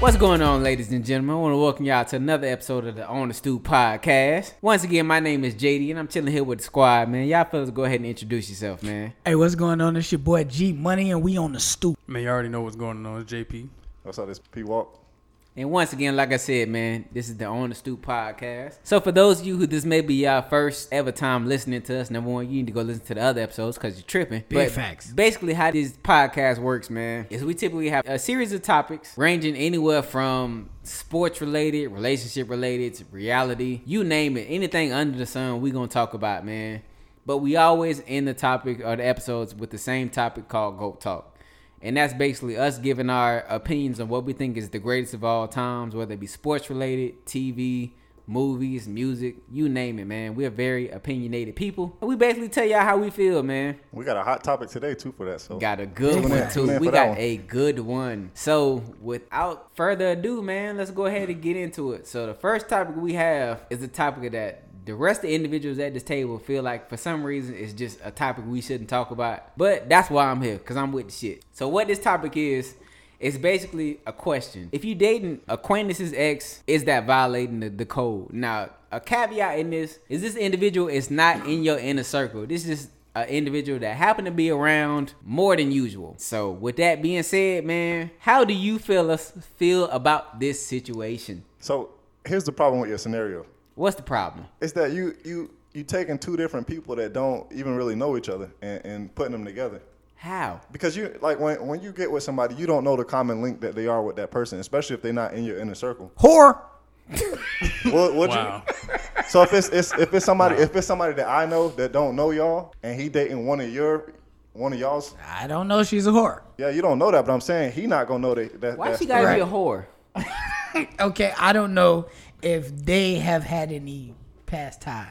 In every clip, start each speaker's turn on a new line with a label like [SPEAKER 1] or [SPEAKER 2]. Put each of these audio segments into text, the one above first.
[SPEAKER 1] What's going on, ladies and gentlemen? I want to welcome y'all to another episode of the On the Stew podcast. Once again, my name is JD, and I'm chilling here with the squad, man. Y'all fellas, go ahead and introduce yourself, man.
[SPEAKER 2] Hey, what's going on? It's your boy G Money, and we on the stoop.
[SPEAKER 3] Man, you already know what's going on. It's JP.
[SPEAKER 4] That's how this P walk.
[SPEAKER 1] And once again, like I said, man, this is the On the Stoop podcast. So for those of you who this may be your first ever time listening to us, number one, you need to go listen to the other episodes because you're tripping.
[SPEAKER 2] Big facts.
[SPEAKER 1] Basically, how this podcast works, man, is we typically have a series of topics ranging anywhere from sports related, relationship related, to reality, you name it, anything under the sun, we gonna talk about, man. But we always end the topic or the episodes with the same topic called Goat Talk. And that's basically us giving our opinions on what we think is the greatest of all times, whether it be sports related, TV, movies, music, you name it, man. We're very opinionated people. And we basically tell y'all how we feel, man.
[SPEAKER 4] We got a hot topic today too for that. So
[SPEAKER 1] Got a good one,
[SPEAKER 4] man.
[SPEAKER 1] too.
[SPEAKER 4] Man,
[SPEAKER 1] We
[SPEAKER 4] for that
[SPEAKER 1] got
[SPEAKER 4] one.
[SPEAKER 1] a good one. So, without further ado, man, let's go ahead and get into it. So, the first topic we have is the topic that the rest of the individuals at this table feel like for some reason it's just a topic we shouldn't talk about. But that's why I'm here, because I'm with the shit. So, what this topic is, it's basically a question. If you dating acquaintances ex, is that violating the, the code? Now, a caveat in this is this individual is not in your inner circle. This is an individual that happened to be around more than usual. So, with that being said, man, how do you feel us feel about this situation?
[SPEAKER 4] so here's the problem with your scenario.
[SPEAKER 1] What's the problem?
[SPEAKER 4] It's that you you you taking two different people that don't even really know each other and, and putting them together.
[SPEAKER 1] How?
[SPEAKER 4] Because you like when when you get with somebody, you don't know the common link that they are with that person, especially if they're not in your inner circle.
[SPEAKER 2] Whore.
[SPEAKER 4] Would- would you-
[SPEAKER 1] Oh.
[SPEAKER 3] Wow.
[SPEAKER 4] So if it's, it's if it's somebody if it's somebody that I know that don't know y'all and he dating one of your one of y'all's,
[SPEAKER 2] I don't know. She's a whore.
[SPEAKER 4] yeah, you don't know that, but I'm saying he not gonna know that. that
[SPEAKER 1] Why
[SPEAKER 4] that's
[SPEAKER 1] she gotta
[SPEAKER 2] right.
[SPEAKER 1] be a whore?
[SPEAKER 2] Okay, I don't know if they have had any past ties.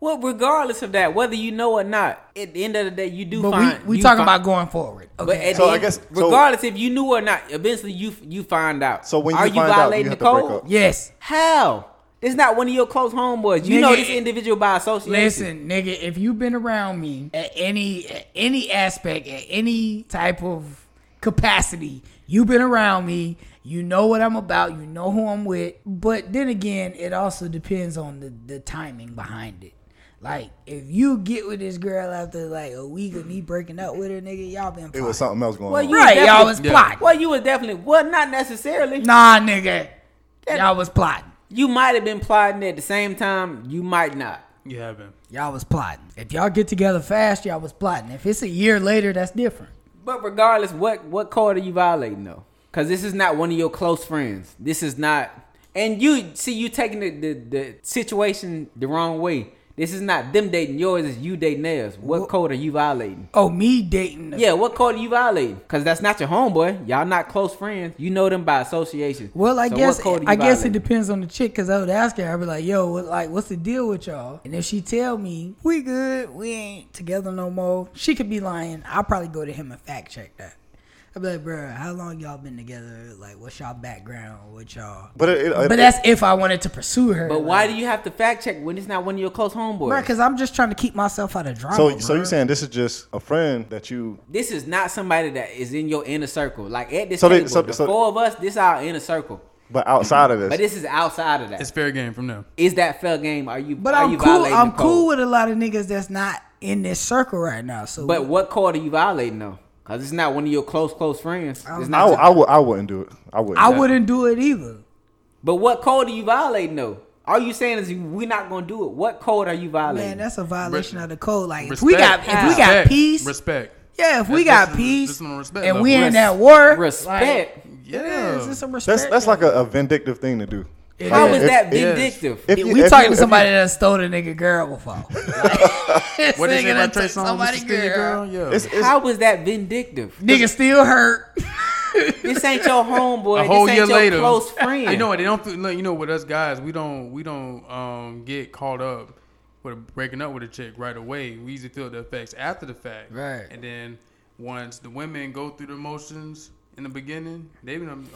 [SPEAKER 1] Well, regardless of that, whether you know or not, at the end of the day, you do
[SPEAKER 2] But
[SPEAKER 1] find.
[SPEAKER 2] we we
[SPEAKER 1] you
[SPEAKER 2] talking
[SPEAKER 1] fi-
[SPEAKER 2] about going forward.
[SPEAKER 1] But
[SPEAKER 2] Okay.
[SPEAKER 1] at
[SPEAKER 4] So
[SPEAKER 1] the
[SPEAKER 4] I
[SPEAKER 1] end,
[SPEAKER 4] guess- so-
[SPEAKER 1] regardless if you knew or not, eventually you you find out.
[SPEAKER 4] So when you
[SPEAKER 1] are you
[SPEAKER 4] find out, you
[SPEAKER 1] violating
[SPEAKER 4] have
[SPEAKER 1] the
[SPEAKER 4] to break
[SPEAKER 1] code?
[SPEAKER 4] up.
[SPEAKER 2] yes.
[SPEAKER 1] How? This not one of your close homeboys. You
[SPEAKER 2] Nigga,
[SPEAKER 1] know this
[SPEAKER 2] it-
[SPEAKER 1] individual by association.
[SPEAKER 2] Listen, nigga, if you've been around me at any at any aspect, at any type of capacity, you've been around me. You know what I'm about. You know who I'm with. But then again, it also depends on the the timing behind it. Like, if you get with this girl after like a week of me breaking up with her, nigga, y'all been
[SPEAKER 4] it
[SPEAKER 2] plotting.
[SPEAKER 4] was something else going
[SPEAKER 1] Well,
[SPEAKER 4] on.
[SPEAKER 1] you
[SPEAKER 2] right, y'all was
[SPEAKER 1] definitely-
[SPEAKER 2] plotting.
[SPEAKER 1] Well, you was definitely well, not necessarily.
[SPEAKER 2] Nah, nigga, y'all was plotting.
[SPEAKER 1] You might have been plotting at the same time. You might not.
[SPEAKER 3] You haven't.
[SPEAKER 2] Y'all was plotting. If y'all get together fast, y'all was plotting. If it's a year later, that's different.
[SPEAKER 1] But regardless, what what code are you violating though? Because this is not one of your close friends. This is not. And you see, you taking the, the the situation the wrong way. This is not them dating yours. It's you dating theirs. What code are you violating?
[SPEAKER 2] Oh, me dating. the-
[SPEAKER 1] Yeah, what code are you violating? Because that's not your homeboy. Y'all not close friends. You know them by association.
[SPEAKER 2] Well, I
[SPEAKER 1] So what
[SPEAKER 2] guess
[SPEAKER 1] code are you
[SPEAKER 2] I guess it
[SPEAKER 1] violating?
[SPEAKER 2] depends on the chick because I would ask her. I'd be like, "Yo, what, like, what's the deal with y'all?" And if she tell me we good, we ain't together no more, she could be lying. I'll probably go to him and fact check that. I'd be like, "Bro, how long y'all been together? Like, what's y'all background? What y'all?"
[SPEAKER 4] but it, it,
[SPEAKER 2] But
[SPEAKER 4] it-
[SPEAKER 2] that's if I wanted to pursue her.
[SPEAKER 1] But why do you have to fact check when it's not one of your close homeboys?
[SPEAKER 2] Bro, because I'm just trying to keep myself out of drama.
[SPEAKER 4] So, so
[SPEAKER 2] bruh.
[SPEAKER 4] you saying this is just a friend that you?
[SPEAKER 1] this is not somebody that is in your inner circle. Like at this
[SPEAKER 4] So they-
[SPEAKER 1] table,
[SPEAKER 4] so-
[SPEAKER 1] the
[SPEAKER 4] so-
[SPEAKER 1] four of us, this our inner circle.
[SPEAKER 4] But outside of this,
[SPEAKER 1] But this is outside of that.
[SPEAKER 3] It's
[SPEAKER 1] Is
[SPEAKER 3] fair game from them.
[SPEAKER 1] that fair game? Are you?
[SPEAKER 2] But
[SPEAKER 1] are
[SPEAKER 2] I'm
[SPEAKER 1] you
[SPEAKER 2] cool.
[SPEAKER 1] violating
[SPEAKER 2] I'm
[SPEAKER 1] the code?
[SPEAKER 2] cool with a lot of niggas that's not in this circle right now. So,
[SPEAKER 1] But what code are you violating though? Because it's not one of your close close friends. It's
[SPEAKER 4] I,
[SPEAKER 1] not
[SPEAKER 4] w-
[SPEAKER 1] your-
[SPEAKER 4] I would, I wouldn't do it. I wouldn't.
[SPEAKER 2] I wouldn't do it either.
[SPEAKER 1] but what code are you violating though? All you saying is we're not gonna do it. What code are you violating?
[SPEAKER 2] Man, that's a violation
[SPEAKER 3] Res-
[SPEAKER 2] of the code. Like if we got if we got
[SPEAKER 3] Respect.
[SPEAKER 2] peace,
[SPEAKER 3] Respect.
[SPEAKER 2] yeah, if we
[SPEAKER 3] That's-
[SPEAKER 2] got
[SPEAKER 3] this is-
[SPEAKER 2] peace,
[SPEAKER 3] this is on respect
[SPEAKER 2] and
[SPEAKER 3] level.
[SPEAKER 2] we ain't
[SPEAKER 3] Res-
[SPEAKER 2] at war,
[SPEAKER 1] respect.
[SPEAKER 3] Yeah.
[SPEAKER 2] yeah, it's just a respect.
[SPEAKER 4] That's that's like a, a vindictive thing to do.
[SPEAKER 2] It
[SPEAKER 1] How
[SPEAKER 2] is.
[SPEAKER 1] is
[SPEAKER 4] If-
[SPEAKER 1] that
[SPEAKER 3] yes.
[SPEAKER 1] vindictive?
[SPEAKER 4] If
[SPEAKER 2] we
[SPEAKER 4] if
[SPEAKER 2] talking
[SPEAKER 4] if
[SPEAKER 2] to somebody that stole a nigga girl before. Like,
[SPEAKER 3] What they say
[SPEAKER 2] nigga
[SPEAKER 3] about
[SPEAKER 2] done
[SPEAKER 3] Trey
[SPEAKER 2] took
[SPEAKER 3] Songz?
[SPEAKER 2] somebody
[SPEAKER 3] Mr. Skinny
[SPEAKER 2] girl.
[SPEAKER 3] Yeah.
[SPEAKER 4] It's, it's,
[SPEAKER 1] How was that vindictive?
[SPEAKER 2] Nigga still hurt.
[SPEAKER 1] This ain't your homeboy.
[SPEAKER 3] a whole
[SPEAKER 1] this ain't
[SPEAKER 3] year
[SPEAKER 1] your
[SPEAKER 3] later,
[SPEAKER 1] close friend.
[SPEAKER 3] You know what? They don't. feel- You know, with us guys, we don't. We don't um, get caught up with breaking up with a chick right away. We usually feel the effects after the fact.
[SPEAKER 2] Right.
[SPEAKER 3] And then once the women go through the motions in the beginning, they been. Um,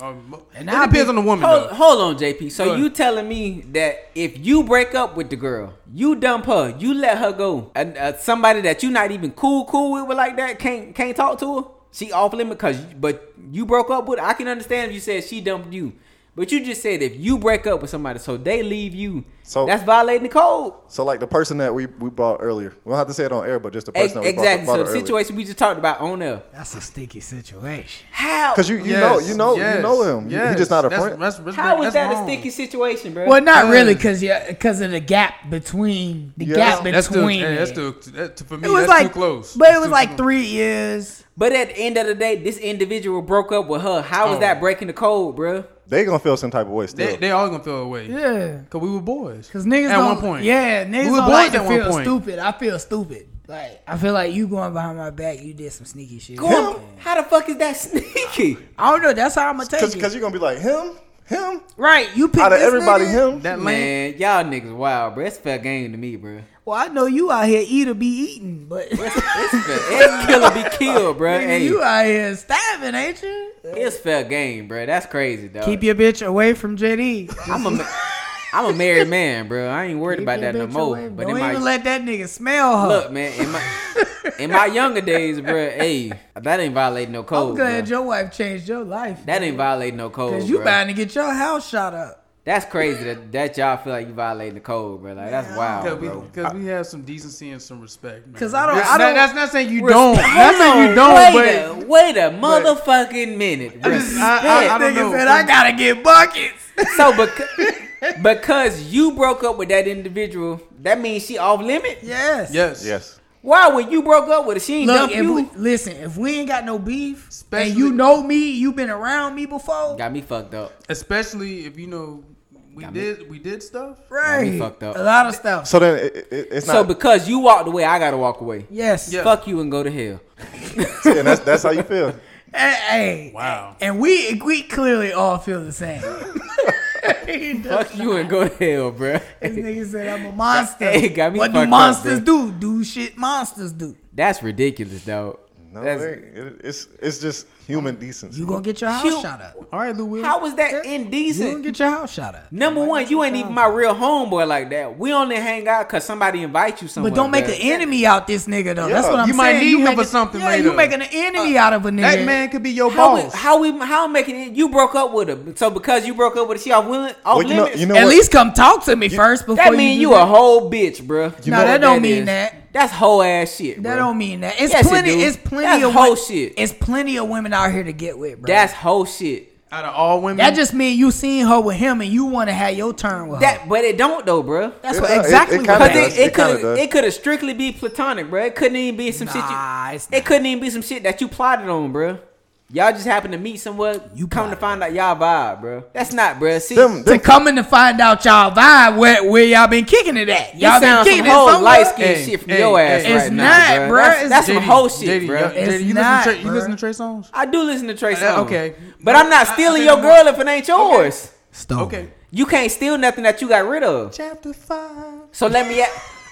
[SPEAKER 2] And
[SPEAKER 3] and
[SPEAKER 2] I
[SPEAKER 3] it depends
[SPEAKER 2] be-
[SPEAKER 3] on the woman.
[SPEAKER 1] Hold,
[SPEAKER 3] though.
[SPEAKER 1] hold on, JP. So
[SPEAKER 3] Go ahead.
[SPEAKER 1] you telling me that if you break up with the girl, you dump her, you let her go, and uh, somebody that you not even cool cool with like that can't can't talk to her. She off limit because but you broke up with. her? I can understand if you said she dumped you, But you just said if you break up with somebody, so they leave you,
[SPEAKER 4] So-
[SPEAKER 1] that's violating the code.
[SPEAKER 4] So like the person that we, we brought earlier, we don't have to say it on air, but just the
[SPEAKER 1] Ex-
[SPEAKER 4] person that we
[SPEAKER 1] exactly. So
[SPEAKER 4] brought, brought
[SPEAKER 1] the
[SPEAKER 4] earlier.
[SPEAKER 1] situation we just talked about on there.
[SPEAKER 2] That's a sticky situation.
[SPEAKER 1] How?
[SPEAKER 4] Because you you
[SPEAKER 3] Yes,
[SPEAKER 4] know you know
[SPEAKER 3] yes,
[SPEAKER 4] you know him. You-
[SPEAKER 3] yes.
[SPEAKER 4] He just not a
[SPEAKER 3] That's-
[SPEAKER 4] friend.
[SPEAKER 3] That's, that's,
[SPEAKER 1] How is
[SPEAKER 3] that's
[SPEAKER 1] that
[SPEAKER 3] wrong.
[SPEAKER 1] a sticky situation, bro?
[SPEAKER 2] Well, not
[SPEAKER 3] Yeah.
[SPEAKER 2] really, cause yeah, because of the gap between the
[SPEAKER 4] Yeah.
[SPEAKER 2] gap between.
[SPEAKER 3] That's still, hey, that's
[SPEAKER 2] it.
[SPEAKER 3] still that, for me.
[SPEAKER 2] it was
[SPEAKER 3] that's
[SPEAKER 2] like
[SPEAKER 3] too close.
[SPEAKER 2] but it
[SPEAKER 3] That's
[SPEAKER 2] was
[SPEAKER 3] too
[SPEAKER 2] like
[SPEAKER 3] close.
[SPEAKER 2] three years.
[SPEAKER 1] But at the end of the day, this individual broke up with her. How is
[SPEAKER 3] Oh.
[SPEAKER 1] that breaking the code, bro?
[SPEAKER 4] They gonna feel some type of way still.
[SPEAKER 3] They, they all gonna feel away.
[SPEAKER 2] Yeah,
[SPEAKER 3] Cause we were boys.
[SPEAKER 2] cause niggas
[SPEAKER 3] at
[SPEAKER 2] don't-
[SPEAKER 3] one point.
[SPEAKER 2] Yeah, niggas
[SPEAKER 3] We were
[SPEAKER 2] don't
[SPEAKER 3] boys
[SPEAKER 2] like to
[SPEAKER 3] at one
[SPEAKER 2] feel
[SPEAKER 3] point.
[SPEAKER 2] stupid. I feel stupid. Like I feel like you going behind my back. You did some sneaky shit.
[SPEAKER 1] Going, how the fuck is that sneaky?
[SPEAKER 2] I don't know. That's how I'm gonna take
[SPEAKER 4] Cause,
[SPEAKER 2] it.
[SPEAKER 4] cause you're gonna be like him, him.
[SPEAKER 2] right, you picked
[SPEAKER 4] Out of
[SPEAKER 2] this
[SPEAKER 4] everybody,
[SPEAKER 2] nigga?
[SPEAKER 4] him.
[SPEAKER 3] That
[SPEAKER 1] Man,
[SPEAKER 3] lane.
[SPEAKER 1] y'all niggas wild, bro. It's fair game to me, bro.
[SPEAKER 2] Well, I know you out here eat or be eaten, but
[SPEAKER 1] It's, it's fair. It's killer be killed, bro. Hey,
[SPEAKER 2] you out here stabbing, ain't you?
[SPEAKER 1] it's fair game, bro. That's crazy, dog.
[SPEAKER 2] Keep your bitch away from JD.
[SPEAKER 1] I'm a, ma- I'm a married man, bro. I ain't worried about that no more. But in
[SPEAKER 2] don't
[SPEAKER 1] my
[SPEAKER 2] even let that nigga smell her.
[SPEAKER 1] look, man, in my in my younger days, bro, hey, that ain't violating no code.
[SPEAKER 2] I'm glad
[SPEAKER 1] bruh.
[SPEAKER 2] your wife changed your life.
[SPEAKER 1] that ain't violating no code.
[SPEAKER 2] Cause you
[SPEAKER 1] bruh.
[SPEAKER 2] bound to get your house shot up.
[SPEAKER 1] That's crazy that, that y'all feel like you violating the code, bro. Like that's
[SPEAKER 3] Cause
[SPEAKER 1] wild,
[SPEAKER 3] we,
[SPEAKER 1] Oh, bro.
[SPEAKER 3] cause we have some decency and some respect. Man.
[SPEAKER 2] 'Cause I don't-
[SPEAKER 3] That's,
[SPEAKER 2] I don't-
[SPEAKER 3] Not, that's not saying you
[SPEAKER 1] Respect-
[SPEAKER 3] don't.
[SPEAKER 1] Hold
[SPEAKER 3] That's saying you
[SPEAKER 1] on,
[SPEAKER 3] don't. But
[SPEAKER 1] Wait a, wait a motherfucking minute.
[SPEAKER 3] I just- I- I- I don't
[SPEAKER 2] Nigga
[SPEAKER 3] know.
[SPEAKER 2] said I gotta get buckets.
[SPEAKER 1] Respect. so because because you broke up with that individual, that means she off limit.
[SPEAKER 2] yes.
[SPEAKER 3] yes,
[SPEAKER 4] Yes.
[SPEAKER 1] Why when you broke up with her, she ain't
[SPEAKER 2] Look,
[SPEAKER 1] dump
[SPEAKER 2] if
[SPEAKER 1] you?
[SPEAKER 2] we, listen, if we ain't got no beef,
[SPEAKER 3] Especially-
[SPEAKER 2] and you know me, you been around me before,
[SPEAKER 1] Got me fucked up.
[SPEAKER 3] Especially if you know we
[SPEAKER 1] Got me.
[SPEAKER 3] did we did stuff.
[SPEAKER 2] right?
[SPEAKER 1] me fucked up.
[SPEAKER 2] A lot of stuff.
[SPEAKER 4] So then it, it, it's
[SPEAKER 1] so
[SPEAKER 4] not.
[SPEAKER 1] because you walked away, I gotta walk away.
[SPEAKER 2] yes.
[SPEAKER 3] Yeah.
[SPEAKER 1] Fuck you and go to hell.
[SPEAKER 4] and that's that's how you feel.
[SPEAKER 2] Hey, hey.
[SPEAKER 3] Wow.
[SPEAKER 2] And we we clearly all feel the same.
[SPEAKER 1] Fuck you and go to hell, bro.
[SPEAKER 2] This nigga said I'm a monster.
[SPEAKER 1] Hey, got me
[SPEAKER 2] what do
[SPEAKER 1] fucked up,
[SPEAKER 2] monsters
[SPEAKER 1] bruh.
[SPEAKER 2] do? Do shit monsters do.
[SPEAKER 1] That's ridiculous, dog.
[SPEAKER 4] No,
[SPEAKER 1] That's-
[SPEAKER 4] it ain't. It- it's it's just human decency.
[SPEAKER 2] You gonna get your house
[SPEAKER 1] Shoot.
[SPEAKER 2] shot up.
[SPEAKER 3] All right, Lou Will.
[SPEAKER 1] How was that
[SPEAKER 2] You gonna
[SPEAKER 1] indecent?
[SPEAKER 2] get your house shot up.
[SPEAKER 1] Number one, you ain't even my real homeboy like that. We only hang out because somebody invites you somewhere.
[SPEAKER 2] But don't make
[SPEAKER 1] bruh.
[SPEAKER 2] an enemy out this nigga though. That's
[SPEAKER 4] Yeah.
[SPEAKER 2] what I'm
[SPEAKER 3] You might
[SPEAKER 2] saying.
[SPEAKER 3] need him
[SPEAKER 2] making-
[SPEAKER 3] for something
[SPEAKER 2] yeah,
[SPEAKER 3] later.
[SPEAKER 2] You making an enemy out of a nigga.
[SPEAKER 3] that man could be your
[SPEAKER 1] How we,
[SPEAKER 3] boss.
[SPEAKER 1] how we how I'm making it? You broke up with her, so because you broke up with her, she off willing off
[SPEAKER 4] Well, you know,
[SPEAKER 1] Oh, limits.
[SPEAKER 4] you know
[SPEAKER 2] At
[SPEAKER 4] what?
[SPEAKER 2] least come talk to me first before
[SPEAKER 1] that mean
[SPEAKER 2] do
[SPEAKER 1] you,
[SPEAKER 2] that.
[SPEAKER 1] a whole bitch, bruh.
[SPEAKER 2] Nah, know that what don't mean that.
[SPEAKER 1] That's whole ass shit.
[SPEAKER 2] That
[SPEAKER 1] bruh.
[SPEAKER 2] don't mean that. It's
[SPEAKER 1] Yes, it
[SPEAKER 2] plenty.
[SPEAKER 1] do.
[SPEAKER 2] it's plenty
[SPEAKER 1] That's
[SPEAKER 2] of
[SPEAKER 1] whole
[SPEAKER 2] wo-
[SPEAKER 1] shit.
[SPEAKER 2] It's plenty of women out here to get with, bro.
[SPEAKER 1] That's whole shit.
[SPEAKER 3] Out of all women,
[SPEAKER 2] that just mean you seen her with him and you want to have your turn with her.
[SPEAKER 1] That but it don't though, bruh.
[SPEAKER 2] That's
[SPEAKER 4] It
[SPEAKER 2] what
[SPEAKER 4] does. It-
[SPEAKER 2] exactly
[SPEAKER 4] it
[SPEAKER 2] what
[SPEAKER 4] kinda
[SPEAKER 2] that
[SPEAKER 1] Because
[SPEAKER 4] does.
[SPEAKER 2] is.
[SPEAKER 1] it, it
[SPEAKER 4] kinda
[SPEAKER 1] could
[SPEAKER 4] does.
[SPEAKER 1] it could have strictly be platonic, bruh. It couldn't even be some shit. You,
[SPEAKER 2] Nah, it's
[SPEAKER 1] it
[SPEAKER 2] not.
[SPEAKER 1] couldn't even be some shit that you plotted on, bruh. Y'all just happen to meet somewhere. You
[SPEAKER 2] You
[SPEAKER 1] come to
[SPEAKER 2] plotted
[SPEAKER 1] find out y'all vibe, bruh. That's not, bruh. See,
[SPEAKER 2] To
[SPEAKER 4] Them, them,
[SPEAKER 2] coming to find out y'all vibe where, where y'all been kicking it at.
[SPEAKER 1] Y'all
[SPEAKER 2] Y'all been
[SPEAKER 1] sounds some
[SPEAKER 2] kicking it
[SPEAKER 1] whole light
[SPEAKER 2] somewhere.
[SPEAKER 1] skin
[SPEAKER 3] Hey,
[SPEAKER 1] shit from
[SPEAKER 3] hey,
[SPEAKER 1] your ass
[SPEAKER 3] hey.
[SPEAKER 1] right
[SPEAKER 2] It's
[SPEAKER 1] now,
[SPEAKER 2] not,
[SPEAKER 1] bruh.
[SPEAKER 2] bruh.
[SPEAKER 1] That's,
[SPEAKER 2] It's
[SPEAKER 1] that's some
[SPEAKER 3] JD,
[SPEAKER 1] whole shit,
[SPEAKER 3] JD,
[SPEAKER 1] bruh.
[SPEAKER 3] y'all-
[SPEAKER 2] It's
[SPEAKER 3] JD, you
[SPEAKER 2] not,
[SPEAKER 3] listen to Trey, you
[SPEAKER 2] bruh.
[SPEAKER 3] listen to Trey songs?
[SPEAKER 1] I do listen to Trey
[SPEAKER 3] Uh,
[SPEAKER 1] Songz.
[SPEAKER 3] okay.
[SPEAKER 1] But
[SPEAKER 3] No,
[SPEAKER 1] I'm not
[SPEAKER 3] I- I
[SPEAKER 1] stealing
[SPEAKER 3] think
[SPEAKER 1] your
[SPEAKER 3] I'm-
[SPEAKER 1] girl if it ain't yours.
[SPEAKER 2] Stolen.
[SPEAKER 3] Okay.
[SPEAKER 1] You can't steal nothing that you got rid of.
[SPEAKER 3] Chapter five.
[SPEAKER 1] So let me. a-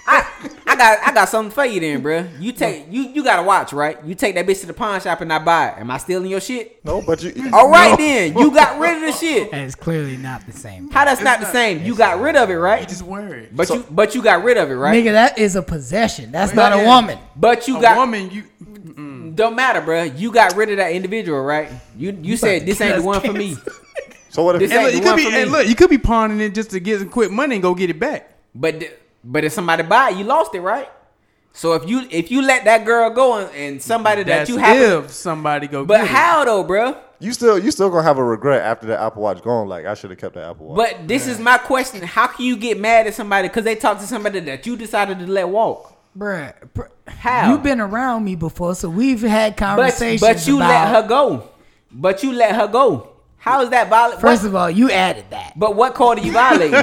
[SPEAKER 1] I I got I got something for you then, bruh. You take you you got to watch right. You take that bitch to the pawn shop and I buy it. Am I stealing your shit?
[SPEAKER 4] no, but you.
[SPEAKER 1] All right then, you got rid of the shit.
[SPEAKER 2] That is clearly not the same.
[SPEAKER 1] How that's not the
[SPEAKER 3] not-
[SPEAKER 1] same. You got rid of it,
[SPEAKER 3] You
[SPEAKER 1] right?
[SPEAKER 3] just wear it.
[SPEAKER 1] But you but you got rid of it, right?
[SPEAKER 2] Nigga, that is a possession. That's
[SPEAKER 3] Well,
[SPEAKER 2] not a
[SPEAKER 3] yeah.
[SPEAKER 2] woman.
[SPEAKER 1] But you
[SPEAKER 3] a
[SPEAKER 1] got
[SPEAKER 3] woman, you
[SPEAKER 1] don't matter, bruh. You got rid of that individual, right? You you said this ain't the one for me.
[SPEAKER 4] So what if
[SPEAKER 1] This
[SPEAKER 3] and
[SPEAKER 1] ain't
[SPEAKER 3] look,
[SPEAKER 1] the
[SPEAKER 3] you
[SPEAKER 1] one
[SPEAKER 3] could be
[SPEAKER 1] for me.
[SPEAKER 3] and look, you could be pawning it just to get some quick money and go get it back.
[SPEAKER 1] But th- but if somebody buy it, you lost it, right? So if you if you let that girl go and, and somebody
[SPEAKER 3] That's
[SPEAKER 1] that you have,
[SPEAKER 3] if somebody go.
[SPEAKER 1] but
[SPEAKER 3] get
[SPEAKER 1] how though, bruh?
[SPEAKER 4] you still you still gonna have a regret after that Apple Watch gone? Like I should have kept that Apple Watch.
[SPEAKER 1] But this is my question: How can you get mad at somebody because they talk to somebody that you decided to let walk?
[SPEAKER 2] Bruh. bruh,
[SPEAKER 1] How?
[SPEAKER 2] You've been around me before, so we've had
[SPEAKER 1] But
[SPEAKER 2] conversations.
[SPEAKER 1] but you
[SPEAKER 2] about,
[SPEAKER 1] let her go. But you let her go. How is that violent?
[SPEAKER 2] First of all, you added that.
[SPEAKER 1] but what code are you violating?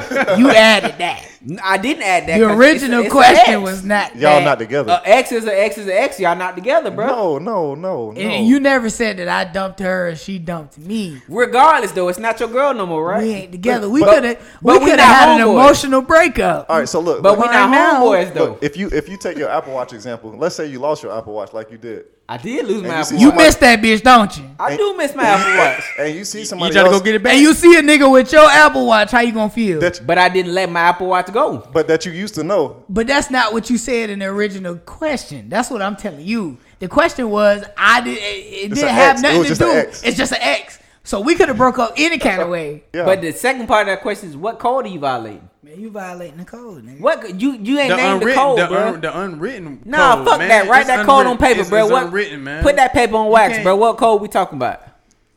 [SPEAKER 2] You added that.
[SPEAKER 1] I didn't add that.
[SPEAKER 2] The
[SPEAKER 1] 'cause it's a-
[SPEAKER 2] original
[SPEAKER 1] it's a
[SPEAKER 2] question
[SPEAKER 1] X.
[SPEAKER 2] was not
[SPEAKER 4] y'all
[SPEAKER 2] that.
[SPEAKER 4] not together.
[SPEAKER 1] a X is an X is an X. Y'all not together, bro.
[SPEAKER 4] no, no, no, no.
[SPEAKER 2] And you never said that I dumped her or she dumped me.
[SPEAKER 1] Regardless, though, it's not your girl no more, right?
[SPEAKER 2] We ain't together. We
[SPEAKER 1] But-
[SPEAKER 2] could have
[SPEAKER 1] but
[SPEAKER 2] we
[SPEAKER 1] we
[SPEAKER 2] could have
[SPEAKER 1] not
[SPEAKER 2] had an
[SPEAKER 1] homeboys.
[SPEAKER 2] emotional breakup.
[SPEAKER 4] All right, so look,
[SPEAKER 1] But
[SPEAKER 4] look,
[SPEAKER 1] we not
[SPEAKER 2] Right now,
[SPEAKER 1] homeboys though.
[SPEAKER 4] look, if you if you take your Apple Watch example, let's say you lost your Apple Watch like you did,
[SPEAKER 1] I did lose my
[SPEAKER 4] you see
[SPEAKER 1] Apple
[SPEAKER 2] You
[SPEAKER 1] Watch.
[SPEAKER 2] missed that bitch, don't you?
[SPEAKER 1] I do miss my Apple Watch,
[SPEAKER 4] and you see
[SPEAKER 3] You
[SPEAKER 4] somebody
[SPEAKER 3] try to
[SPEAKER 4] else
[SPEAKER 3] go get it back.
[SPEAKER 2] And you see a nigga with your Apple Watch, how you gonna feel?
[SPEAKER 4] that,
[SPEAKER 1] but I didn't let my Apple Watch go.
[SPEAKER 4] but that you used to know.
[SPEAKER 2] but that's not what you said in the original question. That's what I'm telling you. The question was, I did. It, it
[SPEAKER 4] It's
[SPEAKER 2] didn't
[SPEAKER 4] an
[SPEAKER 2] have
[SPEAKER 4] X. It
[SPEAKER 2] nothing
[SPEAKER 4] was
[SPEAKER 2] to
[SPEAKER 4] just an
[SPEAKER 2] do.
[SPEAKER 4] X.
[SPEAKER 2] It's just an X. So we could have broke up any kind of way.
[SPEAKER 4] Yeah.
[SPEAKER 1] But the second part of that question is what code are you violating?
[SPEAKER 2] Man, you violating the code, nigga.
[SPEAKER 1] What co- you you ain't
[SPEAKER 3] The
[SPEAKER 1] named the
[SPEAKER 3] unwritten,
[SPEAKER 1] code,
[SPEAKER 3] the,
[SPEAKER 1] bro?
[SPEAKER 3] un- the unwritten.
[SPEAKER 1] nah,
[SPEAKER 3] code,
[SPEAKER 1] fuck
[SPEAKER 3] man.
[SPEAKER 1] that. Write
[SPEAKER 3] It's
[SPEAKER 1] that code on
[SPEAKER 3] unwritten.
[SPEAKER 1] paper,
[SPEAKER 3] It's-
[SPEAKER 1] bro.
[SPEAKER 3] it's
[SPEAKER 1] What,
[SPEAKER 3] unwritten, man.
[SPEAKER 1] Put that paper on wax,
[SPEAKER 3] can't-
[SPEAKER 1] bro. What code we talking about?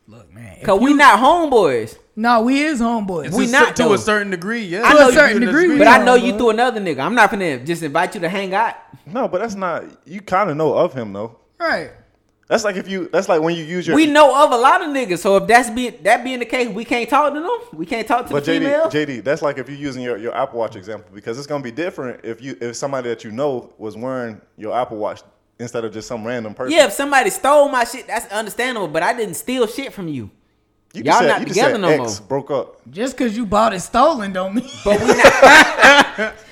[SPEAKER 2] Look, man. if
[SPEAKER 1] Cause we
[SPEAKER 2] you-
[SPEAKER 1] not homeboys.
[SPEAKER 2] No, we is homeboys.
[SPEAKER 3] It's
[SPEAKER 1] We
[SPEAKER 3] a cer-
[SPEAKER 1] not,
[SPEAKER 3] to
[SPEAKER 1] though.
[SPEAKER 3] a certain degree. Yeah,
[SPEAKER 2] I
[SPEAKER 3] To
[SPEAKER 2] know
[SPEAKER 3] a
[SPEAKER 2] you- certain degree,
[SPEAKER 1] But I know
[SPEAKER 2] homeboys.
[SPEAKER 1] you through another nigga. I'm not finna just invite you to hang out.
[SPEAKER 4] No, but that's not. You kind of know of him though.
[SPEAKER 2] right.
[SPEAKER 4] That's like if you. That's like when you use your.
[SPEAKER 1] We know of a lot of niggas, so if that's be that being the case, we can't talk to them. We can't talk to
[SPEAKER 4] But
[SPEAKER 1] the
[SPEAKER 4] JD,
[SPEAKER 1] female.
[SPEAKER 4] JD, that's like if you're using your, your Apple Watch example because it's gonna be different if you if somebody that you know was wearing your Apple Watch instead of just some random person.
[SPEAKER 1] yeah, if somebody stole my shit, that's understandable. But I didn't steal shit from you.
[SPEAKER 4] you
[SPEAKER 1] y'all not
[SPEAKER 4] just
[SPEAKER 1] together no
[SPEAKER 4] X
[SPEAKER 1] more.
[SPEAKER 4] Broke up.
[SPEAKER 2] Just because you bought it stolen don't mean
[SPEAKER 1] But we not
[SPEAKER 2] just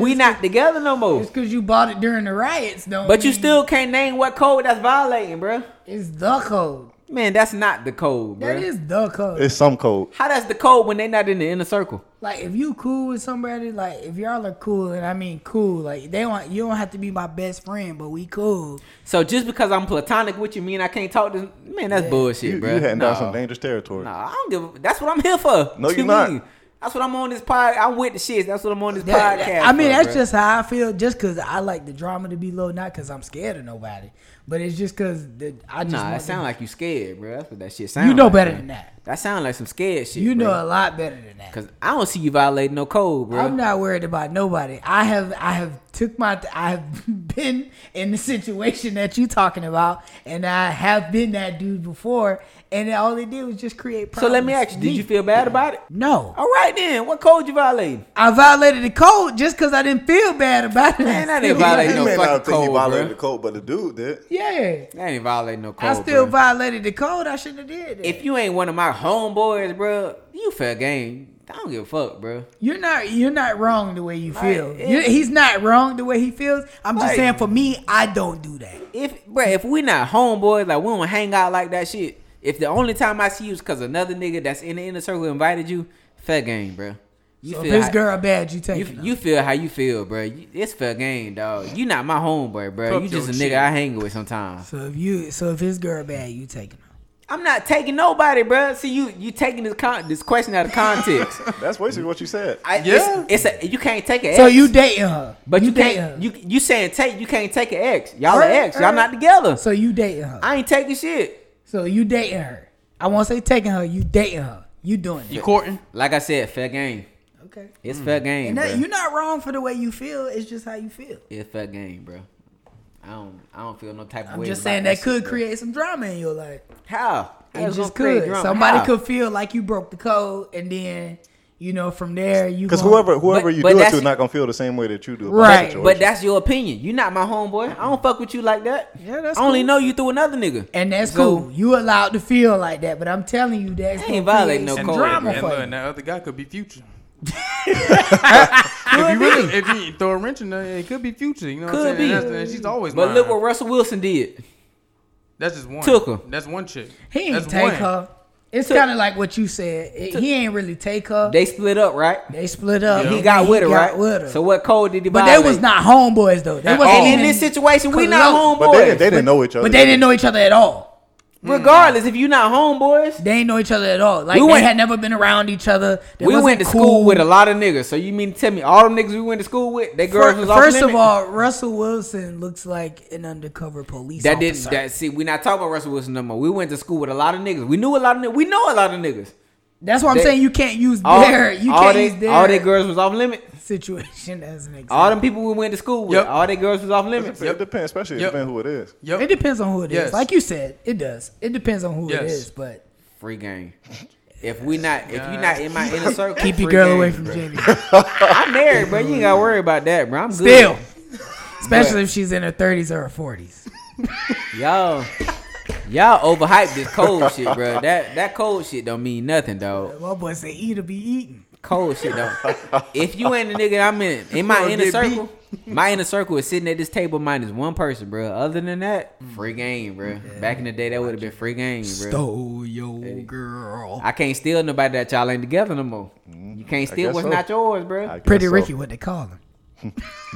[SPEAKER 1] we not together no more.
[SPEAKER 2] because you bought it during the riots don't.
[SPEAKER 1] But you
[SPEAKER 2] mean
[SPEAKER 1] still can't name what code that's violating, bruh.
[SPEAKER 2] it's the code.
[SPEAKER 1] Man, that's not the code,
[SPEAKER 2] That
[SPEAKER 1] bruh.
[SPEAKER 2] is the code.
[SPEAKER 4] It's some code.
[SPEAKER 1] How that's the code when they not in the inner circle?
[SPEAKER 2] Like if you cool with somebody, like if y'all are cool, and I mean cool, like they want you don't have to be my best friend, but we cool.
[SPEAKER 1] So just because I'm platonic with you, mean I can't talk to man. That's bullshit,
[SPEAKER 4] You, you
[SPEAKER 1] bruh.
[SPEAKER 4] heading
[SPEAKER 1] Nah.
[SPEAKER 4] down some dangerous territory.
[SPEAKER 1] Nah, I don't give. A, that's what I'm here for.
[SPEAKER 4] No,
[SPEAKER 1] What
[SPEAKER 4] you're not.
[SPEAKER 1] mean? That's what I'm on this pod. I'm with the shits. That's what I'm on this
[SPEAKER 2] That-
[SPEAKER 1] podcast.
[SPEAKER 2] that- I mean,
[SPEAKER 1] for,
[SPEAKER 2] that's
[SPEAKER 1] bruh.
[SPEAKER 2] just how I feel. Just because I like the drama to be low, not because I'm scared of nobody, but it's just because I just
[SPEAKER 1] Nah,
[SPEAKER 2] want
[SPEAKER 1] that
[SPEAKER 2] to-
[SPEAKER 1] sound like you scared, bruh. That's what that shit sound.
[SPEAKER 2] you know
[SPEAKER 1] like,
[SPEAKER 2] better
[SPEAKER 1] bruh.
[SPEAKER 2] than that.
[SPEAKER 1] That sound like some scared shit.
[SPEAKER 2] You know
[SPEAKER 1] bruh.
[SPEAKER 2] a lot better than that.
[SPEAKER 1] Cause I don't see you violating no code, bro.
[SPEAKER 2] I'm not worried about nobody. I have I have took my I have been in the situation that you talking about, and I have been that dude before, and all they did was just create
[SPEAKER 1] so
[SPEAKER 2] problems.
[SPEAKER 1] let me ask you:
[SPEAKER 2] for
[SPEAKER 1] Did you feel bad about it?
[SPEAKER 2] No,
[SPEAKER 1] All right then, what code you violating?
[SPEAKER 2] I violated the code just because I didn't feel bad about it.
[SPEAKER 1] Man, I didn't
[SPEAKER 2] Still-
[SPEAKER 1] violate
[SPEAKER 4] He
[SPEAKER 1] no
[SPEAKER 4] may
[SPEAKER 1] fucking
[SPEAKER 4] not think he
[SPEAKER 1] code,
[SPEAKER 4] violated
[SPEAKER 1] bruh.
[SPEAKER 4] the code, but the dude did.
[SPEAKER 2] Yeah,
[SPEAKER 1] That ain't violating no code.
[SPEAKER 2] I still
[SPEAKER 1] bruh.
[SPEAKER 2] violated the code. I shouldn't have did that.
[SPEAKER 1] If you ain't one of my homeboys, bro, you fair game. I don't give a fuck, bro.
[SPEAKER 2] You're not you're not wrong the way you
[SPEAKER 1] Like,
[SPEAKER 2] feel.
[SPEAKER 1] it-
[SPEAKER 2] You- he's not wrong the way he feels. I'm just
[SPEAKER 1] Like-
[SPEAKER 2] saying for me, I don't do that.
[SPEAKER 1] If bro, if we not homeboys, like we don't hang out like that shit. If the only time I see you is cause another nigga that's in the inner circle invited you, fair game, bro. You
[SPEAKER 2] So if
[SPEAKER 1] feel
[SPEAKER 2] this
[SPEAKER 1] how,
[SPEAKER 2] girl bad, you
[SPEAKER 1] you,
[SPEAKER 2] take it.
[SPEAKER 1] you feel how you feel, bro. You, it's fair game, dog. You not my homeboy, bro.
[SPEAKER 3] Fuck
[SPEAKER 1] you
[SPEAKER 3] your
[SPEAKER 1] just a nigga
[SPEAKER 3] chick.
[SPEAKER 1] I hang with sometimes.
[SPEAKER 2] So if you so if his girl bad, you taking her.
[SPEAKER 1] I'm not taking nobody, bro. See you you taking this con- this question out of context.
[SPEAKER 4] That's basically what you said.
[SPEAKER 1] I,
[SPEAKER 3] Yeah.
[SPEAKER 1] it's, it's a you can't take it.
[SPEAKER 2] So you dating her.
[SPEAKER 1] But you,
[SPEAKER 2] dating
[SPEAKER 1] can't.
[SPEAKER 2] her.
[SPEAKER 1] You you saying take? You can't take an ex. Y'all
[SPEAKER 2] Alright,
[SPEAKER 1] an ex. Y'all all
[SPEAKER 2] alright.
[SPEAKER 1] not together.
[SPEAKER 2] so you dating her.
[SPEAKER 1] I ain't taking shit.
[SPEAKER 2] so you dating her. I won't say taking her, you dating her. You doing
[SPEAKER 3] You
[SPEAKER 2] it.
[SPEAKER 3] courting?
[SPEAKER 1] Like I said, fair game.
[SPEAKER 2] Okay.
[SPEAKER 1] It's fair game,
[SPEAKER 2] Mm. And
[SPEAKER 1] bro.
[SPEAKER 2] that, you're not wrong for the way you feel, it's just how you feel.
[SPEAKER 1] it's fair game, bro. I don't. I don't feel no type of
[SPEAKER 2] I'm
[SPEAKER 1] way.
[SPEAKER 2] just
[SPEAKER 1] about
[SPEAKER 2] saying that
[SPEAKER 1] shit,
[SPEAKER 2] could
[SPEAKER 1] bro.
[SPEAKER 2] create some drama in your life.
[SPEAKER 1] how. How
[SPEAKER 2] It
[SPEAKER 1] it's
[SPEAKER 2] just
[SPEAKER 1] gonna create
[SPEAKER 2] could.
[SPEAKER 1] drama?
[SPEAKER 2] Somebody
[SPEAKER 1] How?
[SPEAKER 2] could feel like you broke the code and then, you know, from there you
[SPEAKER 4] Because
[SPEAKER 2] gon-
[SPEAKER 4] whoever whoever
[SPEAKER 1] But-
[SPEAKER 4] you
[SPEAKER 1] but
[SPEAKER 4] do it
[SPEAKER 1] that's-
[SPEAKER 4] to not gonna feel the same way that you do. about
[SPEAKER 2] Right,
[SPEAKER 4] the
[SPEAKER 1] But
[SPEAKER 4] situation.
[SPEAKER 1] that's your opinion. You not my homeboy. I don't fuck with you like that.
[SPEAKER 2] Yeah, that's
[SPEAKER 1] I only
[SPEAKER 2] cool.
[SPEAKER 1] know you through another nigga.
[SPEAKER 2] And that's
[SPEAKER 1] So-
[SPEAKER 2] cool. You allowed to feel like that, but I'm telling you that's
[SPEAKER 1] I
[SPEAKER 2] gonna
[SPEAKER 1] ain't violating
[SPEAKER 2] create
[SPEAKER 1] no
[SPEAKER 2] some
[SPEAKER 1] code,
[SPEAKER 2] drama
[SPEAKER 3] And
[SPEAKER 2] for
[SPEAKER 3] look,
[SPEAKER 2] you.
[SPEAKER 3] and that other guy could be future. if you really, if you throw a wrench in there, it could be future. You know, what I'm
[SPEAKER 1] Could
[SPEAKER 3] saying?
[SPEAKER 1] be.
[SPEAKER 3] And that's- and she's always.
[SPEAKER 1] But
[SPEAKER 3] mine.
[SPEAKER 1] look what Russell Wilson did.
[SPEAKER 3] That's just one.
[SPEAKER 1] Took her.
[SPEAKER 3] That's one chick.
[SPEAKER 2] He ain't
[SPEAKER 3] That's
[SPEAKER 2] take
[SPEAKER 3] one.
[SPEAKER 2] her. It's
[SPEAKER 1] Took-
[SPEAKER 2] kind of like what you said. It- he ain't really take her. They,
[SPEAKER 1] They split up, right?
[SPEAKER 2] split up.
[SPEAKER 1] He got with her, right?
[SPEAKER 2] with her.
[SPEAKER 1] So what code did he
[SPEAKER 2] but
[SPEAKER 1] violate?
[SPEAKER 2] they was not homeboys though. They
[SPEAKER 3] At
[SPEAKER 2] wasn't
[SPEAKER 3] all.
[SPEAKER 1] And
[SPEAKER 2] even,
[SPEAKER 1] in this situation, we not
[SPEAKER 2] Close.
[SPEAKER 1] homeboys.
[SPEAKER 4] But they, didn't- they didn't know each other.
[SPEAKER 2] but they didn't know each other at all.
[SPEAKER 1] Regardless, if you not homeboys,
[SPEAKER 2] They didn't know each other at all. Like
[SPEAKER 1] We
[SPEAKER 2] they
[SPEAKER 1] went-
[SPEAKER 2] had never been around each other. They
[SPEAKER 1] we
[SPEAKER 2] wasn't
[SPEAKER 1] went to
[SPEAKER 2] cool.
[SPEAKER 1] school with a lot of niggas. So you mean to tell me all them niggas we went to school with, they girls
[SPEAKER 2] Fir-
[SPEAKER 1] was
[SPEAKER 2] First,
[SPEAKER 1] off
[SPEAKER 2] of
[SPEAKER 1] limit?
[SPEAKER 2] all, Russell Wilson looks like an undercover police
[SPEAKER 1] that didn't
[SPEAKER 2] officer.
[SPEAKER 1] that see we not talking about Russell Wilson no more. We went to school with a lot of niggas. We knew a lot of niggas. We know a lot of niggas.
[SPEAKER 2] That's why I'm
[SPEAKER 1] that-
[SPEAKER 2] saying you can't use
[SPEAKER 1] All,
[SPEAKER 2] their you
[SPEAKER 1] all
[SPEAKER 2] can't
[SPEAKER 1] they,
[SPEAKER 2] use their
[SPEAKER 1] all they girls was off limit.
[SPEAKER 2] situation as an example.
[SPEAKER 1] All them people we went to school with,
[SPEAKER 3] Yep.
[SPEAKER 1] all they girls was off
[SPEAKER 4] It
[SPEAKER 1] limit.
[SPEAKER 4] depends- It depends, especially it
[SPEAKER 3] Yep.
[SPEAKER 4] depends who it is.
[SPEAKER 2] It
[SPEAKER 3] Yep.
[SPEAKER 2] depends on who it is.
[SPEAKER 3] Yes.
[SPEAKER 2] Like you said, it does. It depends on who it
[SPEAKER 3] Yes.
[SPEAKER 2] is, but
[SPEAKER 1] Free game. If we not, if you not in my inner circle,
[SPEAKER 2] keep your
[SPEAKER 1] free
[SPEAKER 2] girl
[SPEAKER 1] game,
[SPEAKER 2] away from
[SPEAKER 1] bro.
[SPEAKER 2] Jimmy.
[SPEAKER 1] I'm married, bro. You ain't gotta worry about that, bro. I'm good.
[SPEAKER 2] Still. Especially if she's in her 30s or her 40s.
[SPEAKER 1] Y'all, y'all overhyped this cold shit, bro. That that cold shit don't mean nothing, dog.
[SPEAKER 2] My boy say eat to be eaten.
[SPEAKER 1] Cold shit don't. If you ain't the nigga I'm in, in my
[SPEAKER 3] Gonna
[SPEAKER 1] inner
[SPEAKER 3] get beat.
[SPEAKER 1] circle, my inner circle is sitting at this table minus one person, bro. Other than that, free game, bro. Back in the day, that would have been free game, bro.
[SPEAKER 2] Stole your girl.
[SPEAKER 1] I can't steal nobody that y'all ain't together no more. You can't steal
[SPEAKER 4] Mm, guess
[SPEAKER 1] what's
[SPEAKER 4] so.
[SPEAKER 1] not yours,
[SPEAKER 4] I
[SPEAKER 1] bro.
[SPEAKER 4] guess
[SPEAKER 2] Pretty
[SPEAKER 4] so.
[SPEAKER 2] Ricky, what they call him.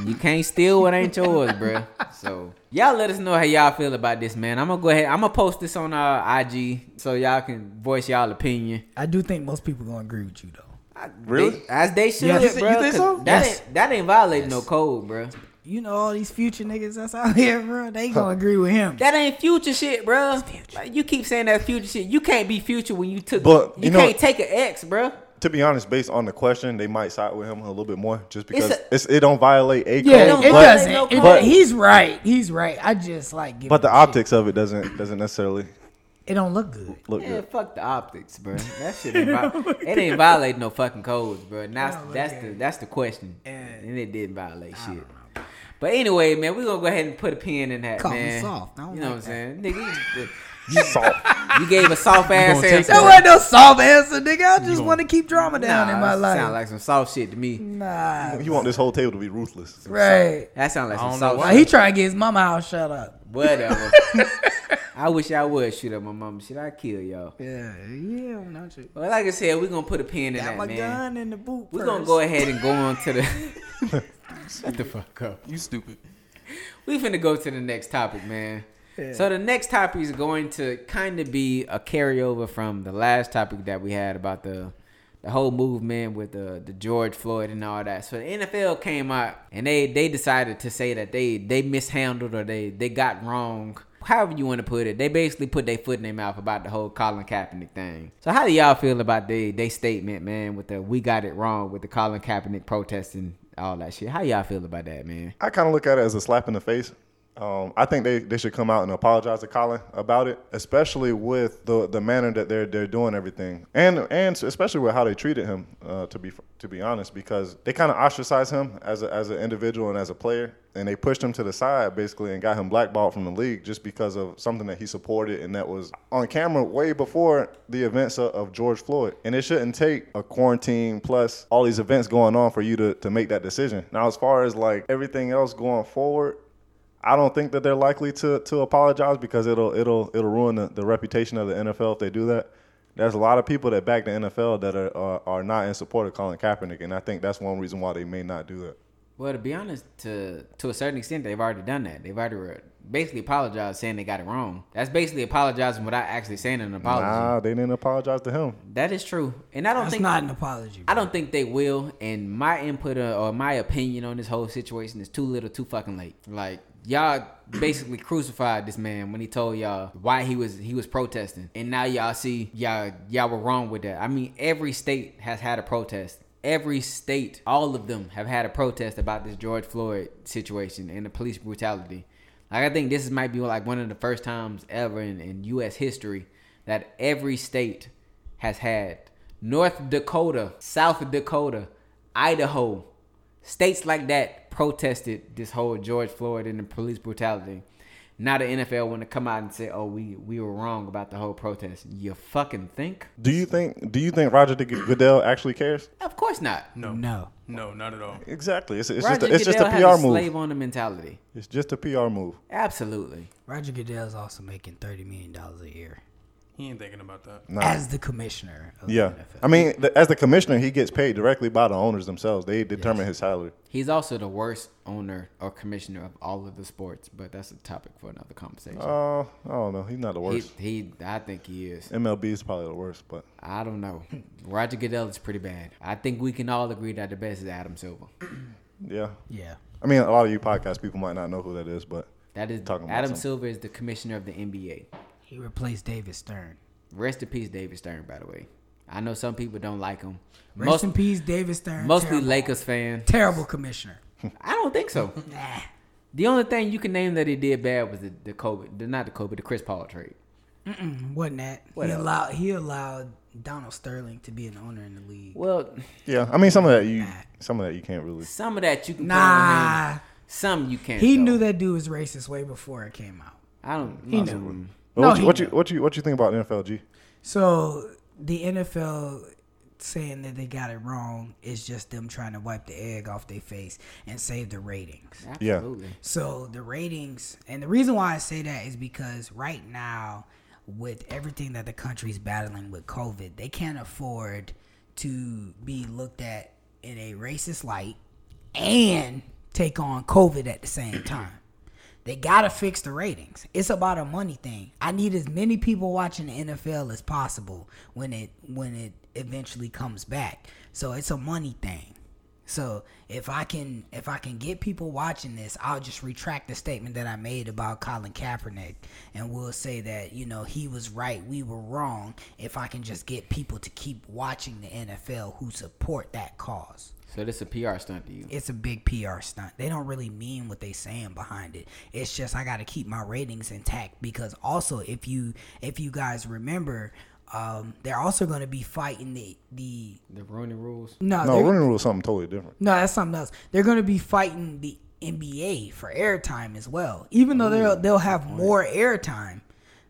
[SPEAKER 1] You can't steal what ain't yours, bruh. So y'all let us know how y'all feel about this, man. I'm gonna go ahead. I'm gonna post this on our IG so y'all can voice y'all opinion.
[SPEAKER 2] I do think most people gonna agree with you though.
[SPEAKER 1] I-
[SPEAKER 4] Really?
[SPEAKER 1] they- as they should,
[SPEAKER 2] Yes. You
[SPEAKER 3] think-
[SPEAKER 1] bruh,
[SPEAKER 3] you think so?
[SPEAKER 1] 'cause That
[SPEAKER 2] Yes.
[SPEAKER 1] ain't that ain't violating no code, bruh.
[SPEAKER 2] You know all these future niggas that's out here, bro. They gonna agree with him.
[SPEAKER 1] That ain't future shit, bruh. Like, you keep saying that future shit. You can't be future when you took.
[SPEAKER 4] But,
[SPEAKER 1] you,
[SPEAKER 4] you know-
[SPEAKER 1] can't take an ex, bruh.
[SPEAKER 4] To be honest, based on the question, they might side with him a little bit more, just because
[SPEAKER 1] a-
[SPEAKER 4] it's it don't violate a code.
[SPEAKER 2] Yeah,
[SPEAKER 1] don't
[SPEAKER 2] it
[SPEAKER 1] violate
[SPEAKER 4] but,
[SPEAKER 2] doesn't.
[SPEAKER 1] no
[SPEAKER 2] It-
[SPEAKER 1] code.
[SPEAKER 2] he's right. He's right. I just like giving
[SPEAKER 4] but the
[SPEAKER 2] him shit.
[SPEAKER 4] optics of it doesn't doesn't necessarily
[SPEAKER 2] It don't look good.
[SPEAKER 4] look
[SPEAKER 1] Yeah,
[SPEAKER 4] good.
[SPEAKER 1] fuck the optics, bruh. That shit ain't vi- it ain't violate no fucking codes, bruh. And That's
[SPEAKER 2] No,
[SPEAKER 1] that's
[SPEAKER 2] okay.
[SPEAKER 1] the that's the question, and it didn't violate shit. But anyway, man, we gonna go ahead and put a pin in that,
[SPEAKER 2] Call me
[SPEAKER 1] man.
[SPEAKER 2] soft. I don't
[SPEAKER 1] you know
[SPEAKER 2] like
[SPEAKER 1] what I'm saying, nigga? you-
[SPEAKER 4] Soft.
[SPEAKER 1] You gave a soft
[SPEAKER 3] gonna
[SPEAKER 1] ass
[SPEAKER 3] take
[SPEAKER 1] answer.
[SPEAKER 3] that
[SPEAKER 2] That wasn't no soft answer, nigga. I just
[SPEAKER 3] gon-
[SPEAKER 2] want to keep drama down in
[SPEAKER 1] Nah,
[SPEAKER 2] my
[SPEAKER 1] that
[SPEAKER 2] life.
[SPEAKER 1] Sound like some soft shit to me.
[SPEAKER 2] nah,
[SPEAKER 4] You want this whole table to be ruthless.
[SPEAKER 2] right?
[SPEAKER 1] That sound like
[SPEAKER 3] I
[SPEAKER 1] some
[SPEAKER 3] don't know
[SPEAKER 1] soft
[SPEAKER 3] why.
[SPEAKER 2] Like,
[SPEAKER 1] shit.
[SPEAKER 2] he trying to get his mama out. Shut up.
[SPEAKER 1] Whatever. I wish I would shoot up my mama. Should I kill y'all?
[SPEAKER 2] Yeah, yeah, I'm not you.
[SPEAKER 1] Well, like I said, we're gonna put a pin in
[SPEAKER 2] Got
[SPEAKER 1] that,
[SPEAKER 2] my
[SPEAKER 1] man.
[SPEAKER 2] gun in the boot.
[SPEAKER 1] We're
[SPEAKER 2] purse.
[SPEAKER 1] gonna go ahead and go on to the. Shut the fuck up.
[SPEAKER 3] You stupid.
[SPEAKER 1] We finna go to the next topic, man.
[SPEAKER 2] Yeah.
[SPEAKER 1] So the next topic is going to kind of be a carryover from the last topic that we had about the the whole movement with the the George Floyd and all that. So the NFL came out and they they decided to say that they they mishandled or they they got wrong. However you want to put it, they basically put their foot in their mouth about the whole Colin Kaepernick thing. So how do y'all feel about they they statement, man, with the we got it wrong with the Colin Kaepernick protesting all that shit? How y'all feel about that, man?
[SPEAKER 4] I kind of look at it as a slap in the face. Um, I think they, they should come out and apologize to Colin about it, especially with the the manner that they're they're doing everything, and and especially with how they treated him. Uh, to be to be honest, because they kind of ostracized him as a, as an individual and as a player, and they pushed him to the side basically and got him blackballed from the league just because of something that he supported and that was on camera way before the events of, of George Floyd. And it shouldn't take a quarantine plus all these events going on for you to to make that decision. Now, as far as like everything else going forward. I don't think that they're likely to to apologize because it'll it'll it'll ruin the, the reputation of the NFL if they do that. There's a lot of people that back the NFL that are, are are not in support of Colin Kaepernick, and I think that's one reason why they may not do that.
[SPEAKER 1] Well, to be honest, to to a certain extent, they've already done that. They've already re- basically apologized, saying they got it wrong. That's basically apologizing without actually saying an apology.
[SPEAKER 4] Nah, they didn't apologize to him.
[SPEAKER 1] That is true, and I don't
[SPEAKER 2] That's
[SPEAKER 1] think
[SPEAKER 2] not an apology.
[SPEAKER 1] I don't think they will. And my input uh, or my opinion on this whole situation is too little, too fucking late. Like y'all basically crucified this man when he told y'all why he was he was protesting, and now y'all see y'all y'all were wrong with that. I mean, every state has had a protest. Every state, all of them have had a protest about this George Floyd situation and the police brutality. Like I think this is might be like one of the first times ever in, in U.S. history that every state has had North Dakota, South Dakota, Idaho, states like that protested this whole George Floyd and the police brutality. Now the NFL want to come out and say, "Oh, we we were wrong about the whole protest." You fucking think?
[SPEAKER 4] Do you think Do you think Roger De- Goodell actually cares?
[SPEAKER 1] Of course not.
[SPEAKER 3] No.
[SPEAKER 2] No.
[SPEAKER 3] No, not at all.
[SPEAKER 4] Exactly. It's, it's
[SPEAKER 1] Roger
[SPEAKER 4] just a, it's just a
[SPEAKER 1] Goodell has
[SPEAKER 4] PR
[SPEAKER 1] a
[SPEAKER 4] move.
[SPEAKER 1] slave on the mentality.
[SPEAKER 4] It's just a PR move.
[SPEAKER 1] Absolutely.
[SPEAKER 2] Roger Goodell's also making thirty million dollars a year
[SPEAKER 3] He ain't thinking about that.
[SPEAKER 4] Nah.
[SPEAKER 2] as the commissioner. Of
[SPEAKER 4] yeah,
[SPEAKER 2] the NFL.
[SPEAKER 4] I mean, the, as the commissioner, he gets paid directly by the owners themselves. They determine his salary.
[SPEAKER 1] He's also the worst owner or commissioner of all of the sports, but that's a topic for another conversation.
[SPEAKER 4] Uh, I don't know. He's not the
[SPEAKER 1] he,
[SPEAKER 4] worst.
[SPEAKER 1] he, I think he is.
[SPEAKER 4] MLB is probably the worst, but
[SPEAKER 1] I don't know. Roger Goodell is pretty bad. I think we can all agree that the best is Adam Silver.
[SPEAKER 4] yeah.
[SPEAKER 2] yeah.
[SPEAKER 4] I mean, a lot of you podcast people might not know who that is, but
[SPEAKER 1] That is
[SPEAKER 4] Talking about
[SPEAKER 1] Adam
[SPEAKER 4] some-
[SPEAKER 1] Silver is the commissioner of the NBA.
[SPEAKER 2] He replaced David Stern.
[SPEAKER 1] Rest in peace, David Stern. By the way, I know some people don't like him.
[SPEAKER 2] Rest
[SPEAKER 1] Most,
[SPEAKER 2] in peace, David Stern.
[SPEAKER 1] mostly
[SPEAKER 2] terrible,
[SPEAKER 1] Lakers fan.
[SPEAKER 2] terrible commissioner.
[SPEAKER 1] I don't think so.
[SPEAKER 2] nah.
[SPEAKER 1] The only thing you can name that he did bad was the, the Kobe, the, not the Kobe, the Chris Paul trade.
[SPEAKER 2] Wasn't that
[SPEAKER 1] What
[SPEAKER 2] he
[SPEAKER 1] else?
[SPEAKER 2] allowed he allowed Donald Sterling to be an owner in the league?
[SPEAKER 1] Well,
[SPEAKER 4] yeah, I mean, some of that you, some of that you can't really.
[SPEAKER 1] some of that you can put on him.
[SPEAKER 2] Nah,
[SPEAKER 1] Some you can't.
[SPEAKER 2] he
[SPEAKER 1] though.
[SPEAKER 2] knew that dude was racist way before it came out.
[SPEAKER 1] I don't.
[SPEAKER 2] He
[SPEAKER 1] I
[SPEAKER 2] knew.
[SPEAKER 1] don't-
[SPEAKER 4] But
[SPEAKER 2] No,
[SPEAKER 4] what,
[SPEAKER 2] he
[SPEAKER 4] you, what you
[SPEAKER 2] knew.
[SPEAKER 4] what you what you think about NFLG?
[SPEAKER 2] So the NFL saying that they got it wrong is just them trying to wipe the egg off their face and save the ratings.
[SPEAKER 4] Yeah.
[SPEAKER 1] Absolutely.
[SPEAKER 2] So the ratings, and the reason why I say that is because right now, with everything that the country's battling with COVID, they can't afford to be looked at in a racist light and take on COVID at the same time. They gotta fix the ratings. It's about a money thing. I need as many people watching the NFL as possible when it when it eventually comes back. So it's a money thing. So if I can if I can get people watching this, I'll just retract the statement that I made about Colin Kaepernick, and we'll say that you know he was right, we were wrong. If I can just get people to keep watching the NFL who support that cause,
[SPEAKER 1] So this a PR stunt to you.
[SPEAKER 2] it's a big PR stunt. They don't really mean what they saying behind it. It's just I got to keep my ratings intact because also if you if you guys remember, um, they're also going to be fighting the the
[SPEAKER 1] The ruining rules.
[SPEAKER 2] no
[SPEAKER 4] No,
[SPEAKER 2] they're-
[SPEAKER 4] running rule is something totally different.
[SPEAKER 2] no, that's something else. They're going to be fighting the NBA for airtime as well. Even though they'll they'll have more airtime,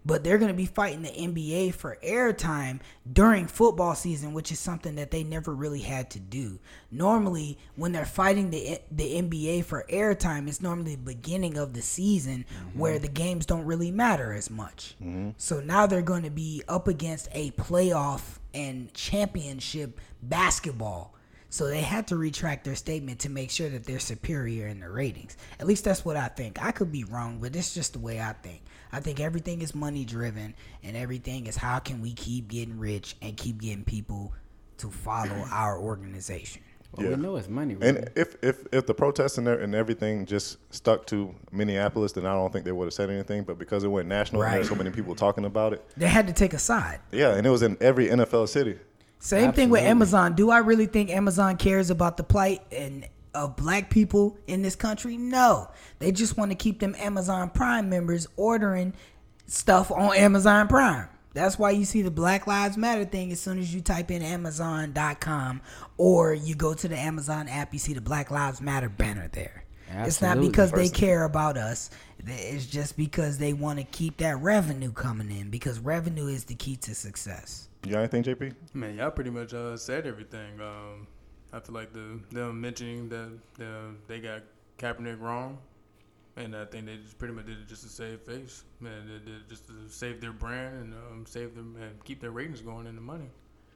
[SPEAKER 2] but they're going to be fighting the NBA for airtime during football season, which is something that they never really had to do. Normally, when they're fighting the the NBA for airtime, it's normally the beginning of the season where the games don't really matter as much. So now they're going to be up against a playoff and championship basketball. So they had to retract their statement to make sure that they're superior in the ratings. At least that's what I think. I could be wrong, but it's just the way I think. I think everything is money driven and everything is how can we keep getting rich and keep getting people to follow our organization.
[SPEAKER 1] Well,
[SPEAKER 4] Yeah.
[SPEAKER 1] we know it's money. Right?
[SPEAKER 4] And if if if the protests and, there- and everything just stuck to Minneapolis, then I don't think they would have said anything. But because it went national, and there's so
[SPEAKER 2] Right.
[SPEAKER 4] many people talking about it.
[SPEAKER 2] They had to take a side.
[SPEAKER 4] Yeah, and it was in every NFL city.
[SPEAKER 2] Same thing with
[SPEAKER 1] Absolutely.
[SPEAKER 2] Amazon. Do I really think Amazon cares about the plight and of black people in this country? No. They just want to keep them Amazon Prime members ordering stuff on Amazon Prime. That's why you see the Black Lives Matter thing as soon as you type in Amazon.com or you go to the Amazon app, you see the Black Lives Matter banner there. It's not
[SPEAKER 1] Absolutely.
[SPEAKER 2] because they care about us. It's just because they want to keep that revenue coming in because revenue is the key to success.
[SPEAKER 4] You got anything, JP?
[SPEAKER 3] Man, y'all pretty much uh, said everything. Um, I feel like the them mentioning that the, they got Kaepernick wrong, and I think they just pretty much did it just to save face. Man, they did it just to save their brand and um, save them and keep their ratings going and the money.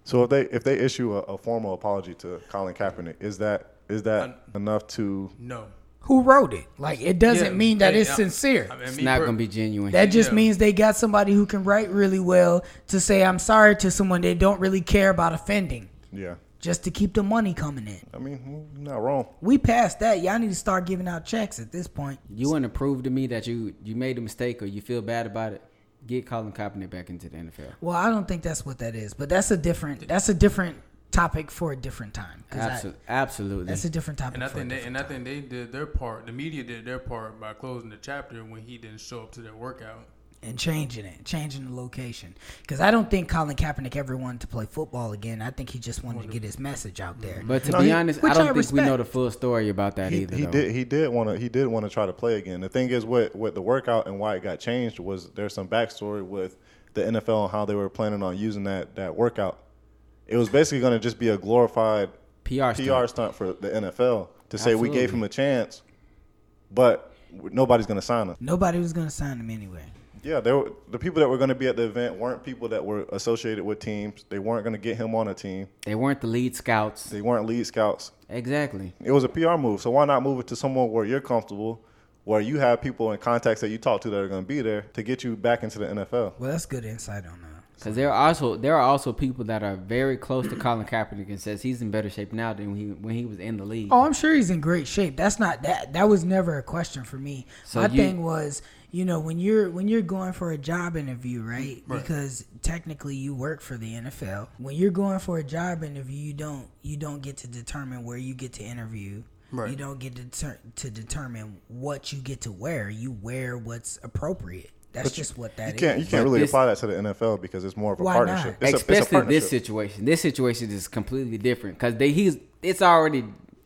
[SPEAKER 4] So if they if they issue a, a formal apology to Colin Kaepernick, is that is that enough to?
[SPEAKER 3] No,
[SPEAKER 2] who wrote it. Like it doesn't
[SPEAKER 3] Yeah,
[SPEAKER 2] mean that
[SPEAKER 3] yeah,
[SPEAKER 2] it's
[SPEAKER 3] I-
[SPEAKER 2] sincere.
[SPEAKER 3] I mean,
[SPEAKER 1] it's
[SPEAKER 3] me
[SPEAKER 1] not
[SPEAKER 3] per-
[SPEAKER 1] gonna be genuine.
[SPEAKER 2] that just
[SPEAKER 3] yeah.
[SPEAKER 2] means they got somebody who can write really well to say I'm sorry to someone they don't really care about offending,
[SPEAKER 4] Yeah,
[SPEAKER 2] just to keep the money coming in.
[SPEAKER 4] I mean, you're not wrong.
[SPEAKER 2] We passed that. Y'all need to start giving out checks at this point.
[SPEAKER 1] you want to prove to me that you you made a mistake or you feel bad about it. Get Colin Kaepernick back into the NFL.
[SPEAKER 2] Well, I don't think that's what that is, but that's a different that's a different topic for a different time. 'Cause I-
[SPEAKER 1] Absolutely, absolutely.
[SPEAKER 2] that's a different topic.
[SPEAKER 3] And I
[SPEAKER 2] for a
[SPEAKER 3] think they,
[SPEAKER 2] different
[SPEAKER 3] and I think they did their part. The media did their part by closing the chapter when he didn't show up to their workout.
[SPEAKER 2] and changing it, changing the location. Because I don't think Colin Kaepernick ever wanted to play football again. I think he just wanted to get his message out there.
[SPEAKER 1] but to
[SPEAKER 4] No,
[SPEAKER 1] be
[SPEAKER 4] he-
[SPEAKER 1] honest,
[SPEAKER 2] Which
[SPEAKER 1] I
[SPEAKER 2] I
[SPEAKER 1] don't think we know
[SPEAKER 2] respect.
[SPEAKER 1] the full story about that
[SPEAKER 4] He,
[SPEAKER 1] either.
[SPEAKER 4] he
[SPEAKER 1] though.
[SPEAKER 4] did he did want to he did want to try to play again. The thing is, what what the workout and why it got changed was there's some backstory with the NFL and how they were planning on using that that workout. It was basically going to just be a glorified
[SPEAKER 1] PR.
[SPEAKER 4] PR
[SPEAKER 1] stunt.
[SPEAKER 4] stunt for the NFL to say we gave
[SPEAKER 1] Absolutely.
[SPEAKER 4] him a chance, but nobody's going to sign him.
[SPEAKER 2] Nobody was gonna sign him anyway.
[SPEAKER 4] Yeah, they were, the people that were going to be at the event weren't people that were associated with teams. They weren't going to get him on a team.
[SPEAKER 1] They weren't the lead scouts.
[SPEAKER 4] They weren't lead scouts.
[SPEAKER 1] Exactly.
[SPEAKER 4] It was a PR move. So why not move it to someone where you're comfortable, where you have people and contacts that you talk to that are going to be there to get you back into the NFL?
[SPEAKER 2] Well, that's good insight on that.
[SPEAKER 1] Because there are also there are also people that are very close to Colin Kaepernick and says he's in better shape now than he when he was in the league.
[SPEAKER 2] Oh, I'm sure he's in great shape. That's not that that was never a question for me.
[SPEAKER 1] So
[SPEAKER 2] My
[SPEAKER 1] you-
[SPEAKER 2] thing was, you know, when you're when you're going for a job interview, right? Because technically you work for the NFL. When you're going for a job interview, you don't you don't get to determine where you get to interview.
[SPEAKER 3] Right.
[SPEAKER 2] You don't get to, ter- to determine what you get to wear. You wear what's appropriate. That's just what that
[SPEAKER 4] You
[SPEAKER 2] is.
[SPEAKER 4] can't you can't really
[SPEAKER 1] this-
[SPEAKER 4] apply that to the NFL because it's more of a
[SPEAKER 2] Why
[SPEAKER 4] partnership.
[SPEAKER 2] not?
[SPEAKER 4] It's a, it's a
[SPEAKER 1] Especially this
[SPEAKER 4] partnership.
[SPEAKER 1] situation. This situation is completely different because they he's it's already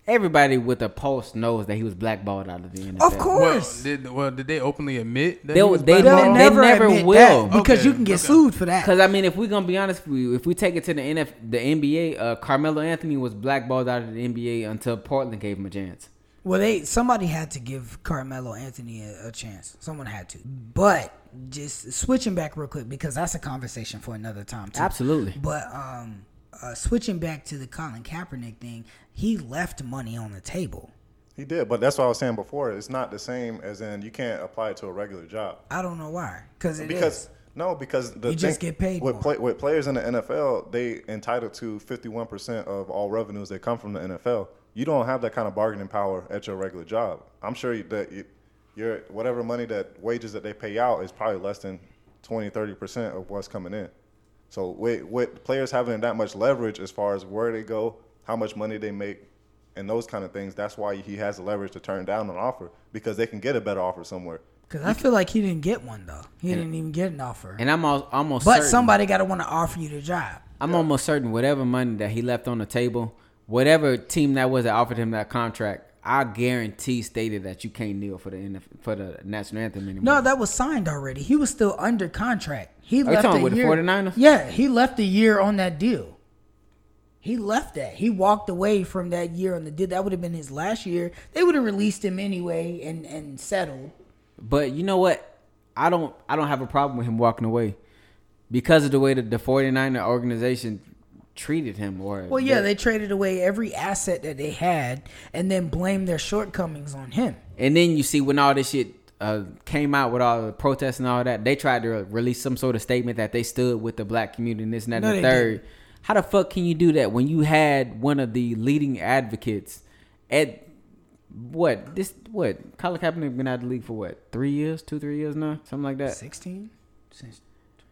[SPEAKER 1] everybody with a pulse knows that he was blackballed out of the NFL.
[SPEAKER 2] Of course.
[SPEAKER 3] Well, did well did they openly admit that
[SPEAKER 1] They-
[SPEAKER 3] he was
[SPEAKER 1] they-
[SPEAKER 3] blackballed?
[SPEAKER 1] they never
[SPEAKER 2] admit
[SPEAKER 1] will.
[SPEAKER 2] that because
[SPEAKER 3] Okay,
[SPEAKER 2] you can get
[SPEAKER 3] okay.
[SPEAKER 2] sued for that.
[SPEAKER 1] Because I mean, if we're gonna be honest with you, if we take it to the NF, the NBA, uh, Carmelo Anthony was blackballed out of the NBA until Portland gave him a chance.
[SPEAKER 2] Well, they somebody had to give Carmelo Anthony a, a chance. Someone had to. But just switching back real quick because that's a conversation for another time too.
[SPEAKER 1] Absolutely.
[SPEAKER 2] But um, uh, switching back to the Colin Kaepernick thing, he left money on the table.
[SPEAKER 4] He did, but that's what I was saying before. It's not the same as in you can't apply it to a regular job
[SPEAKER 2] I don't know why. Cause it
[SPEAKER 4] because
[SPEAKER 2] is.
[SPEAKER 4] no, because the
[SPEAKER 2] You just get paid
[SPEAKER 4] with,
[SPEAKER 2] more.
[SPEAKER 4] play, with players in the NFL. They entitled to fifty one percent of all revenues that come from the NFL. You don't have that kind of bargaining power at your regular job. I'm sure that you, your whatever money that wages that they pay out is probably less than 20 30 percent of what's coming in. So with, with players having that much leverage as far as where they go, how much money they make, and those kind of things, that's why he has the leverage to turn down an offer because they can get a better offer somewhere.
[SPEAKER 2] Cause I feel like he didn't get one though. He didn't even get an offer.
[SPEAKER 1] And I'm al- almost
[SPEAKER 2] But
[SPEAKER 1] certain,
[SPEAKER 2] somebody got to want to offer you the job.
[SPEAKER 1] I'm almost certain whatever money that he left on the table, whatever team that was that offered him that contract, I guarantee stated that you can't kneel for the NF for the national anthem anymore.
[SPEAKER 2] No, that was signed already. He was still under contract. He
[SPEAKER 1] you
[SPEAKER 2] left
[SPEAKER 1] Oh, talking
[SPEAKER 2] a
[SPEAKER 1] with the
[SPEAKER 2] year.
[SPEAKER 1] 49ers?
[SPEAKER 2] Yeah, he left a year on that deal. He left that. He walked away from that year on the deal. That would have been his last year. They would have released him anyway and and settled.
[SPEAKER 1] But you know what? I don't I don't have a problem with him walking away because of the way that the 49er organization treated him or
[SPEAKER 2] Well, yeah, they traded away every asset that they had and then blamed their shortcomings on him.
[SPEAKER 1] and then you see when all this shit uh, came out with all the protests and all that, they tried to release some sort of statement that they stood with the black community and this and that
[SPEAKER 2] No,
[SPEAKER 1] and the
[SPEAKER 2] they
[SPEAKER 1] third. How the fuck can you do that when you had one of the leading advocates at what this what Colin Kaepernick been out of the league for what three years, two three years now, something like that.
[SPEAKER 2] Sixteen.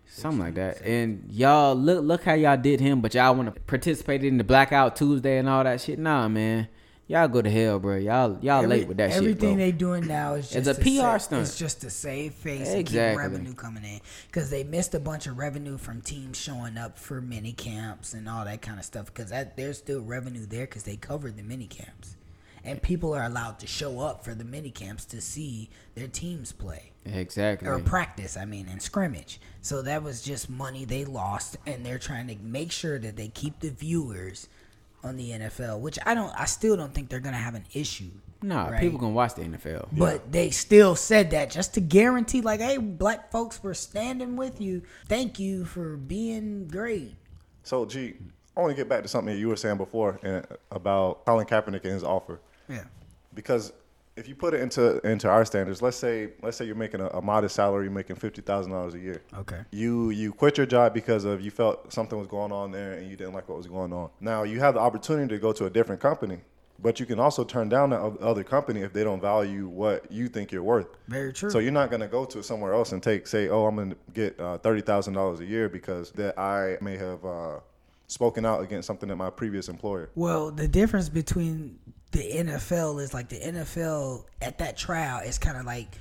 [SPEAKER 1] something like that. And y'all look look how y'all did him, but y'all want to participate in the blackout Tuesday and all that shit. Nah, man, y'all go to hell, bro. Y'all y'all late with that
[SPEAKER 2] everything
[SPEAKER 1] shit, bro.
[SPEAKER 2] they doing now is just
[SPEAKER 1] It's a
[SPEAKER 2] to
[SPEAKER 1] PR
[SPEAKER 2] sa-
[SPEAKER 1] stunt.
[SPEAKER 2] It's just to save face and keep
[SPEAKER 1] Exactly.
[SPEAKER 2] revenue coming in because they missed a bunch of revenue from teams showing up for mini camps and all that kind of stuff. Because there's still revenue there because they covered the mini camps, and people are allowed to show up for the mini camps to see their teams play
[SPEAKER 1] exactly.
[SPEAKER 2] or practice, I mean, and scrimmage. So that was just money they lost, and they're trying to make sure that they keep the viewers on the NFL, which I don't, I still don't think they're gonna have an issue.
[SPEAKER 1] nah,
[SPEAKER 2] right?
[SPEAKER 1] people gonna watch the NFL.
[SPEAKER 2] But they still said that just to guarantee, like, hey, black folks, we're standing with you. Thank you for being great.
[SPEAKER 4] So, G, I want to get back to something you were saying before and about Colin Kaepernick and his offer,
[SPEAKER 2] Yeah.
[SPEAKER 4] because if you put it into into our standards, let's say let's say you're making a, a modest salary, you're making fifty thousand dollars a year.
[SPEAKER 2] Okay.
[SPEAKER 4] You you quit your job because of you felt something was going on there and you didn't like what was going on. Now you have the opportunity to go to a different company, but you can also turn down the o- other company if they don't value what you think you're worth.
[SPEAKER 2] Very true.
[SPEAKER 4] So you're not gonna go to somewhere else and take say, oh, I'm gonna get uh, thirty thousand dollars a year because that I may have uh, spoken out against something at my previous employer.
[SPEAKER 2] Well, the difference between the NFL is like the NFL at that trial is kind of like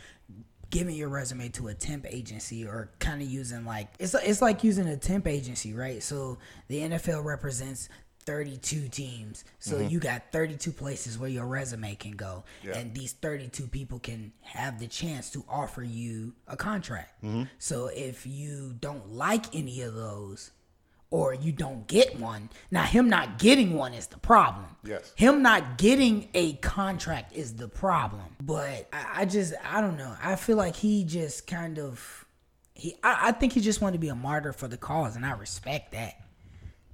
[SPEAKER 2] giving your resume to a temp agency or kind of using like it's it's like using a temp agency, right? So the NFL represents 32 teams. So you got 32 places where your resume can go and these 32 people can have the chance to offer you a contract. So if you don't like any of those, or you don't get one. Now, him not getting one is the problem.
[SPEAKER 4] Yes.
[SPEAKER 2] Him not getting a contract is the problem. But I, I just, I don't know. I feel like he just kind of, he, I, I think he just wanted to be a martyr for the cause, and I respect that.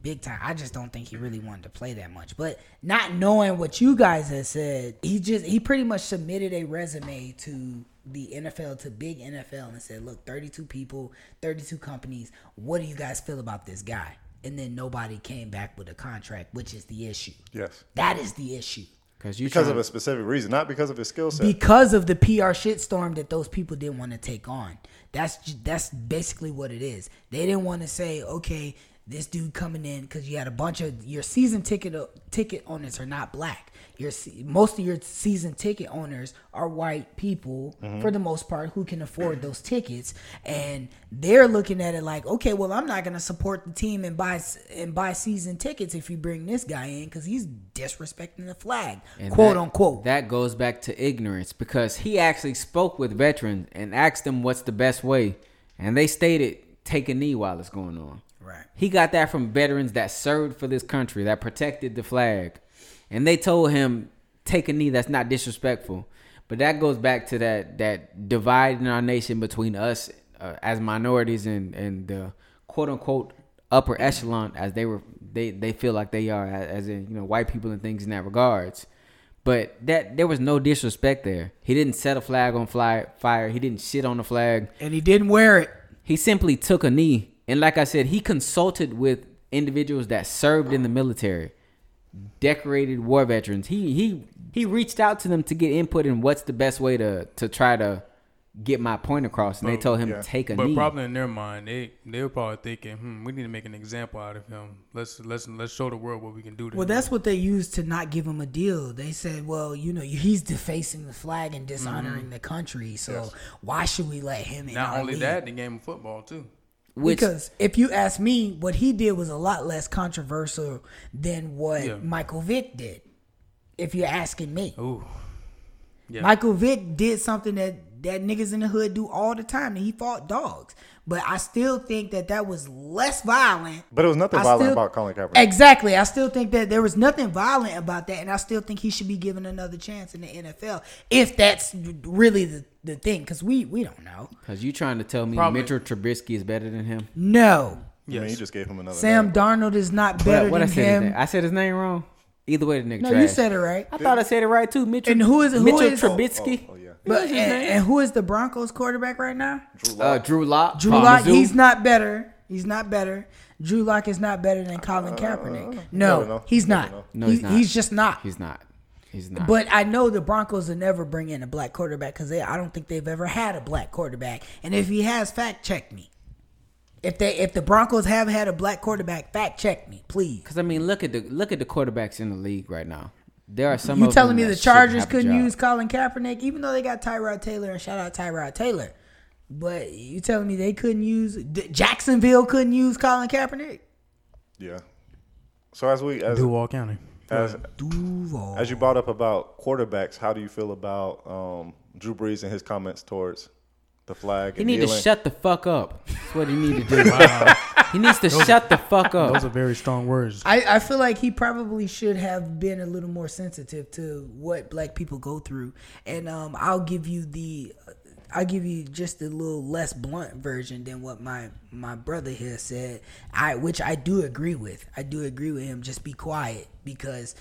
[SPEAKER 2] Big time. I just don't think he really wanted to play that much. But not knowing what you guys had said, he just he pretty much submitted a resume to the NFL to big NFL and said, "Look, 32 people, 32 companies. What do you guys feel about this guy?" And then nobody came back with a contract, which is the issue.
[SPEAKER 4] Yes.
[SPEAKER 2] That is the issue.
[SPEAKER 1] Cause you
[SPEAKER 4] Because
[SPEAKER 1] tryna-
[SPEAKER 4] of a specific reason, not because of his skill set.
[SPEAKER 2] Because of the PR shitstorm that those people didn't want to take on. That's ju- that's basically what it is. They didn't want to say, okay, this dude coming in because you had a bunch of your season ticket ticket owners are not black. Your se- most of your season ticket owners are white people
[SPEAKER 1] Mm-hmm.
[SPEAKER 2] for the most part who can afford those tickets, and they're looking at it like, okay, well, I'm not gonna support the team and buy s- and buy season tickets if you bring this guy in because he's disrespecting the flag,
[SPEAKER 1] and
[SPEAKER 2] quote
[SPEAKER 1] that-
[SPEAKER 2] unquote.
[SPEAKER 1] That goes back to ignorance because he actually spoke with veterans and asked them what's the best way, and they stated take a knee while it's going on.
[SPEAKER 2] right.
[SPEAKER 1] He got that from veterans that served for this country, that protected the flag. And they told him, take a knee, that's not disrespectful. But that goes back to that that divide in our nation between us uh, as minorities and, and the quote unquote upper echelon as they were they, they feel like they are as in you know white people and things in that regards. But that there was no disrespect there. He didn't set a flag on fly, fire. He didn't shit on the flag.
[SPEAKER 2] and he didn't wear it.
[SPEAKER 1] He simply took a knee. And like I said, he consulted with individuals that served in the military, decorated war veterans. He he he reached out to them to get input in what's the best way to to try to get my point across. And they
[SPEAKER 3] But-
[SPEAKER 1] told him
[SPEAKER 4] yeah.
[SPEAKER 1] take a
[SPEAKER 3] But
[SPEAKER 1] knee.
[SPEAKER 3] probably in their mind, they they were probably thinking, hmm, we need to make an example out of him. Let's let's let's show the world what we can do. To
[SPEAKER 2] Well,
[SPEAKER 3] him.
[SPEAKER 2] that's what they used to not give him a deal. They said, "Well, you know, he's defacing the flag and dishonoring the country, so why should we let him in?"
[SPEAKER 3] Mm-hmm. not
[SPEAKER 2] our
[SPEAKER 3] only
[SPEAKER 2] league?
[SPEAKER 3] that, the game of football too.
[SPEAKER 1] which
[SPEAKER 2] because if you ask me, what he did was a lot less controversial than what
[SPEAKER 3] Yeah.
[SPEAKER 2] Michael Vick did. If you're asking me,
[SPEAKER 3] Ooh, yeah.
[SPEAKER 2] Michael Vick did something that that niggas in the hood do all the time, and he fought dogs. But I still think that that was less violent.
[SPEAKER 4] But it was nothing
[SPEAKER 2] I
[SPEAKER 4] violent
[SPEAKER 2] still-
[SPEAKER 4] about Colin Kaepernick.
[SPEAKER 2] Exactly. I still think that there was nothing violent about that, and I still think he should be given another chance in the NFL if that's really the, the thing, because we we don't know.
[SPEAKER 1] because you trying to tell me
[SPEAKER 3] Probably-
[SPEAKER 1] Mitchell Trubisky is better than him?
[SPEAKER 2] No,
[SPEAKER 4] I mean,
[SPEAKER 3] Yes.
[SPEAKER 4] you just gave him another.
[SPEAKER 2] Sam
[SPEAKER 4] name.
[SPEAKER 2] Darnold is not better
[SPEAKER 1] what, what I
[SPEAKER 2] than
[SPEAKER 1] said his
[SPEAKER 2] him.
[SPEAKER 1] name- I said his name wrong. Either way, the nigga.
[SPEAKER 2] No,
[SPEAKER 1] trash.
[SPEAKER 2] you said it right.
[SPEAKER 1] I thought I said it right too. Mitchell
[SPEAKER 2] And who is- who
[SPEAKER 1] Mitchell
[SPEAKER 2] is-
[SPEAKER 1] Trubisky?
[SPEAKER 4] Oh, oh, yeah.
[SPEAKER 2] But and, and who is the Broncos quarterback right now?
[SPEAKER 4] oh,
[SPEAKER 1] Uh, Drew Lock.
[SPEAKER 2] Drew Lock. He's not better. He's not better. Drew Lock is not better than Colin Kaepernick.
[SPEAKER 4] never Uh, know.
[SPEAKER 2] No, he's
[SPEAKER 4] Never
[SPEAKER 2] not.
[SPEAKER 4] know.
[SPEAKER 1] No,
[SPEAKER 2] He-
[SPEAKER 1] he's not.
[SPEAKER 2] just not.
[SPEAKER 1] He's not. He's not.
[SPEAKER 2] But I know the Broncos will never bring in a black quarterback because I don't think they've ever had a black quarterback. And if he has, fact check me. If they if the Broncos have had a black quarterback, fact check me, please.
[SPEAKER 1] because I mean, look at the look at the quarterbacks in the league right now. There are some.
[SPEAKER 2] You
[SPEAKER 1] of
[SPEAKER 2] telling me
[SPEAKER 1] them
[SPEAKER 2] the
[SPEAKER 1] that shouldn't
[SPEAKER 2] Chargers
[SPEAKER 1] have a
[SPEAKER 2] couldn't
[SPEAKER 1] job.
[SPEAKER 2] use Colin Kaepernick, even though they got Tyrod Taylor and shout out Tyrod Taylor. But you telling me they couldn't use D- Jacksonville couldn't use Colin Kaepernick?
[SPEAKER 4] Yeah. So as we as,
[SPEAKER 3] Duval County.
[SPEAKER 4] as
[SPEAKER 2] Duval.
[SPEAKER 4] as you brought up about quarterbacks, how do you feel about um, Drew Brees and his comments towards the flag?
[SPEAKER 1] He
[SPEAKER 4] and
[SPEAKER 1] need to
[SPEAKER 4] kneeling?
[SPEAKER 1] shut the fuck up. That's what he need to do. He needs to shut the fuck
[SPEAKER 3] Those
[SPEAKER 1] up.
[SPEAKER 3] are very strong words.
[SPEAKER 2] I, I feel like he probably should have been a little more sensitive to what black people go through, and um, I'll give you the, uh, I'll give you just a little less blunt version than what my my brother here said. I which I do agree with. I do agree with him. Just be quiet because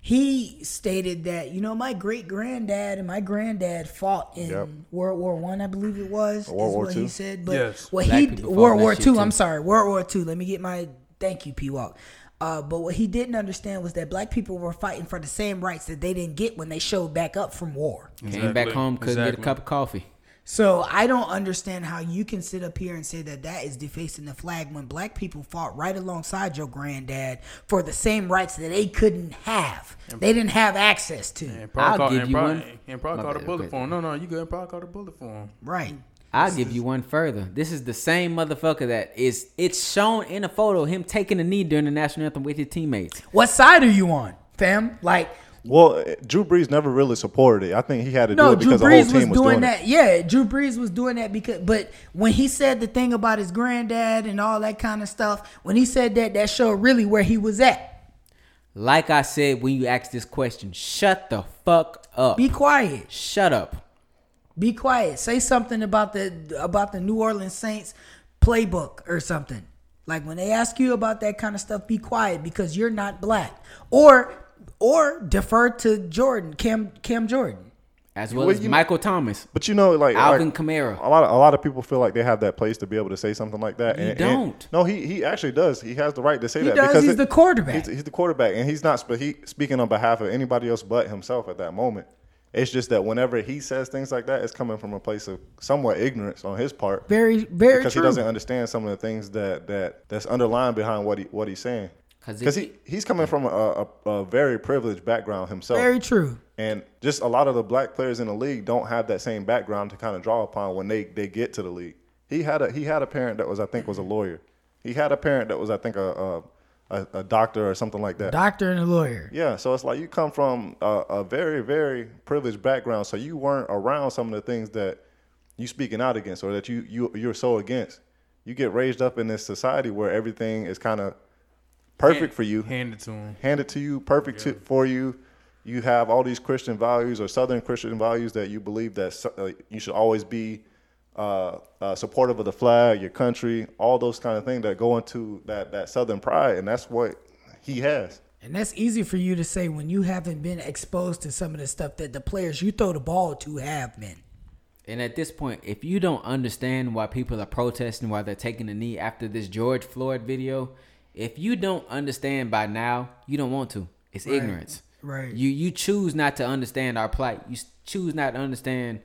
[SPEAKER 2] he stated that you know my great granddad and my granddad fought in
[SPEAKER 4] Yep.
[SPEAKER 2] World War One, I, believe it was. is
[SPEAKER 4] World War
[SPEAKER 2] what
[SPEAKER 4] Two?
[SPEAKER 2] he said, but
[SPEAKER 3] Yes.
[SPEAKER 2] what
[SPEAKER 1] Black
[SPEAKER 2] he
[SPEAKER 1] people fought
[SPEAKER 2] World
[SPEAKER 1] that
[SPEAKER 2] War
[SPEAKER 1] shit
[SPEAKER 2] Two.
[SPEAKER 1] too.
[SPEAKER 2] I'm sorry, World War Two. Let me get my thank you, P Walk. Uh, but what he didn't understand was that black people were fighting for the same rights that they didn't get when they showed back up from war.
[SPEAKER 1] Came back
[SPEAKER 3] Exactly.
[SPEAKER 1] home, couldn't get a
[SPEAKER 3] Exactly.
[SPEAKER 1] cup of coffee.
[SPEAKER 2] So I don't understand how you can sit up here and say that that is defacing the flag when black people fought right alongside your granddad for the same rights that they couldn't have. They didn't have access to.
[SPEAKER 3] And probably
[SPEAKER 1] I'll
[SPEAKER 3] call,
[SPEAKER 1] give
[SPEAKER 3] and
[SPEAKER 1] you
[SPEAKER 3] probably,
[SPEAKER 1] one.
[SPEAKER 3] And probably
[SPEAKER 1] My
[SPEAKER 3] called
[SPEAKER 1] bad,
[SPEAKER 3] a bullet
[SPEAKER 1] okay.
[SPEAKER 3] for him. No, no, you go and probably called a bullet for him.
[SPEAKER 2] Right.
[SPEAKER 1] I'll give you one further. This is the same motherfucker that is. It's shown in a photo him taking a knee during the national anthem with his teammates.
[SPEAKER 2] What side are you on, fam? Like
[SPEAKER 4] Well, eh, Drew Brees never really supported it. I think he had to do
[SPEAKER 2] No,
[SPEAKER 4] it
[SPEAKER 2] Drew
[SPEAKER 4] because the whole
[SPEAKER 2] Brees was
[SPEAKER 4] team was,
[SPEAKER 2] doing,
[SPEAKER 4] doing
[SPEAKER 2] that. Yeah, Drew Brees was doing that because. But when he said the thing about his granddad and all that kind of stuff, when he said that, that showed really where he was at.
[SPEAKER 1] Like I said when you asked this question, shut the fuck up.
[SPEAKER 2] Be quiet.
[SPEAKER 1] shut up.
[SPEAKER 2] Be quiet. Say something about the about the New Orleans Saints playbook or something. Like when they ask you about that kind of stuff, be quiet because you're not black. Or or defer to Jordan, Cam Cam Jordan.
[SPEAKER 1] as well
[SPEAKER 4] Well,
[SPEAKER 1] as
[SPEAKER 4] you-
[SPEAKER 1] Michael Thomas,
[SPEAKER 4] But you know, like
[SPEAKER 1] Alvin
[SPEAKER 4] like,
[SPEAKER 1] Kamara.
[SPEAKER 4] a lot of a lot of people feel like they have that place to be able to say something like that.
[SPEAKER 1] You
[SPEAKER 4] and, and-
[SPEAKER 1] don't.
[SPEAKER 4] no, he he actually does. He has the right to say
[SPEAKER 2] He
[SPEAKER 4] that
[SPEAKER 2] does.
[SPEAKER 4] because
[SPEAKER 2] He's
[SPEAKER 4] it-
[SPEAKER 2] the quarterback.
[SPEAKER 4] He's, he's the quarterback, and he's not. But he speaking on behalf of anybody else but himself at that moment. It's just that whenever he says things like that, it's coming from a place of somewhat ignorance on his part.
[SPEAKER 2] Very very
[SPEAKER 4] because
[SPEAKER 2] true.
[SPEAKER 4] he doesn't understand some of the things that that that's underlying behind what he what he's saying.
[SPEAKER 1] 'Cause
[SPEAKER 4] Because
[SPEAKER 1] if-
[SPEAKER 4] he, he's coming from a, a, a very privileged background himself,
[SPEAKER 2] very true.
[SPEAKER 4] and just a lot of the black players in the league don't have that same background to kind of draw upon when they, they get to the league. He had a he had a parent that was I think was a lawyer. He had a parent that was I think a a, a, a doctor or something like that.
[SPEAKER 2] Doctor and a lawyer.
[SPEAKER 4] Yeah, so it's like you come from a, a very, very privileged background, so you weren't around some of the things that you speaking out against or that you you you're so against. You get raised up in this society where everything is kind of perfect for you,
[SPEAKER 3] Hand it to him.
[SPEAKER 4] handed to you, perfect to, for you. You have all these Christian values or Southern Christian values that you believe that so- uh, you should always be uh, uh, supportive of the flag, your country, all those kind of things that go into that that Southern pride, and that's what he has.
[SPEAKER 2] And that's easy for you to say when you haven't been exposed to some of the stuff that the players you throw the ball to have been.
[SPEAKER 1] And at this point, if you don't understand why people are protesting, why they're taking the knee after this George Floyd video, if you don't understand by now, you don't want to. It's ignorance.
[SPEAKER 2] Right.
[SPEAKER 1] You you choose not to understand our plight. You s- choose not to understand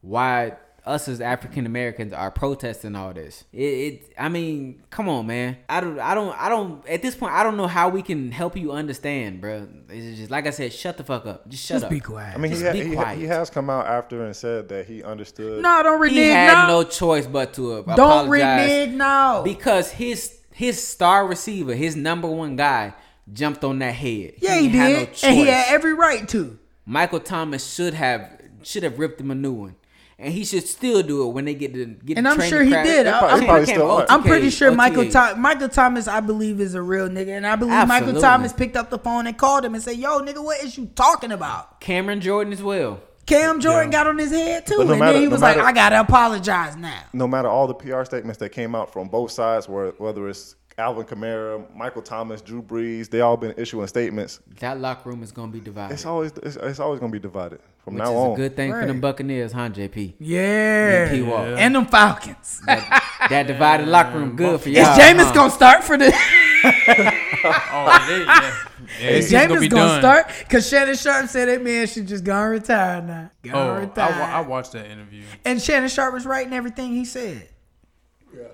[SPEAKER 1] why us as African Americans are protesting all this. It, it I mean, come on, man. I don't I don't I don't at this point I don't know how we can help you understand, bro. It's just like I said, shut the fuck up. Just shut
[SPEAKER 2] Just
[SPEAKER 1] up.
[SPEAKER 2] be quiet.
[SPEAKER 4] I mean, he,
[SPEAKER 1] Just
[SPEAKER 4] ha-
[SPEAKER 1] be
[SPEAKER 4] he, ha-
[SPEAKER 1] quiet.
[SPEAKER 4] he has come out after and said that he understood.
[SPEAKER 2] no, don't renege.
[SPEAKER 1] He had
[SPEAKER 2] no.
[SPEAKER 1] no choice but to uh,
[SPEAKER 2] don't
[SPEAKER 1] apologize.
[SPEAKER 2] renege. No.
[SPEAKER 1] because his his star receiver, his number one guy, jumped on that head.
[SPEAKER 2] yeah, he,
[SPEAKER 1] had no
[SPEAKER 2] did, and he
[SPEAKER 1] choice.
[SPEAKER 2] had every right to.
[SPEAKER 1] Michael Thomas should have should have ripped him a new one, and he should still do it when they get to get.
[SPEAKER 2] And
[SPEAKER 1] the
[SPEAKER 2] I'm
[SPEAKER 1] training
[SPEAKER 2] sure he
[SPEAKER 1] crowd-
[SPEAKER 2] did. He I- probably-
[SPEAKER 4] he probably still are.
[SPEAKER 2] I'm pretty
[SPEAKER 1] OTAs,
[SPEAKER 2] sure Michael
[SPEAKER 1] OTAs.
[SPEAKER 2] Tom- Michael Thomas, I believe, is a real nigga, and I believe Michael
[SPEAKER 1] Absolutely.
[SPEAKER 2] Thomas picked up the phone and called him and said, "Yo, nigga, what is you talking about?"
[SPEAKER 1] Cameron Jordan as well.
[SPEAKER 2] Cam Jordan got on his head too,
[SPEAKER 4] But no
[SPEAKER 2] and
[SPEAKER 4] matter-
[SPEAKER 2] then he
[SPEAKER 4] no
[SPEAKER 2] was
[SPEAKER 4] matter-
[SPEAKER 2] like, "I gotta apologize now."
[SPEAKER 4] no matter all the PR statements that came out from both sides, where- whether it's Alvin Kamara, Michael Thomas, Drew Brees, they all been issuing statements.
[SPEAKER 1] That locker room is gonna be divided,
[SPEAKER 4] It's always it's, it's always gonna be divided from
[SPEAKER 1] which
[SPEAKER 4] now
[SPEAKER 1] is
[SPEAKER 4] on.
[SPEAKER 1] a good thing for
[SPEAKER 2] Right.
[SPEAKER 1] them Buccaneers, huh, JP?
[SPEAKER 2] Yeah,
[SPEAKER 1] P. Walk.
[SPEAKER 2] and them Falcons.
[SPEAKER 1] That divided locker room, good for y'all.
[SPEAKER 2] Is Jameis
[SPEAKER 1] huh?
[SPEAKER 2] gonna start for the?
[SPEAKER 3] Oh, they, yeah. yeah
[SPEAKER 2] Is
[SPEAKER 3] he's
[SPEAKER 2] Jameis
[SPEAKER 3] gonna
[SPEAKER 2] gonna,
[SPEAKER 3] be done.
[SPEAKER 2] start? Cause Shannon Sharp said that man should just go and retire now. Go
[SPEAKER 3] Oh,
[SPEAKER 2] and
[SPEAKER 3] I,
[SPEAKER 2] retire.
[SPEAKER 3] wa- I watched that interview.
[SPEAKER 2] and Shannon Sharp was right in everything he said.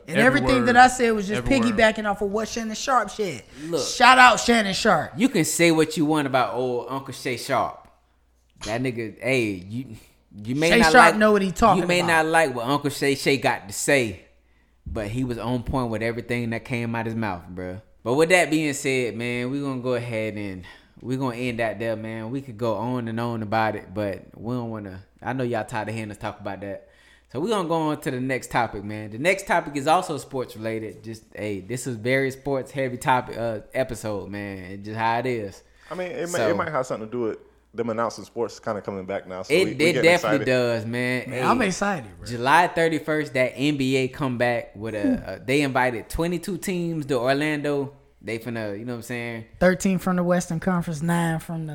[SPEAKER 2] And
[SPEAKER 3] Every
[SPEAKER 2] everything
[SPEAKER 3] word.
[SPEAKER 2] that I said was just
[SPEAKER 3] Every word.
[SPEAKER 2] piggybacking off of what Shannon Sharp said.
[SPEAKER 1] Look.
[SPEAKER 2] Shout out Shannon Sharp.
[SPEAKER 1] You can say what you want about old Uncle Shay Sharp. That nigga, hey, you you may
[SPEAKER 2] Shay
[SPEAKER 1] not
[SPEAKER 2] Sharp
[SPEAKER 1] like,
[SPEAKER 2] know what he talking
[SPEAKER 1] You may
[SPEAKER 2] about.
[SPEAKER 1] not like what Uncle Shay Shay got to say, but he was on point with everything that came out his mouth, bruh. But with that being said, man, we're gonna go ahead and we're gonna end out there, man. We could go on and on about it, but we don't wanna I know y'all tired of hearing us talk about that. So we're gonna go on to the next topic, man. The next topic is also sports related. Just hey, this is very sports heavy topic uh episode, man. It's just how it is.
[SPEAKER 4] I mean, it, may,
[SPEAKER 1] So-
[SPEAKER 4] it might have something to do with them announcing sports kind of coming back now. So
[SPEAKER 1] It,
[SPEAKER 4] we, we
[SPEAKER 1] it
[SPEAKER 4] getting
[SPEAKER 1] definitely
[SPEAKER 4] excited.
[SPEAKER 1] does, man. Hey,
[SPEAKER 2] I'm excited, bro.
[SPEAKER 1] July 31st, that NBA comeback with a, a they invited 22 teams to Orlando. They finna, you know what I'm saying?
[SPEAKER 2] 13 from the Western Conference, 9 from the.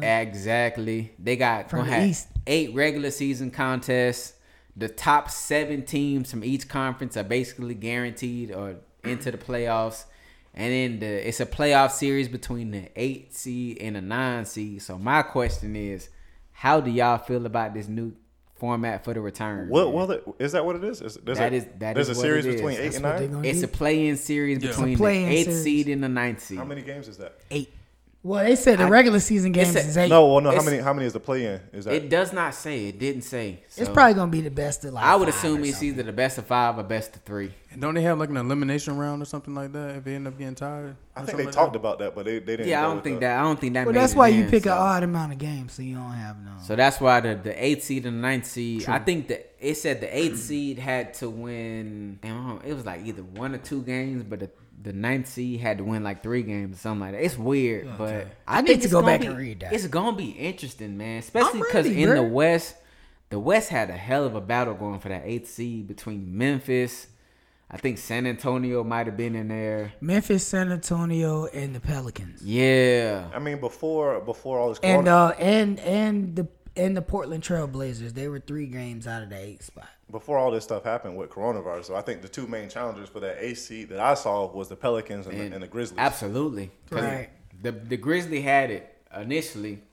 [SPEAKER 1] Exactly. They got
[SPEAKER 2] From
[SPEAKER 1] gonna
[SPEAKER 2] the
[SPEAKER 1] have
[SPEAKER 2] East.
[SPEAKER 1] eight regular season contests. The top seven teams from each conference are basically guaranteed or into the playoffs. And then the, it's a playoff series between the eight seed and the nine seed. So my question is, how do y'all feel about this new format for the return?
[SPEAKER 4] What?
[SPEAKER 1] man?
[SPEAKER 4] Well, it, is that what it is? is there's
[SPEAKER 1] That
[SPEAKER 4] a,
[SPEAKER 1] is- that
[SPEAKER 4] there's
[SPEAKER 1] is
[SPEAKER 4] a
[SPEAKER 1] what
[SPEAKER 4] series
[SPEAKER 1] it is.
[SPEAKER 4] between
[SPEAKER 1] That's
[SPEAKER 4] eight and
[SPEAKER 2] what they
[SPEAKER 4] nine.
[SPEAKER 2] gonna
[SPEAKER 1] It's
[SPEAKER 2] do.
[SPEAKER 1] a play-in series
[SPEAKER 3] Yeah. It's a
[SPEAKER 1] between the
[SPEAKER 2] play-in
[SPEAKER 1] eighth
[SPEAKER 2] series.
[SPEAKER 1] seed and the ninth seed.
[SPEAKER 4] How many games is that?
[SPEAKER 1] Eight.
[SPEAKER 2] Well, they said the regular season games
[SPEAKER 1] a-
[SPEAKER 2] is 8.
[SPEAKER 4] No, well, no. How
[SPEAKER 1] It's-
[SPEAKER 4] many? How many is the play in? Is that?
[SPEAKER 1] It does not say. It didn't say.
[SPEAKER 2] It's
[SPEAKER 1] So,
[SPEAKER 2] probably going to be the best of like.
[SPEAKER 1] I would
[SPEAKER 2] five or
[SPEAKER 1] assume it's
[SPEAKER 2] something.
[SPEAKER 1] either the best of five or best of three.
[SPEAKER 3] And don't they have like an elimination round or something like that if they end up getting tired?
[SPEAKER 4] I
[SPEAKER 3] or
[SPEAKER 4] think
[SPEAKER 3] something
[SPEAKER 4] they
[SPEAKER 3] like
[SPEAKER 4] talked
[SPEAKER 3] that?
[SPEAKER 4] about that, but they, they didn't.
[SPEAKER 1] Yeah, I
[SPEAKER 4] go
[SPEAKER 1] don't
[SPEAKER 4] with
[SPEAKER 1] think
[SPEAKER 4] the-
[SPEAKER 1] that. I don't think that.
[SPEAKER 2] Well,
[SPEAKER 1] made
[SPEAKER 2] that's
[SPEAKER 1] it
[SPEAKER 2] why you
[SPEAKER 1] in,
[SPEAKER 2] pick
[SPEAKER 1] so.
[SPEAKER 2] an odd amount of games, so you don't have no.
[SPEAKER 1] So that's why the the eighth seed and the ninth seed. I think that it said the eighth seed had to win. And I don't- it was like either one or two games, but the the ninth seed had to win like three games or something like that. It's weird, but
[SPEAKER 2] I need
[SPEAKER 1] think
[SPEAKER 2] to
[SPEAKER 1] it's
[SPEAKER 2] go
[SPEAKER 1] gonna
[SPEAKER 2] back and
[SPEAKER 1] be-
[SPEAKER 2] read that.
[SPEAKER 1] It's gonna be interesting, man. Especially
[SPEAKER 2] I'm
[SPEAKER 1] because
[SPEAKER 2] ready,
[SPEAKER 1] in the
[SPEAKER 2] bruh.
[SPEAKER 1] West, the West had a hell of a battle going for that eighth seed between Memphis. I think San Antonio might have been in there.
[SPEAKER 2] Memphis, San Antonio, and the Pelicans,
[SPEAKER 1] Yeah,
[SPEAKER 4] I mean, before before all this.
[SPEAKER 2] and uh,
[SPEAKER 4] corona-
[SPEAKER 2] and and the and the Portland Trail Blazers. They were three games out of the eight spot.
[SPEAKER 4] before all this stuff happened with coronavirus. So I think the two main challengers for that AC that I saw was the Pelicans and, the, and the Grizzlies.
[SPEAKER 1] absolutely. 'Cause
[SPEAKER 2] Right.
[SPEAKER 1] The the Grizzly had it initially,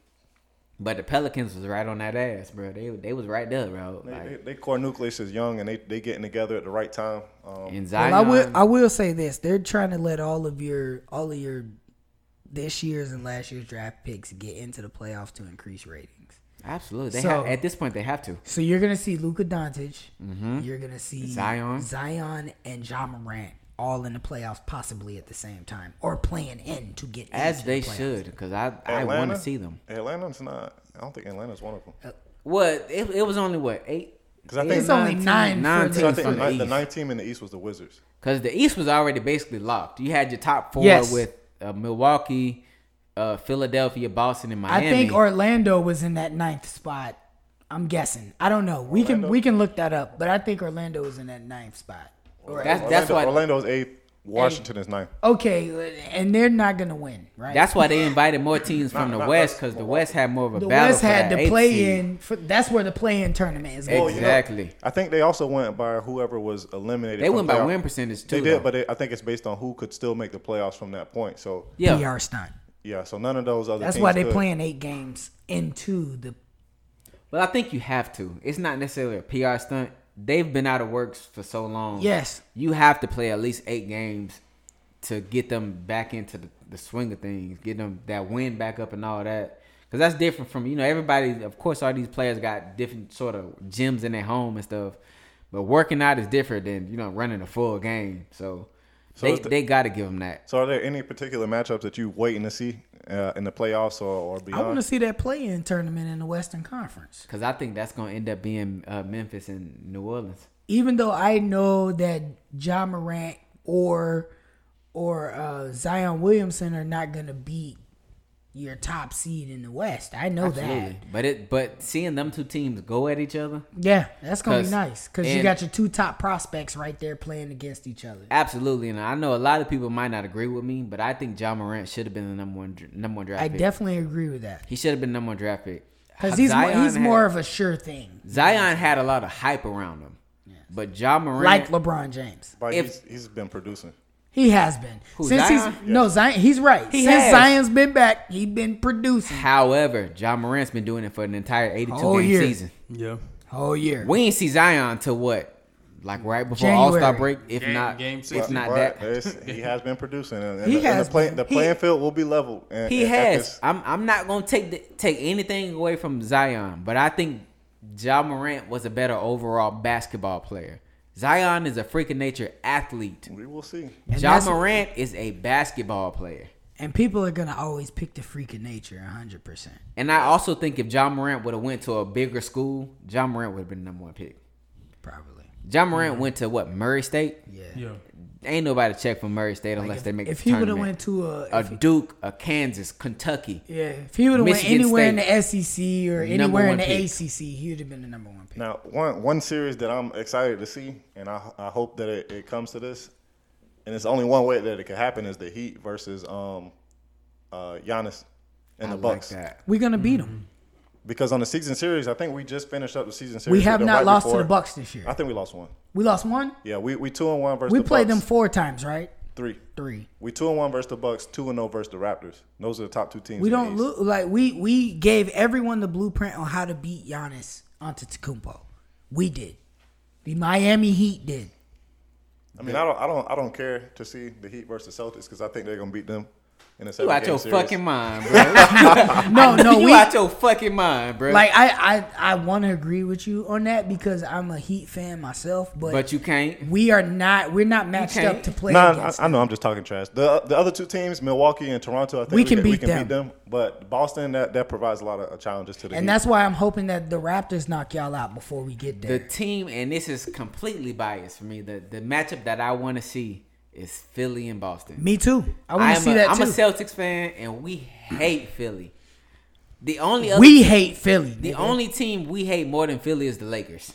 [SPEAKER 1] but the Pelicans was right on that ass, bro. They they was right there, bro.
[SPEAKER 4] They,
[SPEAKER 1] Like,
[SPEAKER 4] they, they core nucleus is young and they, they getting together at the right time. Um,
[SPEAKER 1] and
[SPEAKER 2] Well,
[SPEAKER 1] Zion,
[SPEAKER 2] I will I will say this: they're trying to let all of your all of your this year's and last year's draft picks get into the playoffs to increase ratings.
[SPEAKER 1] absolutely. They
[SPEAKER 2] So-
[SPEAKER 1] have, at this point they have to.
[SPEAKER 2] So you're gonna see Luka Doncic. You're gonna see
[SPEAKER 1] Mm-hmm. Zion.
[SPEAKER 2] Zion and John Morant all in the playoffs, possibly at the same time, or playing in to get
[SPEAKER 1] As
[SPEAKER 2] into
[SPEAKER 1] they
[SPEAKER 2] the playoffs.
[SPEAKER 1] should, because I I want
[SPEAKER 4] Atlanta?
[SPEAKER 1] to see them.
[SPEAKER 4] Atlanta's not. I don't think Atlanta's one of them.
[SPEAKER 1] What it, it was only what eight?
[SPEAKER 4] 'Cause I
[SPEAKER 1] eight
[SPEAKER 4] think-
[SPEAKER 1] or
[SPEAKER 4] It's
[SPEAKER 2] only
[SPEAKER 1] teams?
[SPEAKER 2] nine
[SPEAKER 1] nine
[SPEAKER 2] for
[SPEAKER 4] So I
[SPEAKER 1] teams
[SPEAKER 4] think
[SPEAKER 1] from
[SPEAKER 4] the,
[SPEAKER 1] the
[SPEAKER 4] ni- the
[SPEAKER 1] East.
[SPEAKER 4] ninth team in the East was the Wizards.
[SPEAKER 1] Because the East was already basically locked. You had your top four
[SPEAKER 2] Yes.
[SPEAKER 1] with uh, Milwaukee, uh, Philadelphia, Boston, and
[SPEAKER 2] I
[SPEAKER 1] Miami.
[SPEAKER 2] think Orlando was in that ninth spot. I'm guessing. I don't know. We can we can look that up, but I think Orlando was in that ninth spot. Or
[SPEAKER 1] that's
[SPEAKER 4] Orlando,
[SPEAKER 1] that's why
[SPEAKER 4] Orlando's eighth. Washington is ninth.
[SPEAKER 2] Okay, and they're not gonna win, right?
[SPEAKER 1] That's why they invited more teams from the
[SPEAKER 4] not
[SPEAKER 1] West
[SPEAKER 4] us,
[SPEAKER 1] because the
[SPEAKER 4] Milwaukee.
[SPEAKER 1] West had more of a
[SPEAKER 2] the
[SPEAKER 1] battle.
[SPEAKER 2] West
[SPEAKER 1] for
[SPEAKER 2] had
[SPEAKER 1] that
[SPEAKER 2] to
[SPEAKER 1] eighth
[SPEAKER 2] play
[SPEAKER 1] seed.
[SPEAKER 2] in. For, that's where the play in tournament is. going.
[SPEAKER 4] you know,
[SPEAKER 1] Exactly.
[SPEAKER 4] I think they also went by whoever was eliminated.
[SPEAKER 1] They
[SPEAKER 4] from
[SPEAKER 1] went by
[SPEAKER 4] playoff-
[SPEAKER 1] win percentage too.
[SPEAKER 4] They
[SPEAKER 1] though.
[SPEAKER 4] did, but they, I think it's based on who could still make the playoffs from that point. So
[SPEAKER 1] yeah,
[SPEAKER 2] PR stunt.
[SPEAKER 4] yeah, so none of those other.
[SPEAKER 2] That's
[SPEAKER 4] teams
[SPEAKER 2] why they
[SPEAKER 4] could.
[SPEAKER 2] playing eight games into the.
[SPEAKER 1] but I think you have to. It's not necessarily a PR stunt. They've been out of works for so long.
[SPEAKER 2] Yes.
[SPEAKER 1] you have to play at least eight games to get them back into the, the swing of things, get them that win back up and all that. Because that's different from, you know, everybody, of course, all these players got different sort of gyms in their home and stuff. But working out is different than, you know, running a full game. So, they,
[SPEAKER 4] it's the-
[SPEAKER 1] they got to give them that.
[SPEAKER 4] So are there any particular matchups that you waiting to see uh, in the playoffs or, or
[SPEAKER 2] I want
[SPEAKER 4] beyond?
[SPEAKER 2] to see that play in tournament in the Western Conference.
[SPEAKER 1] Because I think that's going to end up being uh, Memphis and New Orleans.
[SPEAKER 2] Even though I know that John Morant or or uh, Zion Williamson are not gonna beat your top seed in the West. I know that.
[SPEAKER 1] Absolutely. But it but seeing them two teams go at each other,
[SPEAKER 2] Yeah, that's gonna be
[SPEAKER 1] 'Cause-
[SPEAKER 2] nice because you
[SPEAKER 1] and-
[SPEAKER 2] got your two top prospects right there playing against each other.
[SPEAKER 1] absolutely. And I know a lot of people might not agree with me, but I think John Morant should have been the number one dr- number one draft
[SPEAKER 2] I
[SPEAKER 1] pick.
[SPEAKER 2] definitely agree with that
[SPEAKER 1] He should have been number one draft pick.
[SPEAKER 2] because he's more,
[SPEAKER 1] Zion
[SPEAKER 2] he's
[SPEAKER 1] had-
[SPEAKER 2] more of a sure thing,
[SPEAKER 1] Zion had a lot of hype around him, but John Moran,
[SPEAKER 2] like LeBron James.
[SPEAKER 4] But
[SPEAKER 1] if-
[SPEAKER 4] he's, he's been producing.
[SPEAKER 2] He has been
[SPEAKER 1] Who,
[SPEAKER 2] since
[SPEAKER 1] Zion?
[SPEAKER 2] he's no Zion. He's right.
[SPEAKER 1] He
[SPEAKER 2] since
[SPEAKER 1] has.
[SPEAKER 2] Zion's been back, he's been producing
[SPEAKER 1] however, John Moran's been doing it for an entire eighty-two
[SPEAKER 2] Whole
[SPEAKER 1] game
[SPEAKER 2] year.
[SPEAKER 1] season.
[SPEAKER 3] Yeah.
[SPEAKER 2] whole year.
[SPEAKER 1] We ain't see Zion till what, like right before
[SPEAKER 2] January.
[SPEAKER 1] All Star break, if
[SPEAKER 3] Game-
[SPEAKER 1] not,
[SPEAKER 3] game
[SPEAKER 1] if
[SPEAKER 3] six.
[SPEAKER 1] not
[SPEAKER 4] But
[SPEAKER 1] that.
[SPEAKER 4] it's- he has been producing, and, and
[SPEAKER 2] He
[SPEAKER 4] the, and the
[SPEAKER 2] has
[SPEAKER 4] play,
[SPEAKER 2] been.
[SPEAKER 4] the
[SPEAKER 2] He-
[SPEAKER 4] playing field will be leveled. And,
[SPEAKER 1] He
[SPEAKER 4] and at
[SPEAKER 1] has.
[SPEAKER 4] this-
[SPEAKER 1] I'm I'm not gonna take the, take anything away from Zion, but I think John Morant was a better overall basketball player. Zion is a freak of nature athlete.
[SPEAKER 4] we will see.
[SPEAKER 2] and,
[SPEAKER 1] John
[SPEAKER 2] that's-
[SPEAKER 1] Morant is a basketball player.
[SPEAKER 2] and people are gonna always pick the freak of nature, hundred percent.
[SPEAKER 1] And I also think if John Morant would have went to a bigger school, John Morant would have been the number one pick.
[SPEAKER 2] Probably,
[SPEAKER 1] John Morant
[SPEAKER 2] Mm-hmm.
[SPEAKER 1] went to what Murray State?
[SPEAKER 2] yeah.
[SPEAKER 3] Yeah.
[SPEAKER 1] Ain't nobody check for Murray State unless
[SPEAKER 2] If,
[SPEAKER 1] they make. the
[SPEAKER 2] if he would have
[SPEAKER 1] tournament.
[SPEAKER 2] went to a,
[SPEAKER 1] a
[SPEAKER 2] if he-
[SPEAKER 1] Duke, a Kansas, Kentucky,
[SPEAKER 2] yeah, if he would have went
[SPEAKER 1] Michigan
[SPEAKER 2] anywhere
[SPEAKER 1] State.
[SPEAKER 2] in the SEC or
[SPEAKER 1] Number
[SPEAKER 2] anywhere in
[SPEAKER 1] one
[SPEAKER 2] the
[SPEAKER 1] pick.
[SPEAKER 2] ACC, he would have been the number one pick.
[SPEAKER 4] Now, one one series that I'm excited to see, and I, I hope that it, it comes to this, and it's only one way that it could happen is the Heat versus um, uh, Giannis and
[SPEAKER 1] I
[SPEAKER 4] the
[SPEAKER 1] like
[SPEAKER 4] Bucks.
[SPEAKER 1] that.
[SPEAKER 2] We're gonna beat him.
[SPEAKER 1] Mm-hmm.
[SPEAKER 4] Because on the season series, I think we just finished up the season series.
[SPEAKER 2] We
[SPEAKER 4] with
[SPEAKER 2] have
[SPEAKER 4] them
[SPEAKER 2] not
[SPEAKER 4] right
[SPEAKER 2] lost
[SPEAKER 4] before.
[SPEAKER 2] to the Bucks this
[SPEAKER 4] I
[SPEAKER 2] year.
[SPEAKER 4] think we lost one.
[SPEAKER 2] We lost one.
[SPEAKER 4] Yeah, we, we two and one versus
[SPEAKER 2] We
[SPEAKER 4] the
[SPEAKER 2] played them
[SPEAKER 4] Bucks.
[SPEAKER 2] four times, right?
[SPEAKER 4] three.
[SPEAKER 2] Three.
[SPEAKER 4] We two and one versus the Bucks, two and zero versus the Raptors. Those are the top two teams.
[SPEAKER 2] We
[SPEAKER 4] in the
[SPEAKER 2] don't
[SPEAKER 4] East.
[SPEAKER 2] look like we we gave everyone the blueprint on how to beat Giannis Antetokounmpo. We did. The Miami Heat did.
[SPEAKER 4] I mean, I don't, I don't, I don't care to see the Heat versus Celtics because I think they're gonna beat them in a
[SPEAKER 1] You
[SPEAKER 4] seven
[SPEAKER 1] out your
[SPEAKER 4] game series.
[SPEAKER 1] fucking mind, bro.
[SPEAKER 2] No, no,
[SPEAKER 1] you
[SPEAKER 2] we
[SPEAKER 1] out your fucking mind, bro.
[SPEAKER 2] like I I, I want to agree with you on that because I'm a Heat fan myself, but,
[SPEAKER 1] but you can't.
[SPEAKER 2] we are not we're not matched
[SPEAKER 1] can't.
[SPEAKER 2] up to play
[SPEAKER 4] Nah, I,
[SPEAKER 2] against.
[SPEAKER 4] I know I'm just talking trash. The the other two teams, Milwaukee and Toronto, I think
[SPEAKER 2] We can beat them.
[SPEAKER 4] But Boston, that, that provides a lot of challenges to the
[SPEAKER 2] and
[SPEAKER 4] Heat.
[SPEAKER 2] that's why I'm hoping that the Raptors knock y'all out before we get
[SPEAKER 1] The
[SPEAKER 2] there.
[SPEAKER 1] team, and this is completely biased for me. The the matchup that I want to see is Philly and Boston.
[SPEAKER 2] Me too. I want
[SPEAKER 1] I'm
[SPEAKER 2] to see
[SPEAKER 1] a,
[SPEAKER 2] that
[SPEAKER 1] I'm
[SPEAKER 2] too.
[SPEAKER 1] a Celtics fan, and we hate Philly. The only other
[SPEAKER 2] we hate Philly.
[SPEAKER 1] The
[SPEAKER 2] nigga.
[SPEAKER 1] only team we hate more than Philly is the Lakers.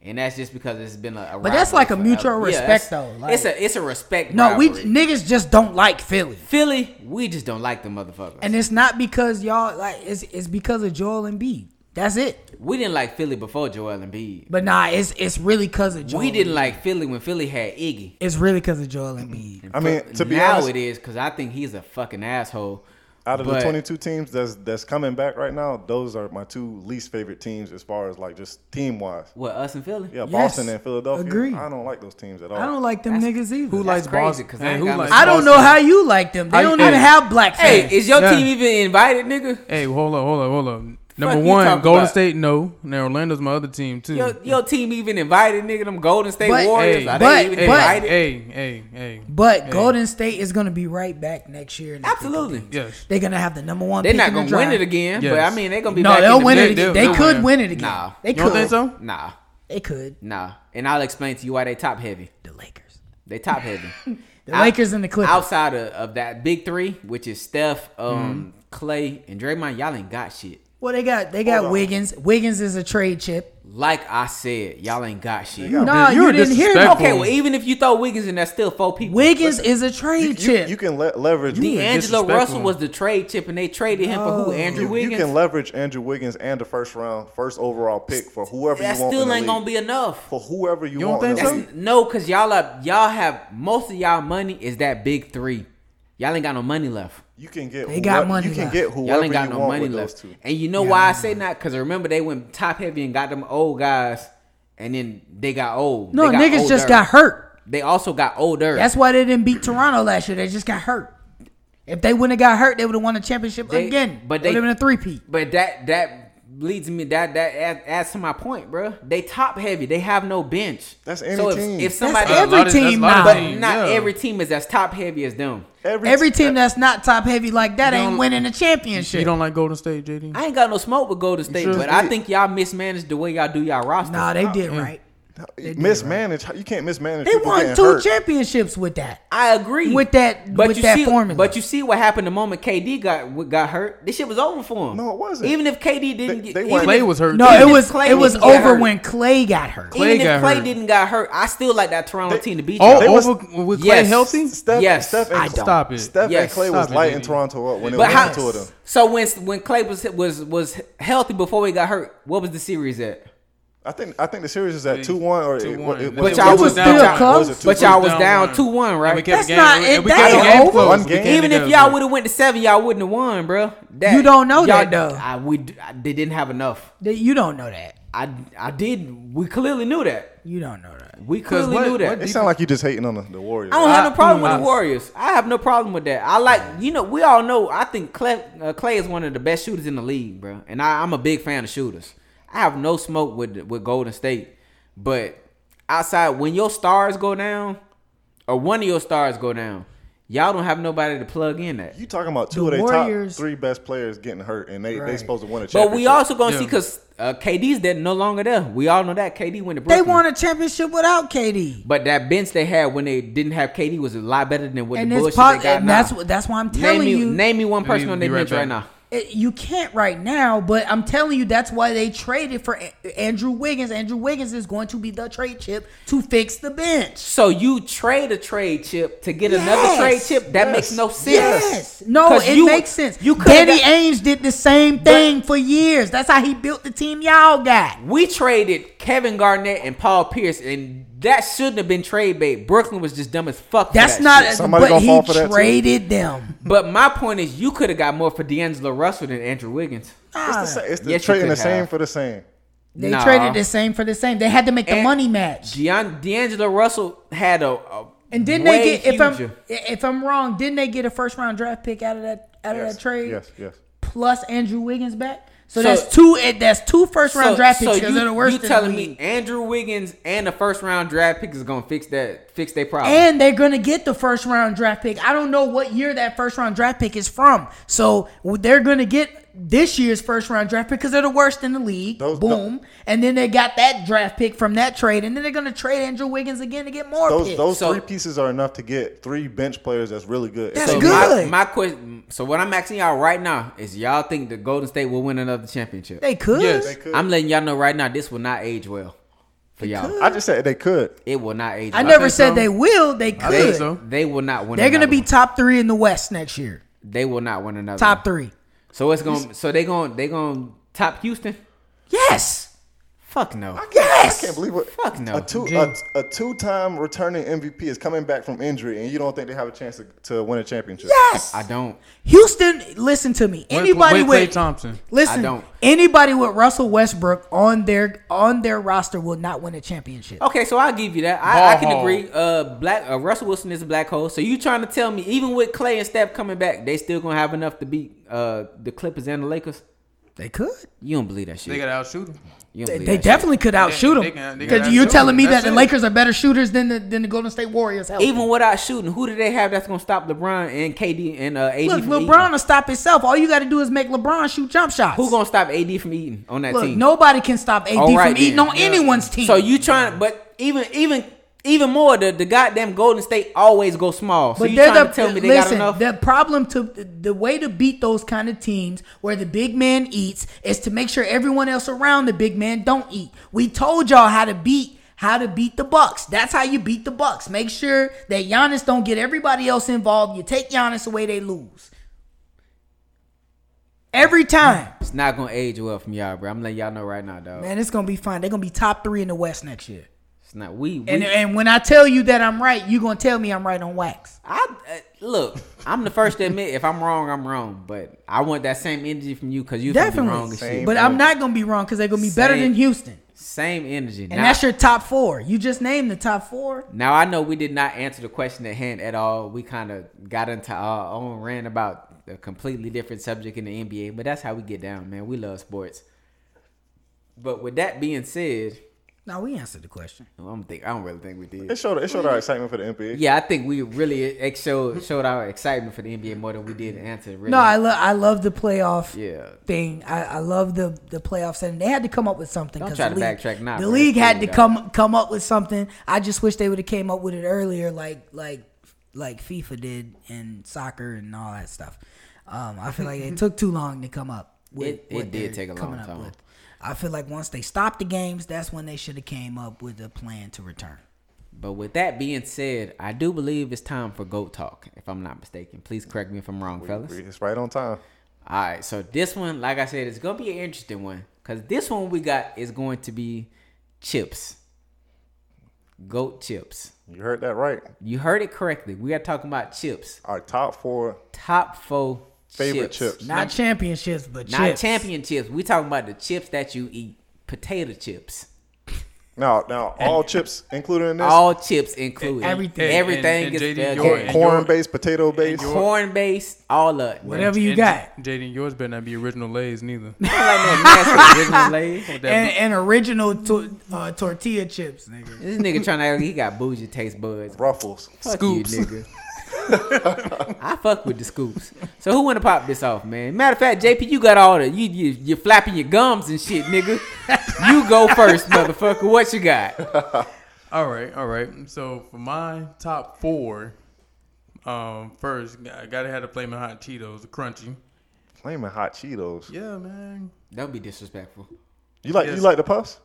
[SPEAKER 1] And that's just because it's been a, a
[SPEAKER 2] But that's
[SPEAKER 1] rivalry
[SPEAKER 2] like a
[SPEAKER 1] forever.
[SPEAKER 2] mutual respect,
[SPEAKER 1] it's-
[SPEAKER 2] though, like-
[SPEAKER 1] it's a it's a respect.
[SPEAKER 2] no, we
[SPEAKER 1] rivalry.
[SPEAKER 2] niggas just don't like Philly.
[SPEAKER 1] Philly, we just don't like the motherfuckers.
[SPEAKER 2] And it's not because y'all like it's it's because of Joel Embiid. That's it.
[SPEAKER 1] we didn't like Philly before Joel Embiid.
[SPEAKER 2] But nah, it's it's really because of Joel.
[SPEAKER 1] We didn't
[SPEAKER 2] Embiid.
[SPEAKER 1] like Philly when Philly had Iggy.
[SPEAKER 2] It's really because of Joel Embiid.
[SPEAKER 4] I mean,
[SPEAKER 1] But
[SPEAKER 4] to be
[SPEAKER 1] now
[SPEAKER 4] honest,
[SPEAKER 1] it is because I think he's a fucking asshole.
[SPEAKER 4] out of the
[SPEAKER 1] but-
[SPEAKER 4] 22 teams that's that's coming back right now, those are my two least favorite teams as far as like just team wise.
[SPEAKER 1] What us and Philly?
[SPEAKER 4] Yeah,
[SPEAKER 2] Yes,
[SPEAKER 4] Boston and Philadelphia.
[SPEAKER 2] agree.
[SPEAKER 4] I don't like those teams at all.
[SPEAKER 2] I don't like them
[SPEAKER 1] That's-
[SPEAKER 2] niggas either.
[SPEAKER 3] Who
[SPEAKER 1] That's
[SPEAKER 3] likes
[SPEAKER 1] crazy,
[SPEAKER 3] Boston?
[SPEAKER 1] 'cause I
[SPEAKER 3] Hey,
[SPEAKER 1] ain't
[SPEAKER 3] who
[SPEAKER 1] got no-
[SPEAKER 3] likes
[SPEAKER 2] I don't know
[SPEAKER 3] Boston?
[SPEAKER 2] how you like them. They
[SPEAKER 3] How you-
[SPEAKER 2] don't even
[SPEAKER 3] hey.
[SPEAKER 2] have black
[SPEAKER 1] Hey,
[SPEAKER 2] fans.
[SPEAKER 1] is your
[SPEAKER 3] Yeah.
[SPEAKER 1] team even invited, nigga?
[SPEAKER 3] Hey, hold up, hold up, hold up. Number
[SPEAKER 1] you
[SPEAKER 3] one,
[SPEAKER 1] talking
[SPEAKER 3] Golden
[SPEAKER 1] about?
[SPEAKER 3] State, no. Now Orlando's my other team too.
[SPEAKER 1] Your, your team even invited, nigga? Them Golden State
[SPEAKER 2] But-
[SPEAKER 1] Warriors?
[SPEAKER 3] hey,
[SPEAKER 1] Are they
[SPEAKER 2] but-
[SPEAKER 1] even
[SPEAKER 3] hey,
[SPEAKER 2] but-
[SPEAKER 1] invited?
[SPEAKER 3] hey, hey, hey.
[SPEAKER 2] but Golden State is gonna be right back next year. in the
[SPEAKER 1] Absolutely.
[SPEAKER 2] pick of
[SPEAKER 3] Yes.
[SPEAKER 2] things. They're gonna have the number one.
[SPEAKER 1] They're
[SPEAKER 2] pick
[SPEAKER 1] not
[SPEAKER 2] in the
[SPEAKER 1] gonna win
[SPEAKER 2] draft.
[SPEAKER 1] it again, but
[SPEAKER 3] Yes.
[SPEAKER 1] I mean they're gonna be
[SPEAKER 2] No,
[SPEAKER 1] back.
[SPEAKER 2] they'll
[SPEAKER 1] in the
[SPEAKER 2] win
[SPEAKER 1] mix.
[SPEAKER 2] it.
[SPEAKER 3] They-
[SPEAKER 2] Again.
[SPEAKER 3] they'll-
[SPEAKER 2] They
[SPEAKER 3] they'll
[SPEAKER 2] could
[SPEAKER 3] win
[SPEAKER 2] win it again.
[SPEAKER 1] Nah.
[SPEAKER 2] They
[SPEAKER 3] You
[SPEAKER 2] could.
[SPEAKER 3] don't think so?
[SPEAKER 1] Nah,
[SPEAKER 2] They could.
[SPEAKER 1] nah, and I'll explain to you why they top heavy.
[SPEAKER 2] The Lakers.
[SPEAKER 1] They top heavy.
[SPEAKER 2] The Lakers and the Clippers. Mm-hmm.
[SPEAKER 1] Outside of, of that big three, which is Steph, um, Clay, and Draymond, y'all ain't got shit.
[SPEAKER 2] Well, they got they got
[SPEAKER 4] on.
[SPEAKER 2] Wiggins. Wiggins is a trade chip.
[SPEAKER 1] Like I said, y'all ain't got shit.
[SPEAKER 4] got-
[SPEAKER 2] No,
[SPEAKER 3] you're
[SPEAKER 2] you didn't hear.
[SPEAKER 3] disrespectful.
[SPEAKER 2] Okay,
[SPEAKER 1] Okay, well, even if you throw Wiggins in, that's still four people.
[SPEAKER 2] Wiggins is a trade
[SPEAKER 4] You, you,
[SPEAKER 2] chip.
[SPEAKER 4] you can le- leverage.
[SPEAKER 3] You-
[SPEAKER 1] D'Angelo
[SPEAKER 3] disrespectful.
[SPEAKER 1] Russell was the trade chip, and they traded him for who? Andrew
[SPEAKER 4] You, you
[SPEAKER 1] Wiggins.
[SPEAKER 4] can leverage Andrew Wiggins and the first round, first overall pick for whoever
[SPEAKER 1] that
[SPEAKER 4] you want. in
[SPEAKER 1] still
[SPEAKER 4] the
[SPEAKER 1] ain't gonna
[SPEAKER 4] league.
[SPEAKER 1] be enough.
[SPEAKER 4] for whoever you,
[SPEAKER 3] You don't
[SPEAKER 4] want. in
[SPEAKER 3] think
[SPEAKER 4] the
[SPEAKER 3] so?
[SPEAKER 4] league.
[SPEAKER 1] That's, no, cause y'all are y'all have most of y'all money is that big three. Y'all ain't got no money left.
[SPEAKER 4] You can get.
[SPEAKER 2] They got
[SPEAKER 4] whoever-
[SPEAKER 2] money
[SPEAKER 4] You can
[SPEAKER 2] left.
[SPEAKER 4] get whoever
[SPEAKER 1] Y'all ain't got
[SPEAKER 4] you
[SPEAKER 1] no
[SPEAKER 4] want
[SPEAKER 1] money
[SPEAKER 4] with
[SPEAKER 1] left.
[SPEAKER 4] those two.
[SPEAKER 1] And you know why I say not? Cause remember they went top heavy and got them old guys, and then they got old.
[SPEAKER 2] no,
[SPEAKER 1] They got
[SPEAKER 2] niggas just
[SPEAKER 1] older.
[SPEAKER 2] got hurt.
[SPEAKER 1] They also got older.
[SPEAKER 2] That's why they didn't beat Toronto last year. They just got hurt. If they wouldn't have got hurt, they would have won the championship
[SPEAKER 1] They-
[SPEAKER 2] again.
[SPEAKER 1] but
[SPEAKER 2] But
[SPEAKER 1] they-
[SPEAKER 2] they would have been a three peat.
[SPEAKER 1] But that that leads me that that adds, adds to my point, bruh. They top heavy. They have no bench.
[SPEAKER 4] That's any
[SPEAKER 1] so if,
[SPEAKER 4] team.
[SPEAKER 1] If
[SPEAKER 2] That's
[SPEAKER 1] somebody,
[SPEAKER 3] a
[SPEAKER 2] every
[SPEAKER 3] lot of-
[SPEAKER 2] team
[SPEAKER 3] that's a lot
[SPEAKER 2] now.
[SPEAKER 3] of
[SPEAKER 2] But
[SPEAKER 3] teams,
[SPEAKER 1] not
[SPEAKER 3] yeah.
[SPEAKER 1] every team is as top heavy as them.
[SPEAKER 2] Every team that's not top heavy like that
[SPEAKER 3] You
[SPEAKER 2] ain't
[SPEAKER 3] don't-
[SPEAKER 2] winning a championship.
[SPEAKER 3] You don't like Golden State, JD?
[SPEAKER 1] I ain't got no smoke with Golden State,
[SPEAKER 3] sure
[SPEAKER 1] but I
[SPEAKER 4] did.
[SPEAKER 1] think y'all mismanaged the way y'all do y'all roster.
[SPEAKER 2] nah, they did
[SPEAKER 1] Mm.
[SPEAKER 2] right.
[SPEAKER 4] mismanage. You can't mismanage.
[SPEAKER 2] They
[SPEAKER 4] people
[SPEAKER 2] won
[SPEAKER 4] getting
[SPEAKER 2] two
[SPEAKER 4] hurt.
[SPEAKER 2] championships with that.
[SPEAKER 1] I agree
[SPEAKER 2] With that- with
[SPEAKER 1] you
[SPEAKER 2] that
[SPEAKER 1] see,
[SPEAKER 2] formula.
[SPEAKER 1] But you see what happened the moment KD got got hurt. This shit was over for him.
[SPEAKER 4] No, it wasn't.
[SPEAKER 1] Even if KD didn't
[SPEAKER 4] They-
[SPEAKER 1] get,
[SPEAKER 4] they
[SPEAKER 1] even
[SPEAKER 4] weren't-
[SPEAKER 1] if-
[SPEAKER 3] Clay was hurt.
[SPEAKER 2] No,
[SPEAKER 3] too.
[SPEAKER 2] it
[SPEAKER 1] if
[SPEAKER 2] was
[SPEAKER 1] Clay
[SPEAKER 2] it was
[SPEAKER 1] didn't get
[SPEAKER 2] over
[SPEAKER 1] hurt.
[SPEAKER 2] when Clay got hurt.
[SPEAKER 1] even if
[SPEAKER 3] got
[SPEAKER 1] Clay
[SPEAKER 3] hurt.
[SPEAKER 1] didn't got hurt, I still like that Toronto team to beat
[SPEAKER 3] All
[SPEAKER 1] y'all.
[SPEAKER 4] They was-
[SPEAKER 3] over with oh, Clay
[SPEAKER 1] Yes.
[SPEAKER 3] healthy?
[SPEAKER 4] Steph,
[SPEAKER 1] Yes.
[SPEAKER 4] Steph and,
[SPEAKER 2] I don't.
[SPEAKER 3] Stop it.
[SPEAKER 4] Steph and
[SPEAKER 1] Yes.
[SPEAKER 4] Clay was
[SPEAKER 3] Stop it,
[SPEAKER 4] lighting
[SPEAKER 3] JD.
[SPEAKER 4] Toronto up when it
[SPEAKER 1] But
[SPEAKER 4] was
[SPEAKER 1] how?
[SPEAKER 4] two of them.
[SPEAKER 1] So when when Clay was was was healthy before he got hurt, what was the series at?
[SPEAKER 4] I think I think the series is at
[SPEAKER 3] Big.
[SPEAKER 4] two one or it,
[SPEAKER 3] 2-1.
[SPEAKER 4] what- it,
[SPEAKER 3] But
[SPEAKER 4] what-
[SPEAKER 1] y'all
[SPEAKER 4] what
[SPEAKER 1] was
[SPEAKER 4] it-
[SPEAKER 2] still
[SPEAKER 4] what it-
[SPEAKER 2] close.
[SPEAKER 4] was it,
[SPEAKER 1] But
[SPEAKER 4] 2-1?
[SPEAKER 1] y'all was
[SPEAKER 3] down
[SPEAKER 1] down
[SPEAKER 3] one.
[SPEAKER 1] two one,
[SPEAKER 3] And we
[SPEAKER 1] right?
[SPEAKER 3] kept
[SPEAKER 2] That's
[SPEAKER 3] the game-
[SPEAKER 2] not-
[SPEAKER 3] and we
[SPEAKER 2] that
[SPEAKER 3] kept the
[SPEAKER 2] ain't
[SPEAKER 3] game
[SPEAKER 2] over.
[SPEAKER 3] close.
[SPEAKER 4] One
[SPEAKER 3] We
[SPEAKER 4] game.
[SPEAKER 3] kept the
[SPEAKER 1] Even if
[SPEAKER 3] game
[SPEAKER 1] y'all
[SPEAKER 3] close.
[SPEAKER 1] would have went to seven, y'all wouldn't have won, bro.
[SPEAKER 2] You don't know that, though.
[SPEAKER 1] I we d- I- they didn't have enough.
[SPEAKER 2] They- You don't know that.
[SPEAKER 1] I I did. We clearly knew that.
[SPEAKER 2] You don't know that.
[SPEAKER 1] We
[SPEAKER 3] 'Cause
[SPEAKER 1] clearly
[SPEAKER 3] what-
[SPEAKER 1] knew that.
[SPEAKER 3] what
[SPEAKER 4] It sound like you just hating on the, the Warriors.
[SPEAKER 1] I don't have no
[SPEAKER 3] I- mm,
[SPEAKER 1] problem with the
[SPEAKER 3] I- Mm.
[SPEAKER 1] Warriors. I have no problem with that. I like, you know, we all know. I think Clay, uh, Clay is one of the best shooters in the league, bro. And I, I'm a big fan of shooters. I have no smoke with with Golden State, but outside when your stars go down, or one of your stars go down, y'all don't have nobody to plug in at.
[SPEAKER 4] You talking about two
[SPEAKER 2] The
[SPEAKER 4] of their
[SPEAKER 2] Warriors-
[SPEAKER 4] top three best players getting hurt, and they they
[SPEAKER 2] Right.
[SPEAKER 4] supposed to win a
[SPEAKER 1] But
[SPEAKER 4] championship.
[SPEAKER 1] we also gonna
[SPEAKER 3] Yeah.
[SPEAKER 1] see because uh, KD's that no longer there. We all know that KD went to
[SPEAKER 2] They
[SPEAKER 1] Brooklyn.
[SPEAKER 2] won a championship without KD.
[SPEAKER 1] but that bench they had when they didn't have KD was a lot better than what
[SPEAKER 2] And
[SPEAKER 1] the bullshit
[SPEAKER 2] it's po-
[SPEAKER 1] they got
[SPEAKER 2] and
[SPEAKER 1] now.
[SPEAKER 2] that's what that's why I'm telling
[SPEAKER 1] name me,
[SPEAKER 2] you
[SPEAKER 1] name me one person
[SPEAKER 3] Be-
[SPEAKER 1] on their
[SPEAKER 3] be right
[SPEAKER 1] bench right
[SPEAKER 3] back.
[SPEAKER 1] now.
[SPEAKER 2] it- you can't right now, but I'm telling you that's why they traded for A- Andrew Wiggins. Andrew Wiggins is going to be the trade chip to fix the bench.
[SPEAKER 1] So you trade a trade chip to get another
[SPEAKER 2] Yes.
[SPEAKER 1] trade chip? That
[SPEAKER 4] Yes.
[SPEAKER 1] makes no sense.
[SPEAKER 2] Yes. No,
[SPEAKER 1] 'Cause
[SPEAKER 2] it
[SPEAKER 1] you-
[SPEAKER 2] makes sense.
[SPEAKER 1] you
[SPEAKER 2] You
[SPEAKER 1] coulda
[SPEAKER 2] Danny
[SPEAKER 1] got-
[SPEAKER 2] Ainge did the same thing for years. That's how he built the team y'all got.
[SPEAKER 1] We traded Kevin Garnett and Paul Pierce, and that shouldn't have been trade bait. Brooklyn was just dumb as fuck. for
[SPEAKER 2] That's
[SPEAKER 1] that
[SPEAKER 2] not
[SPEAKER 1] shit.
[SPEAKER 4] Somebody
[SPEAKER 2] but
[SPEAKER 4] gonna fall
[SPEAKER 2] he
[SPEAKER 4] for that too.
[SPEAKER 2] traded them.
[SPEAKER 1] But my point is, you could have got more for D'Angelo Russell than Andrew Wiggins.
[SPEAKER 4] it's the, same- it's the
[SPEAKER 1] Yes, you
[SPEAKER 4] trading
[SPEAKER 1] could
[SPEAKER 4] the same
[SPEAKER 1] have.
[SPEAKER 4] for the same.
[SPEAKER 2] They
[SPEAKER 1] Nah.
[SPEAKER 2] traded the same for the same. They had to make the
[SPEAKER 1] And-
[SPEAKER 2] money match.
[SPEAKER 1] Deon, D'Angelo Russell had a, a
[SPEAKER 2] And didn't
[SPEAKER 1] way
[SPEAKER 2] they get if I'm
[SPEAKER 1] huger-
[SPEAKER 2] if I'm wrong, didn't they get a first round draft pick out of that out of
[SPEAKER 4] Yes,
[SPEAKER 2] that trade?
[SPEAKER 4] yes, yes.
[SPEAKER 2] Plus Andrew Wiggins back. So,
[SPEAKER 1] So-
[SPEAKER 2] that's two eh, that's two first round draft picks because
[SPEAKER 1] you,
[SPEAKER 2] they're the worst.
[SPEAKER 1] you
[SPEAKER 2] in the
[SPEAKER 1] telling me
[SPEAKER 2] league.
[SPEAKER 1] Andrew Wiggins and the first round draft pick is gonna fix that fix their problem?
[SPEAKER 2] And they're gonna get the first round draft pick. I don't know what year that first round draft pick is from. So they're gonna get this year's first round draft pick because they're the worst in the league.
[SPEAKER 4] Those-
[SPEAKER 2] Boom. and then they got that draft pick from that trade, and then they're gonna trade Andrew Wiggins again to get more
[SPEAKER 4] Those
[SPEAKER 2] picks.
[SPEAKER 4] those
[SPEAKER 1] So-
[SPEAKER 4] three pieces are enough to get three bench players that's really good.
[SPEAKER 2] That's
[SPEAKER 1] So
[SPEAKER 2] good.
[SPEAKER 1] My, my question. So what I'm asking y'all right now is, y'all think the Golden State will win another championship?
[SPEAKER 2] they could.
[SPEAKER 3] Yes.
[SPEAKER 4] They could.
[SPEAKER 1] I'm letting y'all know right now, this will not age well for y'all.
[SPEAKER 4] I just said they could.
[SPEAKER 1] It will not age.
[SPEAKER 2] I
[SPEAKER 1] well.
[SPEAKER 2] never
[SPEAKER 3] think
[SPEAKER 2] said
[SPEAKER 3] so.
[SPEAKER 2] they will. They
[SPEAKER 3] I think
[SPEAKER 2] could.
[SPEAKER 3] so.
[SPEAKER 1] They will not win.
[SPEAKER 2] They're gonna
[SPEAKER 1] another
[SPEAKER 2] be
[SPEAKER 1] one.
[SPEAKER 2] top three in the West next year.
[SPEAKER 1] they will not win another.
[SPEAKER 2] Top
[SPEAKER 1] one.
[SPEAKER 2] three.
[SPEAKER 1] So it's going. to So they going. They going to top Houston.
[SPEAKER 2] Yes.
[SPEAKER 1] Fuck no.
[SPEAKER 2] Yes.
[SPEAKER 4] I can't believe what
[SPEAKER 1] Fuck no.
[SPEAKER 4] a two
[SPEAKER 3] Jim.
[SPEAKER 4] a, a two time returning MVP is coming back from injury, and you don't think they have a chance to, to win a championship?
[SPEAKER 2] Yes.
[SPEAKER 1] I don't.
[SPEAKER 2] Houston, listen to me.
[SPEAKER 3] Where-
[SPEAKER 2] Anybody
[SPEAKER 3] where Klay
[SPEAKER 2] with
[SPEAKER 3] Thompson.
[SPEAKER 2] listen,
[SPEAKER 1] I don't.
[SPEAKER 2] anybody with Russell Westbrook on their on their roster will not win a championship.
[SPEAKER 1] Okay, so I'll give you that. I, I
[SPEAKER 3] Ball
[SPEAKER 1] can
[SPEAKER 3] hog.
[SPEAKER 1] agree. Uh, black uh, Russell Wilson is a black hole. So you trying to tell me, even with Clay and Steph coming back, they still gonna have enough to beat uh the Clippers and the Lakers?
[SPEAKER 2] They could.
[SPEAKER 1] You don't believe that shit.
[SPEAKER 3] They got out shooting.
[SPEAKER 1] you
[SPEAKER 2] They,
[SPEAKER 1] don't believe
[SPEAKER 2] they
[SPEAKER 1] that shit.
[SPEAKER 2] definitely could outshoot
[SPEAKER 3] they
[SPEAKER 2] them.
[SPEAKER 3] can- they can
[SPEAKER 2] Because you're
[SPEAKER 3] outshoot
[SPEAKER 2] telling
[SPEAKER 3] them.
[SPEAKER 2] me that
[SPEAKER 3] That's
[SPEAKER 2] the
[SPEAKER 3] it.
[SPEAKER 2] Lakers are better shooters than the than the Golden State Warriors. Hell,
[SPEAKER 1] Even without shooting, who do they have that's gonna stop LeBron and KD and uh, AD?
[SPEAKER 2] look,
[SPEAKER 1] from
[SPEAKER 2] LeBron
[SPEAKER 1] Eating?
[SPEAKER 2] will stop himself. All you got to do is make LeBron shoot jump shots.
[SPEAKER 1] Who gonna stop AD from eating on that
[SPEAKER 2] look?
[SPEAKER 1] team?
[SPEAKER 2] Nobody can stop AD
[SPEAKER 1] All right
[SPEAKER 2] from eating
[SPEAKER 1] then.
[SPEAKER 2] on anyone's team.
[SPEAKER 1] So you trying, but even even Even more, the, the goddamn Golden State always go small. So
[SPEAKER 2] But
[SPEAKER 1] you
[SPEAKER 2] they're
[SPEAKER 1] trying
[SPEAKER 2] the,
[SPEAKER 1] to tell me they
[SPEAKER 2] listen,
[SPEAKER 1] got enough?
[SPEAKER 2] the problem to the way to beat those kind of teams where the big man eats is to make sure everyone else around the big man don't eat. We told y'all how to beat how to beat the Bucks. That's how you beat the Bucks. Make sure that Giannis don't get everybody else involved. You take Giannis away, they lose. Every time.
[SPEAKER 1] it's not gonna age well from y'all, bro. I'm letting y'all know right now, dog.
[SPEAKER 2] Man, it's gonna be fine. They're gonna be top three in the West next year.
[SPEAKER 1] It's not we. we
[SPEAKER 2] And, and when I tell you that I'm right, you're gonna tell me I'm right on wax.
[SPEAKER 1] I uh, look. I'm the first to admit if I'm wrong, I'm wrong. But I want that same energy from you because you
[SPEAKER 2] Definitely.
[SPEAKER 1] Definitely. wrong as shit.
[SPEAKER 4] Same.
[SPEAKER 2] But I'm not gonna be wrong because they're gonna be better
[SPEAKER 1] Same.
[SPEAKER 2] than Houston.
[SPEAKER 1] Same energy.
[SPEAKER 2] And
[SPEAKER 1] now,
[SPEAKER 2] that's your top four. You just named the top four.
[SPEAKER 1] now I know we did not answer the question at hand at all. We kind of got into our own rant about a completely different subject in the NBA. But that's how we get down, man. We love sports. But with that being said,
[SPEAKER 2] No, we answered the question.
[SPEAKER 1] I don't think I don't really think we did.
[SPEAKER 4] It showed it showed our excitement for the NBA.
[SPEAKER 1] Yeah, I think we really ex- showed showed our excitement for the NBA more than we did answer. Really.
[SPEAKER 2] No, I love I love the playoff
[SPEAKER 1] yeah.
[SPEAKER 2] thing. I, I love the the playoff setting. They had to come up with something.
[SPEAKER 1] Don't
[SPEAKER 2] 'cause
[SPEAKER 1] try
[SPEAKER 2] the
[SPEAKER 1] to
[SPEAKER 2] league-
[SPEAKER 1] backtrack now,
[SPEAKER 2] The
[SPEAKER 1] bro.
[SPEAKER 2] league
[SPEAKER 1] That's
[SPEAKER 2] had to
[SPEAKER 1] cool,
[SPEAKER 2] come come up with something. I just wish they would have came up with it earlier, like like like FIFA did in soccer and all that stuff. Um, I feel like it took too long to come up. With
[SPEAKER 1] It- it
[SPEAKER 2] what
[SPEAKER 1] did
[SPEAKER 2] they're
[SPEAKER 1] take a long
[SPEAKER 2] coming up
[SPEAKER 1] time.
[SPEAKER 2] with. I feel like once they stopped the games, that's when they should have came up with a plan to return.
[SPEAKER 1] But with that being said, I do believe it's time for goat talk. If I'm not mistaken, please correct me if I'm wrong, fellas.
[SPEAKER 4] It's right on time.
[SPEAKER 1] All right, so this one, like I said, it's gonna be an interesting one because this one we got is going to be chips, goat chips.
[SPEAKER 4] You heard that right.
[SPEAKER 1] You heard it correctly. We are talking about chips.
[SPEAKER 4] Our top four
[SPEAKER 1] Top four
[SPEAKER 4] favorite
[SPEAKER 1] chips.
[SPEAKER 4] chips.
[SPEAKER 2] Not championships, but
[SPEAKER 1] Not
[SPEAKER 2] chips.
[SPEAKER 1] champion chips. We talking about the chips that you eat. Potato chips.
[SPEAKER 4] Now, now all chips included in this:
[SPEAKER 1] All chips included.
[SPEAKER 2] Everything.
[SPEAKER 3] And-
[SPEAKER 1] Everything
[SPEAKER 3] and-
[SPEAKER 1] is
[SPEAKER 3] and JD,
[SPEAKER 1] fair
[SPEAKER 3] your-
[SPEAKER 1] game.
[SPEAKER 4] corn based, potato based.
[SPEAKER 3] your-
[SPEAKER 1] corn based. All up.
[SPEAKER 2] Whatever you
[SPEAKER 3] And
[SPEAKER 2] got.
[SPEAKER 3] Jaden, yours better not be original lays neither. With that
[SPEAKER 2] and, and original tor- uh, tortilla chips, nigga.
[SPEAKER 1] This nigga trying to act like he got bougie taste buds.
[SPEAKER 4] Ruffles.
[SPEAKER 1] Fuck you,
[SPEAKER 3] Scoops.
[SPEAKER 1] nigga. I fuck with the scoops. So who wanna pop this off, man? Matter of fact, JP, you got all the you you you flapping your gums and shit, nigga. You go first, motherfucker. What you got?
[SPEAKER 3] All right, all right. So for my top four, um, first I gotta have the flaming hot Cheetos, the crunchy.
[SPEAKER 4] Flaming hot Cheetos.
[SPEAKER 3] Yeah, man.
[SPEAKER 1] Don't be disrespectful.
[SPEAKER 4] You like
[SPEAKER 3] Yes.
[SPEAKER 4] you like the puffs?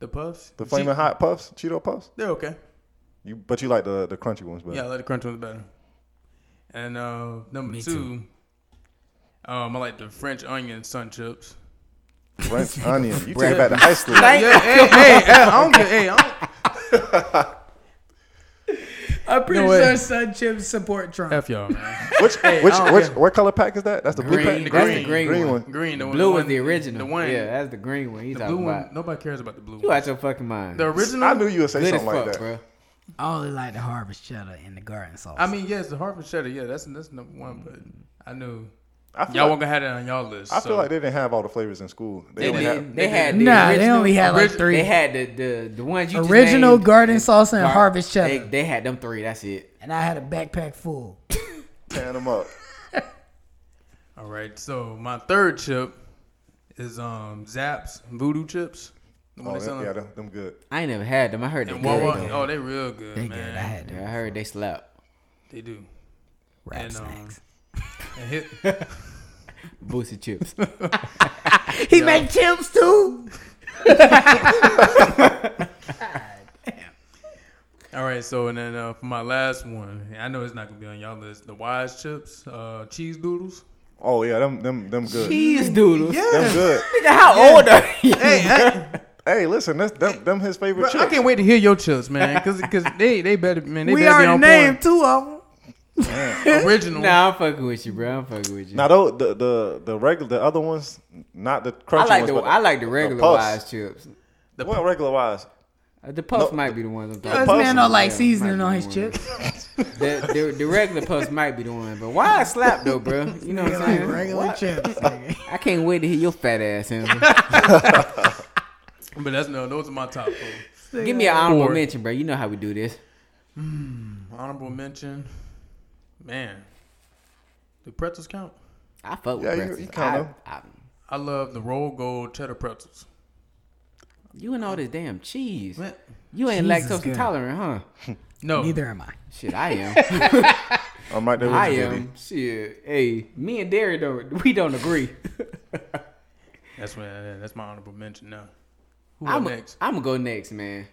[SPEAKER 3] The puffs.
[SPEAKER 4] The flaming
[SPEAKER 3] Che-
[SPEAKER 4] hot puffs, Cheeto puffs.
[SPEAKER 3] They're okay.
[SPEAKER 4] You but you like the the crunchy ones, but
[SPEAKER 3] Yeah, I like the crunch ones better. And uh, number
[SPEAKER 2] Me
[SPEAKER 3] two, um, I like the French onion sun chips.
[SPEAKER 4] French onion. You take it back to Iceland.
[SPEAKER 1] Thank-
[SPEAKER 3] Yeah, hey, hey, hey, I don't get, hey, I don't,
[SPEAKER 2] I'm pretty
[SPEAKER 3] No way.
[SPEAKER 2] sure Sun Chips support Trump.
[SPEAKER 3] F y'all, man.
[SPEAKER 4] Which which
[SPEAKER 3] I don't
[SPEAKER 4] which
[SPEAKER 3] care.
[SPEAKER 4] what color pack is that? That's the blue
[SPEAKER 1] Green.
[SPEAKER 4] pack.
[SPEAKER 1] That's
[SPEAKER 3] green,
[SPEAKER 1] the green,
[SPEAKER 4] green
[SPEAKER 1] one.
[SPEAKER 4] one.
[SPEAKER 3] Green, the one,
[SPEAKER 1] Blue
[SPEAKER 3] the
[SPEAKER 1] is the
[SPEAKER 3] one-
[SPEAKER 1] original.
[SPEAKER 3] The one,
[SPEAKER 1] Yeah, that's the green one. He
[SPEAKER 3] the
[SPEAKER 1] talking
[SPEAKER 3] blue
[SPEAKER 1] about.
[SPEAKER 3] one. Nobody cares about the blue.
[SPEAKER 1] You
[SPEAKER 3] one.
[SPEAKER 1] out your fucking mind.
[SPEAKER 3] The original.
[SPEAKER 4] I knew you would say
[SPEAKER 1] Good as
[SPEAKER 4] something like
[SPEAKER 1] fuck,
[SPEAKER 4] that.
[SPEAKER 1] bro.
[SPEAKER 2] I only like the harvest cheddar and the garden sauce.
[SPEAKER 3] I mean, yes, the Harvard Cheddar. Yeah, that's that's number one. But I knew
[SPEAKER 4] I feel,
[SPEAKER 3] y'all
[SPEAKER 4] like,
[SPEAKER 3] won't gonna have that on y'all list.
[SPEAKER 4] I feel
[SPEAKER 3] so.
[SPEAKER 4] like they didn't have all the flavors in school. They,
[SPEAKER 1] They,
[SPEAKER 4] only
[SPEAKER 1] did,
[SPEAKER 4] had
[SPEAKER 1] they had the
[SPEAKER 2] nah, they
[SPEAKER 1] original-
[SPEAKER 2] only had like
[SPEAKER 3] origi-
[SPEAKER 2] three.
[SPEAKER 1] They had the the, the ones you just
[SPEAKER 2] Original
[SPEAKER 1] named.
[SPEAKER 2] garden sauce and
[SPEAKER 1] Gar-
[SPEAKER 2] harvest cheddar.
[SPEAKER 1] They, they had them three. That's it.
[SPEAKER 2] and I had a backpack full.
[SPEAKER 4] tearing them up.
[SPEAKER 3] All right, so my third chip is um Zaps Voodoo chips. The one
[SPEAKER 4] Oh,
[SPEAKER 3] that's
[SPEAKER 4] them,
[SPEAKER 3] on-
[SPEAKER 4] yeah, them, them good.
[SPEAKER 1] I ain't never had them. I heard they
[SPEAKER 3] and
[SPEAKER 1] good.
[SPEAKER 3] Wawa.
[SPEAKER 1] though.
[SPEAKER 3] Oh, they real good,
[SPEAKER 2] They good. I
[SPEAKER 3] man.
[SPEAKER 2] had
[SPEAKER 1] Yeah,
[SPEAKER 2] the
[SPEAKER 1] I heard they slap.
[SPEAKER 3] They do.
[SPEAKER 2] wrap
[SPEAKER 3] And, um,
[SPEAKER 2] snacks.
[SPEAKER 3] And hit,
[SPEAKER 1] Boosie chips.
[SPEAKER 2] he made chips too.
[SPEAKER 3] all right, so and then uh, for my last one, I know it's not gonna be on y'all list. The Wise chips, uh, cheese doodles.
[SPEAKER 4] Oh yeah, them them them good.
[SPEAKER 1] Cheese doodles.
[SPEAKER 4] Them good.
[SPEAKER 1] Nigga, how old are you?
[SPEAKER 4] Hey, listen, that's them, them his favorite
[SPEAKER 3] I
[SPEAKER 4] chips.
[SPEAKER 3] can't wait to hear your chips, man, because they they better man they
[SPEAKER 2] We
[SPEAKER 3] better be
[SPEAKER 2] already
[SPEAKER 3] on
[SPEAKER 2] named two of them.
[SPEAKER 3] point. Original.
[SPEAKER 1] nah, I'm fucking with you, bro. I'm fucking with you.
[SPEAKER 4] Now though the the the regular the other ones, not the crunchy
[SPEAKER 1] I like
[SPEAKER 4] ones.
[SPEAKER 1] the
[SPEAKER 4] but
[SPEAKER 1] I like the regular
[SPEAKER 4] puffs.
[SPEAKER 1] wise chips.
[SPEAKER 3] The
[SPEAKER 4] well, regular wise.
[SPEAKER 1] Uh, The puffs
[SPEAKER 4] No,
[SPEAKER 1] might be the ones I'm
[SPEAKER 2] This
[SPEAKER 1] talking about.
[SPEAKER 4] puffs-
[SPEAKER 2] man don't like
[SPEAKER 1] Yeah,
[SPEAKER 2] seasoning
[SPEAKER 1] might
[SPEAKER 2] on
[SPEAKER 1] be
[SPEAKER 2] his
[SPEAKER 1] the
[SPEAKER 2] chips.
[SPEAKER 1] The, the, the regular puffs might be the one, but why slap though, bro? You know what I'm
[SPEAKER 2] like
[SPEAKER 1] saying?
[SPEAKER 2] regular
[SPEAKER 1] Why-
[SPEAKER 2] chips. nigga.
[SPEAKER 1] I can't wait to hear your fat ass. Answer.
[SPEAKER 3] But that's no, those are my top four.
[SPEAKER 1] Give me an honorable
[SPEAKER 3] Four.
[SPEAKER 1] mention, bro. You know how we do this.
[SPEAKER 3] Honorable mention, man. Do pretzels count?
[SPEAKER 1] I fuck with
[SPEAKER 4] Yeah, you-
[SPEAKER 1] pretzels.
[SPEAKER 4] you kinda.
[SPEAKER 1] I, I,
[SPEAKER 3] I love the roll gold cheddar pretzels.
[SPEAKER 1] You and all this damn cheese.
[SPEAKER 3] Man.
[SPEAKER 1] You ain't
[SPEAKER 2] Jesus
[SPEAKER 1] lactose
[SPEAKER 2] God.
[SPEAKER 1] intolerant, huh?
[SPEAKER 3] No,
[SPEAKER 2] Neither am I.
[SPEAKER 1] Shit, I am.
[SPEAKER 4] I'm right there with
[SPEAKER 1] I
[SPEAKER 4] you,
[SPEAKER 1] am. Shit. Hey, me and Derry don't we don't agree.
[SPEAKER 3] that's when that's my honorable mention. Now, who up
[SPEAKER 1] I'm
[SPEAKER 3] next?
[SPEAKER 1] I'm gonna go next, man.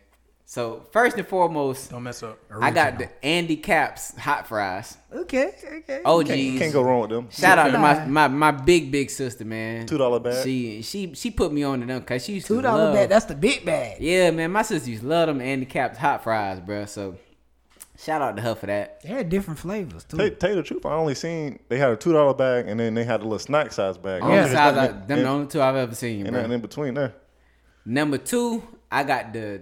[SPEAKER 1] So first and foremost,
[SPEAKER 3] Don't mess up.
[SPEAKER 1] I got the Andy Caps hot fries.
[SPEAKER 2] Okay, okay.
[SPEAKER 1] OGs.
[SPEAKER 4] Can't, can't go wrong with them.
[SPEAKER 1] Shout out to my,
[SPEAKER 2] Nah.
[SPEAKER 1] my my big big sister, man.
[SPEAKER 4] $2 bag.
[SPEAKER 1] She she she put me on to them because she used to
[SPEAKER 2] Two
[SPEAKER 1] love.
[SPEAKER 2] dollar bag. That's the big bag.
[SPEAKER 1] Yeah, man, my sister used to love them Andy Caps hot fries, bruh. So shout out to her for that.
[SPEAKER 2] They had different flavors too.
[SPEAKER 4] Tell, tell you the truth, I only seen they had a two dollar bag and then they had a little snack size bag. I don't
[SPEAKER 1] Only
[SPEAKER 4] think
[SPEAKER 1] size
[SPEAKER 4] there's
[SPEAKER 1] I,
[SPEAKER 4] nothing
[SPEAKER 1] uh, them
[SPEAKER 4] in-
[SPEAKER 1] the only two I've ever seen,
[SPEAKER 4] in,
[SPEAKER 1] bro.
[SPEAKER 4] nothing in between there.
[SPEAKER 1] Number two, I got the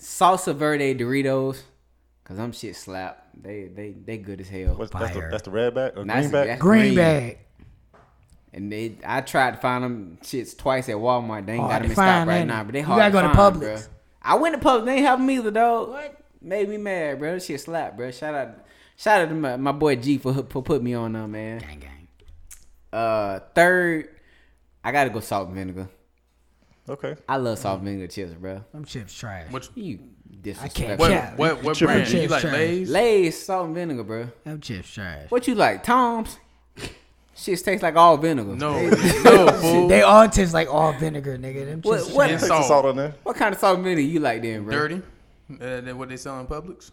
[SPEAKER 1] salsa verde Doritos because I'm shit slap. They they they good as hell.
[SPEAKER 4] What's, that's, the,
[SPEAKER 2] Fire.
[SPEAKER 4] that's the red bag or
[SPEAKER 1] Nah,
[SPEAKER 4] green
[SPEAKER 1] that's-
[SPEAKER 4] bag.
[SPEAKER 1] that's
[SPEAKER 2] Green bag.
[SPEAKER 1] And they, I tried to find them shits twice at Walmart. They ain't
[SPEAKER 2] Hard
[SPEAKER 1] got them
[SPEAKER 2] to
[SPEAKER 1] in stock
[SPEAKER 2] find,
[SPEAKER 1] right
[SPEAKER 2] ain't
[SPEAKER 1] now,
[SPEAKER 2] it?
[SPEAKER 1] but they
[SPEAKER 2] You
[SPEAKER 1] hard to
[SPEAKER 2] gotta go to
[SPEAKER 1] find,
[SPEAKER 2] Publix.
[SPEAKER 1] bruh. I went to Publix. They ain't have them either, dog. What? Made me mad, bro. This shit slap, bro. Shout out, shout out to my, my boy G for, for put me on them, man.
[SPEAKER 2] Gang gang.
[SPEAKER 1] Uh, third, I gotta go salt and vinegar.
[SPEAKER 4] Okay.
[SPEAKER 1] I love salt and vinegar chips, bro.
[SPEAKER 2] Them chips trash.
[SPEAKER 3] Which
[SPEAKER 1] You
[SPEAKER 2] I
[SPEAKER 1] disrespectful.
[SPEAKER 2] can't-
[SPEAKER 3] what
[SPEAKER 2] Yeah.
[SPEAKER 3] what what
[SPEAKER 4] Chip and
[SPEAKER 3] brand? You
[SPEAKER 2] cheese
[SPEAKER 3] like
[SPEAKER 2] trash.
[SPEAKER 3] Lay's?
[SPEAKER 1] Lay's salt and vinegar, bro.
[SPEAKER 2] Them chips trash.
[SPEAKER 1] What you like, Tom's? Shit tastes like all vinegar.
[SPEAKER 3] No, no, fool.
[SPEAKER 2] They all taste like all vinegar, nigga. Them
[SPEAKER 1] What
[SPEAKER 2] chips
[SPEAKER 1] what
[SPEAKER 4] Take
[SPEAKER 3] It's
[SPEAKER 4] some
[SPEAKER 3] salt.
[SPEAKER 4] salt on there.
[SPEAKER 1] what kind of salt and vinegar you like then, bro?
[SPEAKER 3] Dirty. Uh, that what they sell in Publix?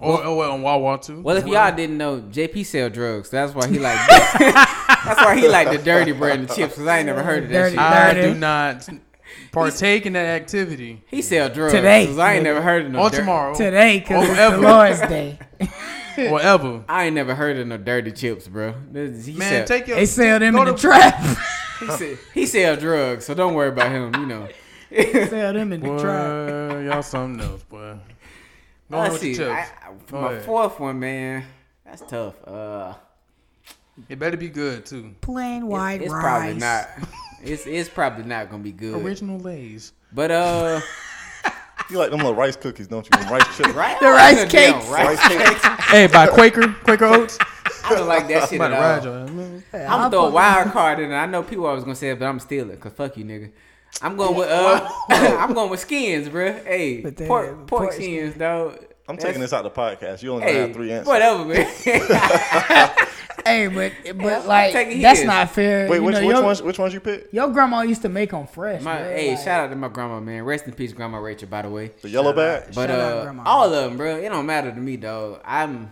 [SPEAKER 3] Or, or what, on Walmart too?
[SPEAKER 1] Well, if y'all didn't know, JP sell drugs. That's why he like. that's why he like the dirty bread and chips. Cause I ain't never heard of that
[SPEAKER 2] Dirty.
[SPEAKER 1] shit.
[SPEAKER 3] I
[SPEAKER 2] Dirty.
[SPEAKER 3] do not partake in that activity.
[SPEAKER 1] He sell drugs.
[SPEAKER 2] Today.
[SPEAKER 1] 'cause I ain't never heard of no.
[SPEAKER 3] Or
[SPEAKER 1] dir-
[SPEAKER 3] tomorrow.
[SPEAKER 2] today because
[SPEAKER 3] Or
[SPEAKER 2] it's
[SPEAKER 3] ever.
[SPEAKER 2] the Lord's Day.
[SPEAKER 3] Or ever.
[SPEAKER 1] I ain't never heard of no dirty chips, bro. This- He
[SPEAKER 3] Man,
[SPEAKER 1] sell,
[SPEAKER 3] take your
[SPEAKER 2] They sell them
[SPEAKER 3] go
[SPEAKER 2] in the
[SPEAKER 3] to-
[SPEAKER 2] trap.
[SPEAKER 1] he sell, he sell drugs, so don't worry about him. You know.
[SPEAKER 2] they sell them in the trap.
[SPEAKER 3] Boy, y'all something else, boy. Go on
[SPEAKER 1] Let's
[SPEAKER 3] with your
[SPEAKER 1] see.
[SPEAKER 3] chips.
[SPEAKER 1] I, I-
[SPEAKER 3] Go
[SPEAKER 1] my
[SPEAKER 3] ahead.
[SPEAKER 1] fourth one, man. That's tough. Uh,
[SPEAKER 3] It better be good too.
[SPEAKER 2] Plain white
[SPEAKER 1] it's
[SPEAKER 2] rice.
[SPEAKER 1] probably not. It's it's probably not gonna be good.
[SPEAKER 3] Original Lay's.
[SPEAKER 1] But uh,
[SPEAKER 4] You like them little rice cookies, don't you? Them rice chips.
[SPEAKER 1] right
[SPEAKER 2] The
[SPEAKER 1] I
[SPEAKER 2] rice
[SPEAKER 1] like them
[SPEAKER 2] cakes.
[SPEAKER 1] Rice cakes.
[SPEAKER 3] Hey, by Quaker, Quaker Oats.
[SPEAKER 1] I don't like that shit
[SPEAKER 3] About
[SPEAKER 1] at
[SPEAKER 3] to ride
[SPEAKER 1] all.
[SPEAKER 3] y'all. man.
[SPEAKER 1] I'm gonna throw a wild card in. it. I know people always gonna say it, but I'm stealing. Cause fuck you, nigga. I'm going with uh, I'm going with skins, bruh. Hey,
[SPEAKER 2] But they-
[SPEAKER 1] pork, pork
[SPEAKER 2] pork
[SPEAKER 1] skins, dog.
[SPEAKER 4] I'm taking this out the podcast. You only
[SPEAKER 1] Hey,
[SPEAKER 4] have three answers.
[SPEAKER 1] whatever, man.
[SPEAKER 2] Hey, but
[SPEAKER 1] Take
[SPEAKER 2] but
[SPEAKER 1] it
[SPEAKER 2] like that's
[SPEAKER 1] here.
[SPEAKER 2] not fair.
[SPEAKER 4] Wait,
[SPEAKER 2] You
[SPEAKER 4] which,
[SPEAKER 2] know,
[SPEAKER 4] which
[SPEAKER 2] your,
[SPEAKER 4] ones? Which ones you pick?
[SPEAKER 2] your grandma used to make them fresh.
[SPEAKER 1] my,
[SPEAKER 2] man.
[SPEAKER 1] hey,
[SPEAKER 2] Like,
[SPEAKER 1] shout out to my grandma, man. Rest in peace, Grandma Rachel, by the way.
[SPEAKER 4] The yellow bag.
[SPEAKER 1] But
[SPEAKER 2] Shout out,
[SPEAKER 1] uh,
[SPEAKER 2] Grandma.
[SPEAKER 1] all of them, bro. It don't matter to me, dog. I'm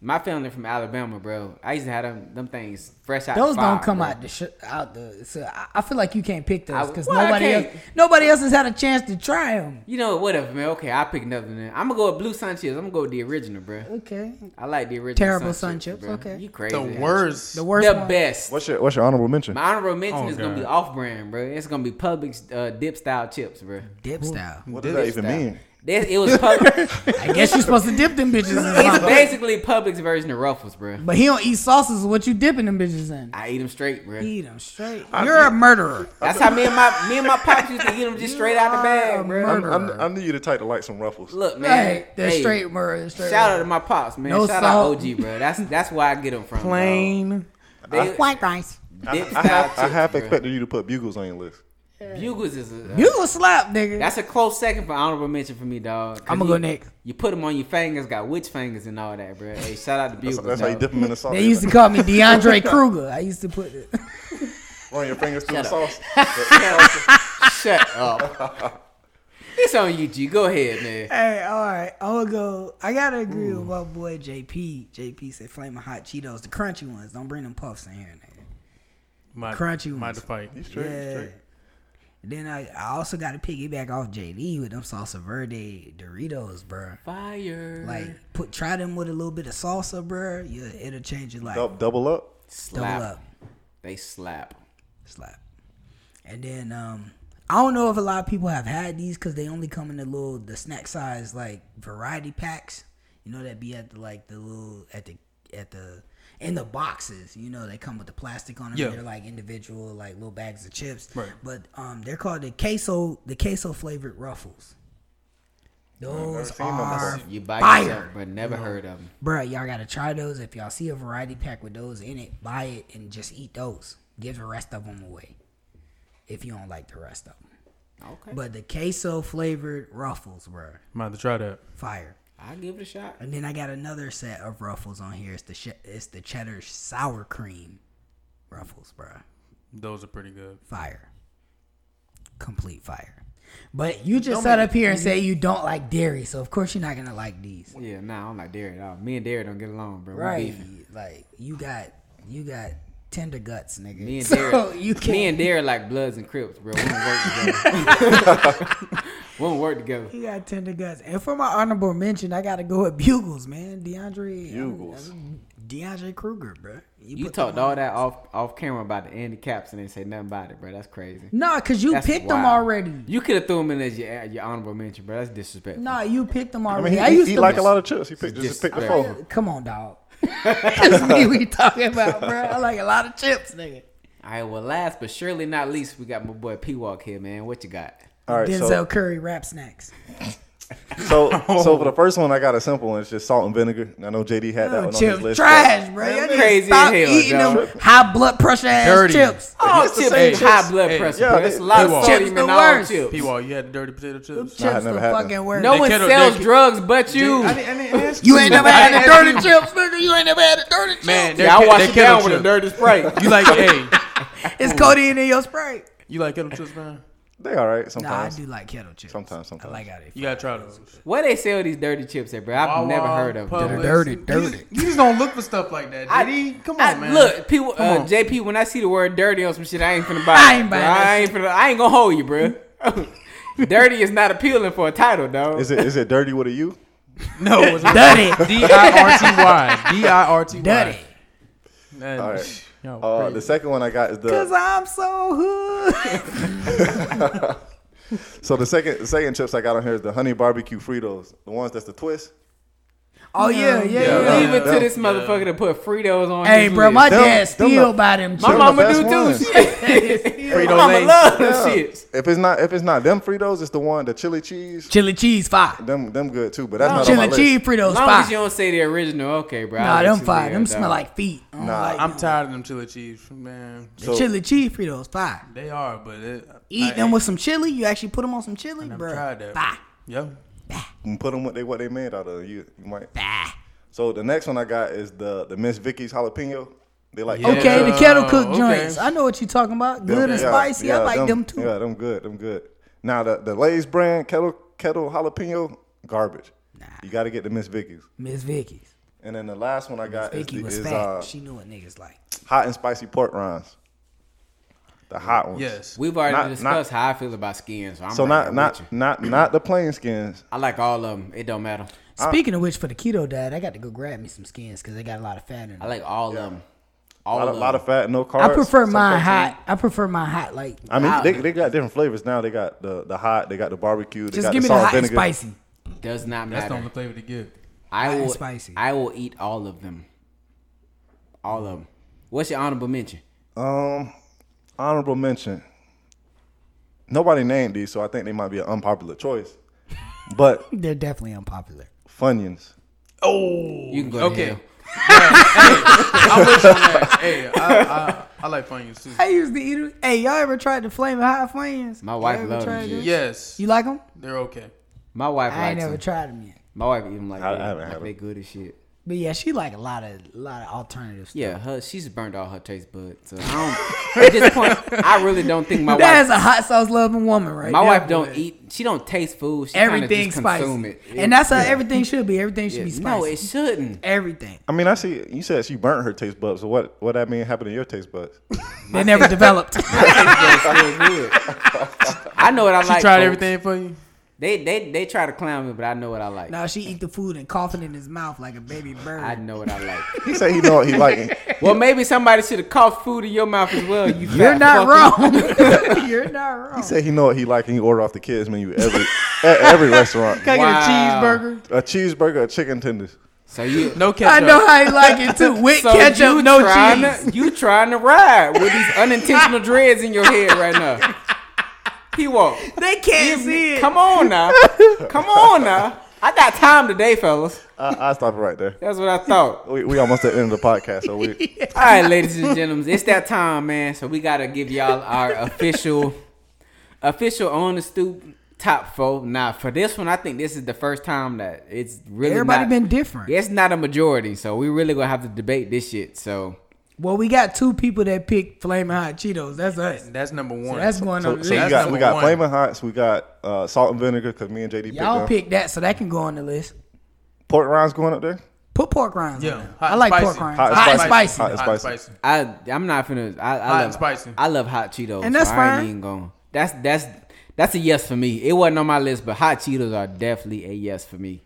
[SPEAKER 1] my family from Alabama, bro. I used to have them, them things fresh out. the
[SPEAKER 2] those
[SPEAKER 1] fire,
[SPEAKER 2] don't come
[SPEAKER 1] bro.
[SPEAKER 2] out the sh- out the. So I, I feel like you can't pick
[SPEAKER 1] I-
[SPEAKER 2] those because
[SPEAKER 1] well, I
[SPEAKER 2] nobody else
[SPEAKER 1] can't.
[SPEAKER 2] nobody else has had a chance to try them.
[SPEAKER 1] You know, whatever, man. Okay, I'll pick another then. I'm gonna go with Blue Sun Chips. I'm gonna go with the original, bro.
[SPEAKER 2] Okay,
[SPEAKER 1] I like the original.
[SPEAKER 2] Terrible Sun Chips,
[SPEAKER 1] bruh.
[SPEAKER 2] okay.
[SPEAKER 1] You crazy.
[SPEAKER 3] The worst.
[SPEAKER 2] the
[SPEAKER 1] The
[SPEAKER 2] worst one.
[SPEAKER 1] best.
[SPEAKER 4] What's your What's your honorable mention?
[SPEAKER 1] My honorable mention
[SPEAKER 3] Oh,
[SPEAKER 1] is gonna
[SPEAKER 3] God.
[SPEAKER 1] be off brand, bro. It's gonna be Publix uh, dip style chips, bro.
[SPEAKER 2] Dip style.
[SPEAKER 4] what does that even mean?
[SPEAKER 1] That, it was Publix.
[SPEAKER 2] I guess you're supposed to dip them bitches in.
[SPEAKER 1] it's
[SPEAKER 2] something.
[SPEAKER 1] basically Publix version of Ruffles, bro.
[SPEAKER 2] But he don't eat sauces. What you dipping them bitches in?
[SPEAKER 1] I eat them straight, bro.
[SPEAKER 2] Eat them straight. You're a murderer.
[SPEAKER 1] That's how me and my me and my pops used to eat them just straight out the
[SPEAKER 2] are a
[SPEAKER 1] bag, bro.
[SPEAKER 2] murderer.
[SPEAKER 4] I'm, I'm, I knew you the type to like some ruffles.
[SPEAKER 1] Look, man.
[SPEAKER 2] Right. They're
[SPEAKER 1] hey,
[SPEAKER 2] straight murderers. Straight
[SPEAKER 1] Shout out to my pops, man.
[SPEAKER 2] No
[SPEAKER 1] shout
[SPEAKER 2] salt.
[SPEAKER 1] out OG, bro. That's that's where I get them from.
[SPEAKER 3] Plain.
[SPEAKER 1] dog. They-
[SPEAKER 2] white rice.
[SPEAKER 1] dip
[SPEAKER 4] I
[SPEAKER 1] style
[SPEAKER 4] have, I
[SPEAKER 1] chips,
[SPEAKER 4] half
[SPEAKER 1] bro.
[SPEAKER 4] expected you to put bugles on your list.
[SPEAKER 1] Bugles is a,
[SPEAKER 2] You a slap, nigga.
[SPEAKER 1] That's a close second for honorable mention for me, dog.
[SPEAKER 2] I'ma
[SPEAKER 1] you-
[SPEAKER 2] go next.
[SPEAKER 1] You put them on your fingers, got witch fingers and all that, bro. Hey, shout out to
[SPEAKER 4] That's,
[SPEAKER 1] Bugles.
[SPEAKER 4] that's how you
[SPEAKER 1] dawg.
[SPEAKER 4] dip them in the sauce.
[SPEAKER 2] they used to call me DeAndre Kruger. I used to put it.
[SPEAKER 4] run your fingers through the
[SPEAKER 1] Shut
[SPEAKER 4] sauce.
[SPEAKER 1] Shut up. it's on you, G. Go ahead, man.
[SPEAKER 2] Hey, all right. I'm gonna go. I gotta agree with my boy JP. JP said flaming hot Cheetos, the crunchy ones. Don't bring them puffs in here. Nigga.
[SPEAKER 3] My,
[SPEAKER 2] Crunchy
[SPEAKER 3] My
[SPEAKER 2] ones.
[SPEAKER 3] fight.
[SPEAKER 4] You straight, you
[SPEAKER 2] Yeah.
[SPEAKER 4] straight.
[SPEAKER 2] Then I, I also got to piggyback off JD with them salsa verde Doritos, bruh.
[SPEAKER 1] Fire.
[SPEAKER 2] Like put try them with a little bit of salsa, bruh. Yeah, it'll change your life.
[SPEAKER 4] Dou- Double up.
[SPEAKER 1] slap.
[SPEAKER 2] Double up.
[SPEAKER 1] They slap.
[SPEAKER 2] slap. And then um, I don't know if a lot of people have had these because they only come in the little the snack size like variety packs. You know that be at the like the little at the at the in the boxes. You know they come with the plastic on them.
[SPEAKER 3] Yeah.
[SPEAKER 2] They're like individual like little bags of chips.
[SPEAKER 3] Right.
[SPEAKER 2] But um, they're called the queso the queso flavored ruffles. Those
[SPEAKER 4] seen them
[SPEAKER 2] are
[SPEAKER 1] You buy
[SPEAKER 2] fire.
[SPEAKER 1] yourself, but never heard of them.
[SPEAKER 2] Bruh, y'all gotta try those. If y'all see a variety pack with those in it, buy it and just eat those. Give the rest of them away. If you don't like the rest of them.
[SPEAKER 1] Okay.
[SPEAKER 2] But the queso flavored ruffles were
[SPEAKER 3] I'm about to try that.
[SPEAKER 2] fire.
[SPEAKER 1] I'll give it a shot.
[SPEAKER 2] And then I got another set of ruffles on here. It's the sh- it's the cheddar sour cream ruffles, bruh.
[SPEAKER 3] Those are pretty good.
[SPEAKER 2] Fire. Complete fire. But you just sat up here and say you don't like dairy, so of course you're not gonna like these.
[SPEAKER 1] Yeah, nah, I don't like Derry at all. Me and Derry don't get along, bro. We
[SPEAKER 2] Right.
[SPEAKER 1] beefing.
[SPEAKER 2] Like you got you got tender guts, nigga.
[SPEAKER 1] Me and
[SPEAKER 2] so
[SPEAKER 1] Derry,
[SPEAKER 2] you can
[SPEAKER 1] me and Derry like Bloods and Crips, bro. We don't work together. we don't work together.
[SPEAKER 2] You got tender guts. And for my honorable mention, I gotta go with Bugles, man. DeAndre um,
[SPEAKER 4] Bugles.
[SPEAKER 2] DeAndre Kruger, bro.
[SPEAKER 1] You
[SPEAKER 2] put them
[SPEAKER 1] talked all that off off camera about the Andy Caps and didn't say nothing about it, bro. That's crazy.
[SPEAKER 2] Nah, cause you
[SPEAKER 1] That's
[SPEAKER 2] picked them
[SPEAKER 1] wild.
[SPEAKER 2] already.
[SPEAKER 1] You could have threw him in as your, your honorable mention, bro. That's disrespectful.
[SPEAKER 2] Nah, you picked them
[SPEAKER 4] I
[SPEAKER 2] already.
[SPEAKER 4] mean, he,
[SPEAKER 2] I
[SPEAKER 4] he-
[SPEAKER 2] used
[SPEAKER 4] he
[SPEAKER 2] to
[SPEAKER 4] like a lot of chips. He picked,
[SPEAKER 1] Just
[SPEAKER 4] just picked the
[SPEAKER 1] fair.
[SPEAKER 4] four.
[SPEAKER 2] Come on, dog. That's me we talking about, bro. I like a lot of chips, nigga.
[SPEAKER 1] All right, well, last but surely not least, we got my boy P Walk here, man. What you got?
[SPEAKER 4] All right,
[SPEAKER 2] Denzel
[SPEAKER 4] so
[SPEAKER 2] Curry rap snacks.
[SPEAKER 4] so so for the first one, I got a simple one. It's just salt and vinegar. And I know JD had that
[SPEAKER 2] Oh,
[SPEAKER 4] one on his
[SPEAKER 2] chips
[SPEAKER 4] list.
[SPEAKER 2] trash, bro.
[SPEAKER 1] Man,
[SPEAKER 2] Y'all
[SPEAKER 1] I'm
[SPEAKER 2] need to
[SPEAKER 1] crazy
[SPEAKER 2] stop
[SPEAKER 1] as hell,
[SPEAKER 2] eating
[SPEAKER 1] dog.
[SPEAKER 2] them high blood pressure ass
[SPEAKER 3] Dirty.
[SPEAKER 2] chips.
[SPEAKER 1] All
[SPEAKER 4] It's the
[SPEAKER 1] chips
[SPEAKER 4] same
[SPEAKER 1] ain't high
[SPEAKER 4] chips.
[SPEAKER 1] blood
[SPEAKER 3] Hey,
[SPEAKER 1] pressure,
[SPEAKER 4] yeah,
[SPEAKER 1] bro. It's a
[SPEAKER 4] they-
[SPEAKER 1] lot
[SPEAKER 3] they
[SPEAKER 1] of
[SPEAKER 3] wall.
[SPEAKER 1] sodium
[SPEAKER 2] Chips
[SPEAKER 1] in
[SPEAKER 2] the
[SPEAKER 1] all
[SPEAKER 2] worst.
[SPEAKER 1] chips.
[SPEAKER 3] P-Wall, you had the dirty potato chips?
[SPEAKER 4] Nah,
[SPEAKER 2] Chips
[SPEAKER 4] never
[SPEAKER 2] the
[SPEAKER 4] had
[SPEAKER 2] fucking
[SPEAKER 4] them.
[SPEAKER 2] worst.
[SPEAKER 1] No
[SPEAKER 3] They
[SPEAKER 1] one
[SPEAKER 3] kettle- they
[SPEAKER 1] sells
[SPEAKER 3] ke-
[SPEAKER 1] drugs but you.
[SPEAKER 3] I didn't, I didn't ask
[SPEAKER 2] You ain't never had
[SPEAKER 3] I
[SPEAKER 2] the
[SPEAKER 3] didn't
[SPEAKER 2] dirty
[SPEAKER 3] ask
[SPEAKER 2] chips, nigga. You ain't never had the dirty chips.
[SPEAKER 3] Man, they're
[SPEAKER 1] Yeah, I
[SPEAKER 3] ke-
[SPEAKER 1] wash
[SPEAKER 3] they're
[SPEAKER 1] it down
[SPEAKER 3] kettle
[SPEAKER 1] with a
[SPEAKER 3] chips.
[SPEAKER 1] dirty Sprite.
[SPEAKER 3] You like, hey,
[SPEAKER 2] It's codeine in your Sprite.
[SPEAKER 3] you like kettle chips, man?
[SPEAKER 4] They all
[SPEAKER 2] Nah,
[SPEAKER 4] right
[SPEAKER 2] I
[SPEAKER 4] sometimes.
[SPEAKER 2] do like kettle chips.
[SPEAKER 4] Sometimes, sometimes.
[SPEAKER 2] I like how they.
[SPEAKER 3] You gotta try those.
[SPEAKER 1] Where they sell these dirty chips at, bro? I've
[SPEAKER 3] Wawa,
[SPEAKER 1] never heard of them.
[SPEAKER 3] Publix.
[SPEAKER 2] Dirty,
[SPEAKER 3] You
[SPEAKER 2] dirty.
[SPEAKER 3] just- You just don't look for stuff like that,
[SPEAKER 1] I-
[SPEAKER 3] JD. Come on,
[SPEAKER 1] I-
[SPEAKER 3] man.
[SPEAKER 1] Look, people, uh,
[SPEAKER 3] on.
[SPEAKER 1] JP. When I see the word "dirty" on some shit, I ain't finna buy.
[SPEAKER 2] I
[SPEAKER 1] it,
[SPEAKER 2] ain't
[SPEAKER 1] bro.
[SPEAKER 2] buying that
[SPEAKER 1] I ain't finna. I ain't gonna hold you, bro. dirty is not appealing for a title, dog.
[SPEAKER 4] Is it is it dirty with a U?
[SPEAKER 3] no, it's
[SPEAKER 2] Dirty.
[SPEAKER 3] D I R T Y. D I R T Y.
[SPEAKER 2] Dirty.
[SPEAKER 3] Man,
[SPEAKER 4] All right.
[SPEAKER 3] yo,
[SPEAKER 4] Uh, the
[SPEAKER 3] crazy.
[SPEAKER 4] second one I got is
[SPEAKER 2] Cause
[SPEAKER 4] the
[SPEAKER 2] I'm so hood.
[SPEAKER 4] so the second the second chips I got on here is the honey barbecue Fritos, the ones that's the twist.
[SPEAKER 2] Oh yeah, yeah, yeah.
[SPEAKER 4] Yeah,
[SPEAKER 2] yeah.
[SPEAKER 1] Leave it
[SPEAKER 4] yeah.
[SPEAKER 1] to this motherfucker to put Fritos on.
[SPEAKER 2] Hey,
[SPEAKER 1] his
[SPEAKER 2] bro, my
[SPEAKER 4] Them-
[SPEAKER 2] dad
[SPEAKER 4] them
[SPEAKER 2] still
[SPEAKER 4] the-
[SPEAKER 2] buy them
[SPEAKER 1] my
[SPEAKER 2] chips.
[SPEAKER 4] Them the
[SPEAKER 1] mama
[SPEAKER 4] best
[SPEAKER 1] do too.
[SPEAKER 4] ones.
[SPEAKER 1] shit. my
[SPEAKER 3] Frito
[SPEAKER 1] mama
[SPEAKER 3] Lay.
[SPEAKER 1] love them
[SPEAKER 4] Yeah.
[SPEAKER 1] shits.
[SPEAKER 4] If it's not if it's not them Fritos, it's the one the chili cheese.
[SPEAKER 2] Chili cheese fire.
[SPEAKER 4] Them them good too, but that's not on
[SPEAKER 2] Chili
[SPEAKER 4] my
[SPEAKER 2] cheese
[SPEAKER 4] list.
[SPEAKER 2] Fritos
[SPEAKER 1] As long as you
[SPEAKER 2] fire.
[SPEAKER 1] don't say the original, okay, bro.
[SPEAKER 2] Nah,
[SPEAKER 1] I'll
[SPEAKER 2] them
[SPEAKER 1] let you
[SPEAKER 2] fire.
[SPEAKER 1] live,
[SPEAKER 2] Them
[SPEAKER 1] dog.
[SPEAKER 2] smell like feet. I don't
[SPEAKER 4] Nah,
[SPEAKER 2] like
[SPEAKER 3] I'm
[SPEAKER 2] them.
[SPEAKER 3] tired of them chili cheese, man.
[SPEAKER 2] The
[SPEAKER 4] So-
[SPEAKER 2] chili cheese Fritos fire.
[SPEAKER 3] They are, but it,
[SPEAKER 2] Eat
[SPEAKER 3] I
[SPEAKER 2] them
[SPEAKER 3] ain't-
[SPEAKER 2] with some chili. You actually put them on some chili,
[SPEAKER 3] never
[SPEAKER 2] bro.
[SPEAKER 3] tried that.
[SPEAKER 2] Fire.
[SPEAKER 3] Yeah.
[SPEAKER 4] And Put them what they what they made out of. You you might.
[SPEAKER 2] Fire.
[SPEAKER 4] So the next one I got is the the Miss Vicky's jalapeno. They like
[SPEAKER 3] Yeah.
[SPEAKER 2] Okay, the kettle cooked
[SPEAKER 3] okay.
[SPEAKER 2] joints. I know what you're talking about.
[SPEAKER 4] Them-
[SPEAKER 2] Good and
[SPEAKER 4] yeah,
[SPEAKER 2] spicy. I
[SPEAKER 4] yeah,
[SPEAKER 2] like them, too.
[SPEAKER 4] Yeah, them good, them good. Now the the Lay's brand kettle kettle jalapeno garbage.
[SPEAKER 2] Nah.
[SPEAKER 4] You got to get the Miss Vicky's.
[SPEAKER 2] Miss Vicky's.
[SPEAKER 4] And then the last one I got is,
[SPEAKER 2] Vicky
[SPEAKER 4] the,
[SPEAKER 2] was
[SPEAKER 4] is
[SPEAKER 2] fat.
[SPEAKER 4] uh,
[SPEAKER 2] she knew what niggas like.
[SPEAKER 4] hot and spicy pork rinds. The hot ones.
[SPEAKER 3] Yes.
[SPEAKER 1] We've already
[SPEAKER 4] Not-
[SPEAKER 1] discussed how I feel about skin, so I'm
[SPEAKER 4] So
[SPEAKER 1] right
[SPEAKER 4] not
[SPEAKER 1] there with
[SPEAKER 4] not
[SPEAKER 1] you.
[SPEAKER 4] not not the plain skins.
[SPEAKER 1] I like all of them. It don't matter.
[SPEAKER 2] Speaking of which, for the keto diet, I got to go grab me some skins because they got a lot of fat in
[SPEAKER 1] I
[SPEAKER 2] them.
[SPEAKER 1] like all of them. All
[SPEAKER 4] A lot,
[SPEAKER 1] of
[SPEAKER 4] of- lot
[SPEAKER 1] them.
[SPEAKER 4] of fat, no carbs.
[SPEAKER 2] I prefer
[SPEAKER 4] some
[SPEAKER 2] mine
[SPEAKER 4] protein.
[SPEAKER 2] hot. I prefer mine hot. Like,
[SPEAKER 4] I mean,
[SPEAKER 1] Wow.
[SPEAKER 4] they, they got different flavors now. They got the, the hot, they got the barbecue, they
[SPEAKER 2] just
[SPEAKER 4] got
[SPEAKER 2] give
[SPEAKER 4] the
[SPEAKER 2] me the
[SPEAKER 4] salt
[SPEAKER 2] hot and
[SPEAKER 4] vinegar.
[SPEAKER 2] spicy.
[SPEAKER 1] Does not matter.
[SPEAKER 3] That's the only flavor to get.
[SPEAKER 1] I
[SPEAKER 2] and
[SPEAKER 1] will.
[SPEAKER 2] spicy.
[SPEAKER 1] I will eat all of them. All of them. What's your honorable mention?
[SPEAKER 4] Um, honorable mention. Nobody named these, so I think they might be an unpopular choice. But
[SPEAKER 2] They're definitely unpopular.
[SPEAKER 4] Funyuns.
[SPEAKER 3] Oh,
[SPEAKER 1] You can go to
[SPEAKER 3] okay.
[SPEAKER 1] hell.
[SPEAKER 3] I'm with you on that. Hey, I, I, I like Funyuns too.
[SPEAKER 2] I used to eat them. Hey, y'all ever tried the flaming hot flames?
[SPEAKER 1] My wife loves them shit.
[SPEAKER 3] Yes,
[SPEAKER 2] You like them?
[SPEAKER 3] they're okay.
[SPEAKER 1] My wife
[SPEAKER 2] I ain't
[SPEAKER 1] likes
[SPEAKER 2] never
[SPEAKER 1] them.
[SPEAKER 2] tried them yet.
[SPEAKER 1] My wife eat them like
[SPEAKER 4] I-
[SPEAKER 1] that.
[SPEAKER 4] I haven't
[SPEAKER 1] like
[SPEAKER 4] had
[SPEAKER 1] they
[SPEAKER 4] 'em.
[SPEAKER 1] good as shit.
[SPEAKER 2] But yeah, she like a lot of a lot of alternatives.
[SPEAKER 1] Yeah, her, she's burned all her taste buds. So I don't, at this point, I really don't think my
[SPEAKER 2] That
[SPEAKER 1] wife
[SPEAKER 2] is a hot sauce loving woman, right?
[SPEAKER 1] My
[SPEAKER 2] there,
[SPEAKER 1] wife don't
[SPEAKER 2] boy.
[SPEAKER 1] eat. She don't taste food. She
[SPEAKER 2] everything
[SPEAKER 1] everything just
[SPEAKER 2] spicy,
[SPEAKER 1] consume it.
[SPEAKER 2] and that's how everything should be. Everything should be
[SPEAKER 1] Yeah,
[SPEAKER 2] spicy.
[SPEAKER 1] no, it shouldn't.
[SPEAKER 2] everything.
[SPEAKER 4] I mean, I see you said she burnt her taste buds. So what? What that mean happened to your taste buds?
[SPEAKER 2] They never developed.
[SPEAKER 1] It's still good. I know what I
[SPEAKER 3] She
[SPEAKER 1] like.
[SPEAKER 3] tried
[SPEAKER 1] folks.
[SPEAKER 3] everything for you.
[SPEAKER 1] They they they try to clown me, but I know what I like.
[SPEAKER 2] now she eat the food and coughing in his mouth like a baby bird.
[SPEAKER 1] I know what I like.
[SPEAKER 4] He said he know what he like.
[SPEAKER 1] well, maybe somebody should have coughed food in your mouth as well. You
[SPEAKER 2] You're
[SPEAKER 1] fat
[SPEAKER 2] not
[SPEAKER 1] fucker.
[SPEAKER 2] wrong. You're not wrong.
[SPEAKER 4] He said he know what he like, and he order off the kids menu every at every restaurant.
[SPEAKER 3] Can I
[SPEAKER 1] Wow.
[SPEAKER 3] get a cheeseburger?
[SPEAKER 4] A cheeseburger, a chicken tenders.
[SPEAKER 1] So you
[SPEAKER 3] No
[SPEAKER 2] I
[SPEAKER 3] ketchup.
[SPEAKER 2] know how he like it too. With
[SPEAKER 1] so
[SPEAKER 2] ketchup,
[SPEAKER 1] you
[SPEAKER 2] no
[SPEAKER 1] trying
[SPEAKER 2] cheese.
[SPEAKER 1] To, you trying to ride with these unintentional dreads in your head right now. He walk.
[SPEAKER 2] They can't see it.
[SPEAKER 1] Come on now. Come on now. I got time today, fellas.
[SPEAKER 4] I, I stop it right there.
[SPEAKER 1] That's what I thought.
[SPEAKER 4] We, we almost at the end of the podcast, so we
[SPEAKER 1] All right, ladies and gentlemen, it's that time, man. So we gotta give y'all our official Official on the stoop, top four. Now for this one, I think this is the first time that it's really
[SPEAKER 2] Everybody
[SPEAKER 1] not-
[SPEAKER 2] been different.
[SPEAKER 1] It's not a majority, so we really gonna have to debate this shit. So
[SPEAKER 2] Well, we got two people that picked flaming hot Cheetos. That's us.
[SPEAKER 3] That's number one.
[SPEAKER 2] So that's going on
[SPEAKER 4] So,
[SPEAKER 2] the
[SPEAKER 4] so you
[SPEAKER 2] list.
[SPEAKER 3] That's
[SPEAKER 4] got we
[SPEAKER 3] number
[SPEAKER 4] got
[SPEAKER 3] one.
[SPEAKER 4] flaming hots, we got uh, salt and vinegar because me and JD picked
[SPEAKER 2] Y'all
[SPEAKER 4] them.
[SPEAKER 2] pick that, so that can go on the list.
[SPEAKER 4] pork rinds going up there.
[SPEAKER 2] Put pork rinds.
[SPEAKER 3] Yeah,
[SPEAKER 2] on there.
[SPEAKER 3] hot
[SPEAKER 2] I like
[SPEAKER 3] and
[SPEAKER 2] pork
[SPEAKER 3] spicy.
[SPEAKER 2] rinds.
[SPEAKER 4] Hot
[SPEAKER 2] Hot,
[SPEAKER 4] and
[SPEAKER 2] and
[SPEAKER 4] spicy.
[SPEAKER 2] spicy.
[SPEAKER 4] Hot and
[SPEAKER 3] Hot and
[SPEAKER 4] spicy.
[SPEAKER 3] spicy.
[SPEAKER 1] I I'm not finna. I, I
[SPEAKER 3] Hot
[SPEAKER 1] love
[SPEAKER 3] and spicy.
[SPEAKER 1] I love hot Cheetos.
[SPEAKER 2] And that's
[SPEAKER 1] so I ain't
[SPEAKER 2] fine.
[SPEAKER 1] even going. That's that's that's a yes for me. It wasn't on my list, but hot Cheetos are definitely a yes for me.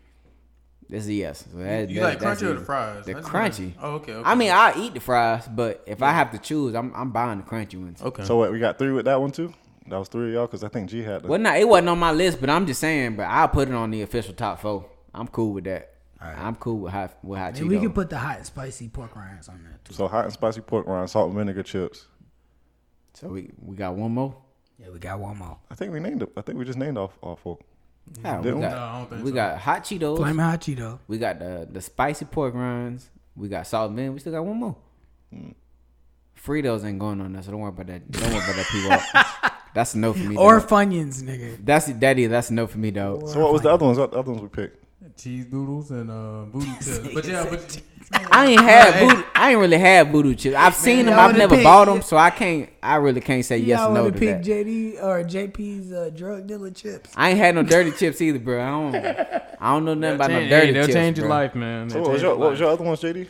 [SPEAKER 1] That's a yes. So that-
[SPEAKER 3] You
[SPEAKER 1] that-
[SPEAKER 3] like
[SPEAKER 1] that's
[SPEAKER 3] crunchy or
[SPEAKER 1] easy.
[SPEAKER 3] the fries?
[SPEAKER 1] The
[SPEAKER 3] That's
[SPEAKER 1] crunchy.
[SPEAKER 3] good. Oh, okay, okay.
[SPEAKER 1] I mean, I eat the fries, but if I have to choose, I'm I'm buying the crunchy ones.
[SPEAKER 3] Okay.
[SPEAKER 4] So what? We got three with that one too. That was three of y'all because I think G had. The,
[SPEAKER 1] Well, nah, it wasn't on my list, but I'm just saying. But I'll put it on the official top four. I'm cool with that. I'm cool with hot with hot
[SPEAKER 2] And
[SPEAKER 1] Cheetos.
[SPEAKER 2] we can put the hot and spicy pork rinds on there too.
[SPEAKER 4] So hot and spicy pork rinds, salt and vinegar chips.
[SPEAKER 1] so we we got one more.
[SPEAKER 2] Yeah, we got one more.
[SPEAKER 4] I think we named it. I think we just named off all four.
[SPEAKER 1] Yeah, we
[SPEAKER 4] Didn't
[SPEAKER 1] got,
[SPEAKER 4] we?
[SPEAKER 3] No, I don't think
[SPEAKER 1] we
[SPEAKER 3] so.
[SPEAKER 1] got hot Cheetos.
[SPEAKER 2] Flaming hot Cheeto.
[SPEAKER 1] We got the the spicy pork rinds. We got salt and vinegar. We still got one more.
[SPEAKER 2] Mm.
[SPEAKER 1] Fritos ain't going on there, so don't worry about that. Don't worry about that, people. That's a no for me.
[SPEAKER 2] Or
[SPEAKER 1] dog.
[SPEAKER 2] Funyuns, nigga.
[SPEAKER 1] that's that is that's a no for me, dog.
[SPEAKER 4] So what was the other ones? What the other ones we picked?
[SPEAKER 3] cheese doodles and uh, booty tails. But yeah, but
[SPEAKER 1] I ain't had voodoo, I ain't really had voodoo chips. I've seen them.
[SPEAKER 2] y'all
[SPEAKER 1] I've
[SPEAKER 2] would've
[SPEAKER 1] never
[SPEAKER 2] picked-
[SPEAKER 1] bought them, so I can't. I really can't say yes
[SPEAKER 2] Y'all
[SPEAKER 1] or no
[SPEAKER 2] would've
[SPEAKER 1] to
[SPEAKER 2] picked
[SPEAKER 1] that.
[SPEAKER 2] JD or JP's uh, drug dealer chips.
[SPEAKER 1] I ain't had no dirty chips either, bro. I don't. I don't know nothing about no
[SPEAKER 3] Change-
[SPEAKER 1] dirty
[SPEAKER 3] hey, they'll
[SPEAKER 1] chips.
[SPEAKER 3] change
[SPEAKER 1] bro.
[SPEAKER 3] your life, man.
[SPEAKER 4] So
[SPEAKER 3] They'll
[SPEAKER 4] what was
[SPEAKER 3] change
[SPEAKER 4] your, what was
[SPEAKER 3] life.
[SPEAKER 4] your other ones, JD?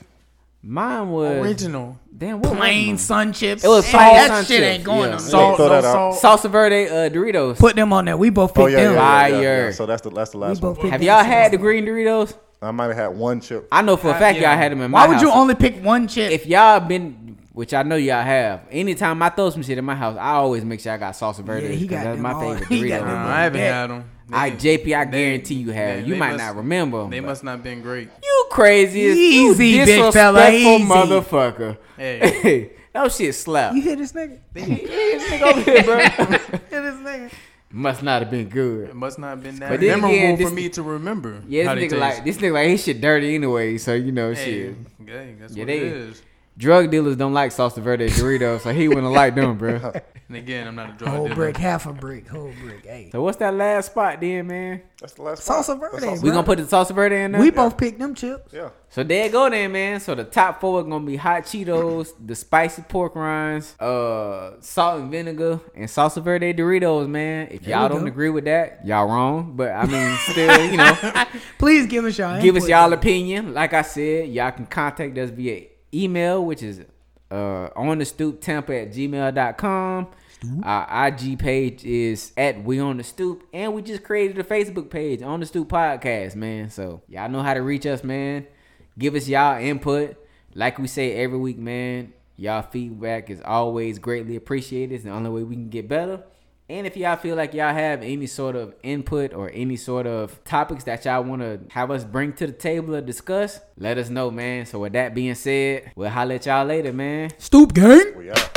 [SPEAKER 1] Mine was
[SPEAKER 3] original
[SPEAKER 1] damn what was
[SPEAKER 2] Plain
[SPEAKER 1] mine?
[SPEAKER 2] sun chips.
[SPEAKER 1] It was
[SPEAKER 2] Hey,
[SPEAKER 1] plain
[SPEAKER 2] that
[SPEAKER 1] sun
[SPEAKER 2] shit
[SPEAKER 1] chips.
[SPEAKER 2] ain't going
[SPEAKER 1] Yeah.
[SPEAKER 2] on. there.
[SPEAKER 4] Salt,
[SPEAKER 3] no
[SPEAKER 4] throw that out.
[SPEAKER 3] salt.
[SPEAKER 1] salsa verde uh, Doritos.
[SPEAKER 2] Put them on there. We both picked
[SPEAKER 4] Oh yeah, yeah,
[SPEAKER 2] them.
[SPEAKER 4] yeah, yeah, yeah.
[SPEAKER 1] Fire.
[SPEAKER 4] So that's the that's the
[SPEAKER 2] We
[SPEAKER 4] last one.
[SPEAKER 2] both picked
[SPEAKER 1] Have
[SPEAKER 2] them.
[SPEAKER 1] y'all had the green Doritos?
[SPEAKER 4] I might have had one chip.
[SPEAKER 1] I know for a
[SPEAKER 3] Uh,
[SPEAKER 1] fact
[SPEAKER 3] yeah.
[SPEAKER 1] y'all had them in my
[SPEAKER 2] Why would you
[SPEAKER 1] house.
[SPEAKER 2] only pick one chip?
[SPEAKER 1] If y'all been, which I know y'all have, anytime I throw some shit in my house, I always make sure I got salsa verde.
[SPEAKER 2] Yeah, he got
[SPEAKER 1] that's
[SPEAKER 2] them
[SPEAKER 1] my
[SPEAKER 2] all.
[SPEAKER 1] favorite
[SPEAKER 2] He
[SPEAKER 1] Dorito.
[SPEAKER 2] got them
[SPEAKER 3] Nah,
[SPEAKER 2] all.
[SPEAKER 1] bro.
[SPEAKER 3] I haven't
[SPEAKER 2] They-
[SPEAKER 3] had them.
[SPEAKER 1] I JP, I
[SPEAKER 3] they-
[SPEAKER 1] guarantee you have.
[SPEAKER 3] they-
[SPEAKER 1] you
[SPEAKER 3] they
[SPEAKER 1] might
[SPEAKER 3] must-
[SPEAKER 1] not remember. 'em,
[SPEAKER 3] They
[SPEAKER 1] but-
[SPEAKER 3] must not been great.
[SPEAKER 1] You crazy as
[SPEAKER 2] Easy,
[SPEAKER 1] you
[SPEAKER 2] big
[SPEAKER 1] disrespectful
[SPEAKER 2] fella, easy.
[SPEAKER 1] motherfucker.
[SPEAKER 3] Hey.
[SPEAKER 1] that shit slap.
[SPEAKER 2] you hear this nigga? Hear this nigga?
[SPEAKER 1] Must not have been good.
[SPEAKER 3] It must not been that
[SPEAKER 1] But then
[SPEAKER 3] memorable
[SPEAKER 1] again,
[SPEAKER 3] for
[SPEAKER 1] this-
[SPEAKER 3] me to remember.
[SPEAKER 1] Yeah,
[SPEAKER 3] how they
[SPEAKER 1] this nigga
[SPEAKER 3] taste.
[SPEAKER 1] like this nigga like his shit dirty anyway, so you know
[SPEAKER 3] Hey,
[SPEAKER 1] shit.
[SPEAKER 3] dang, that's
[SPEAKER 1] Yeah,
[SPEAKER 3] what
[SPEAKER 1] they-
[SPEAKER 3] it is.
[SPEAKER 1] Drug dealers don't like salsa verde Doritos, so he wouldn't like them, bro.
[SPEAKER 3] And again, I'm not a drug
[SPEAKER 2] Whole
[SPEAKER 3] dealer.
[SPEAKER 2] brick, half a brick, whole brick. Hey,
[SPEAKER 1] So what's that last spot then, man?
[SPEAKER 4] That's the last.
[SPEAKER 2] Salsa
[SPEAKER 4] spot.
[SPEAKER 2] verde,
[SPEAKER 4] That's salsa
[SPEAKER 1] We gonna put the salsa verde in there.
[SPEAKER 2] we both picked them chips.
[SPEAKER 4] Yeah.
[SPEAKER 1] so there you go then, man. So the top four are gonna be hot Cheetos, the spicy pork rinds, uh, salt and vinegar, and salsa verde Doritos, man. If y'all
[SPEAKER 2] we
[SPEAKER 1] don't
[SPEAKER 2] go.
[SPEAKER 1] agree with that, y'all wrong. But I mean, still, you know.
[SPEAKER 2] Please give us y'all.
[SPEAKER 1] give us
[SPEAKER 2] input.
[SPEAKER 1] y'all opinion. Like I said, y'all can contact us via email, which is uh, on the stoop tampa at gmail.com. Our IG page is at We On The Stoop, and we just created a Facebook page, On The Stoop Podcast, man. So y'all know how to reach us, man. Give us y'all input. Like we say every week, man, y'all feedback is always greatly appreciated. It's the only way we can get better. And if y'all feel like y'all have any sort of input or any sort of topics that y'all want to have us bring to the table or discuss, let us know, man. So with that being said, we'll holler at y'all later, man.
[SPEAKER 2] Stoop gang.
[SPEAKER 4] We out.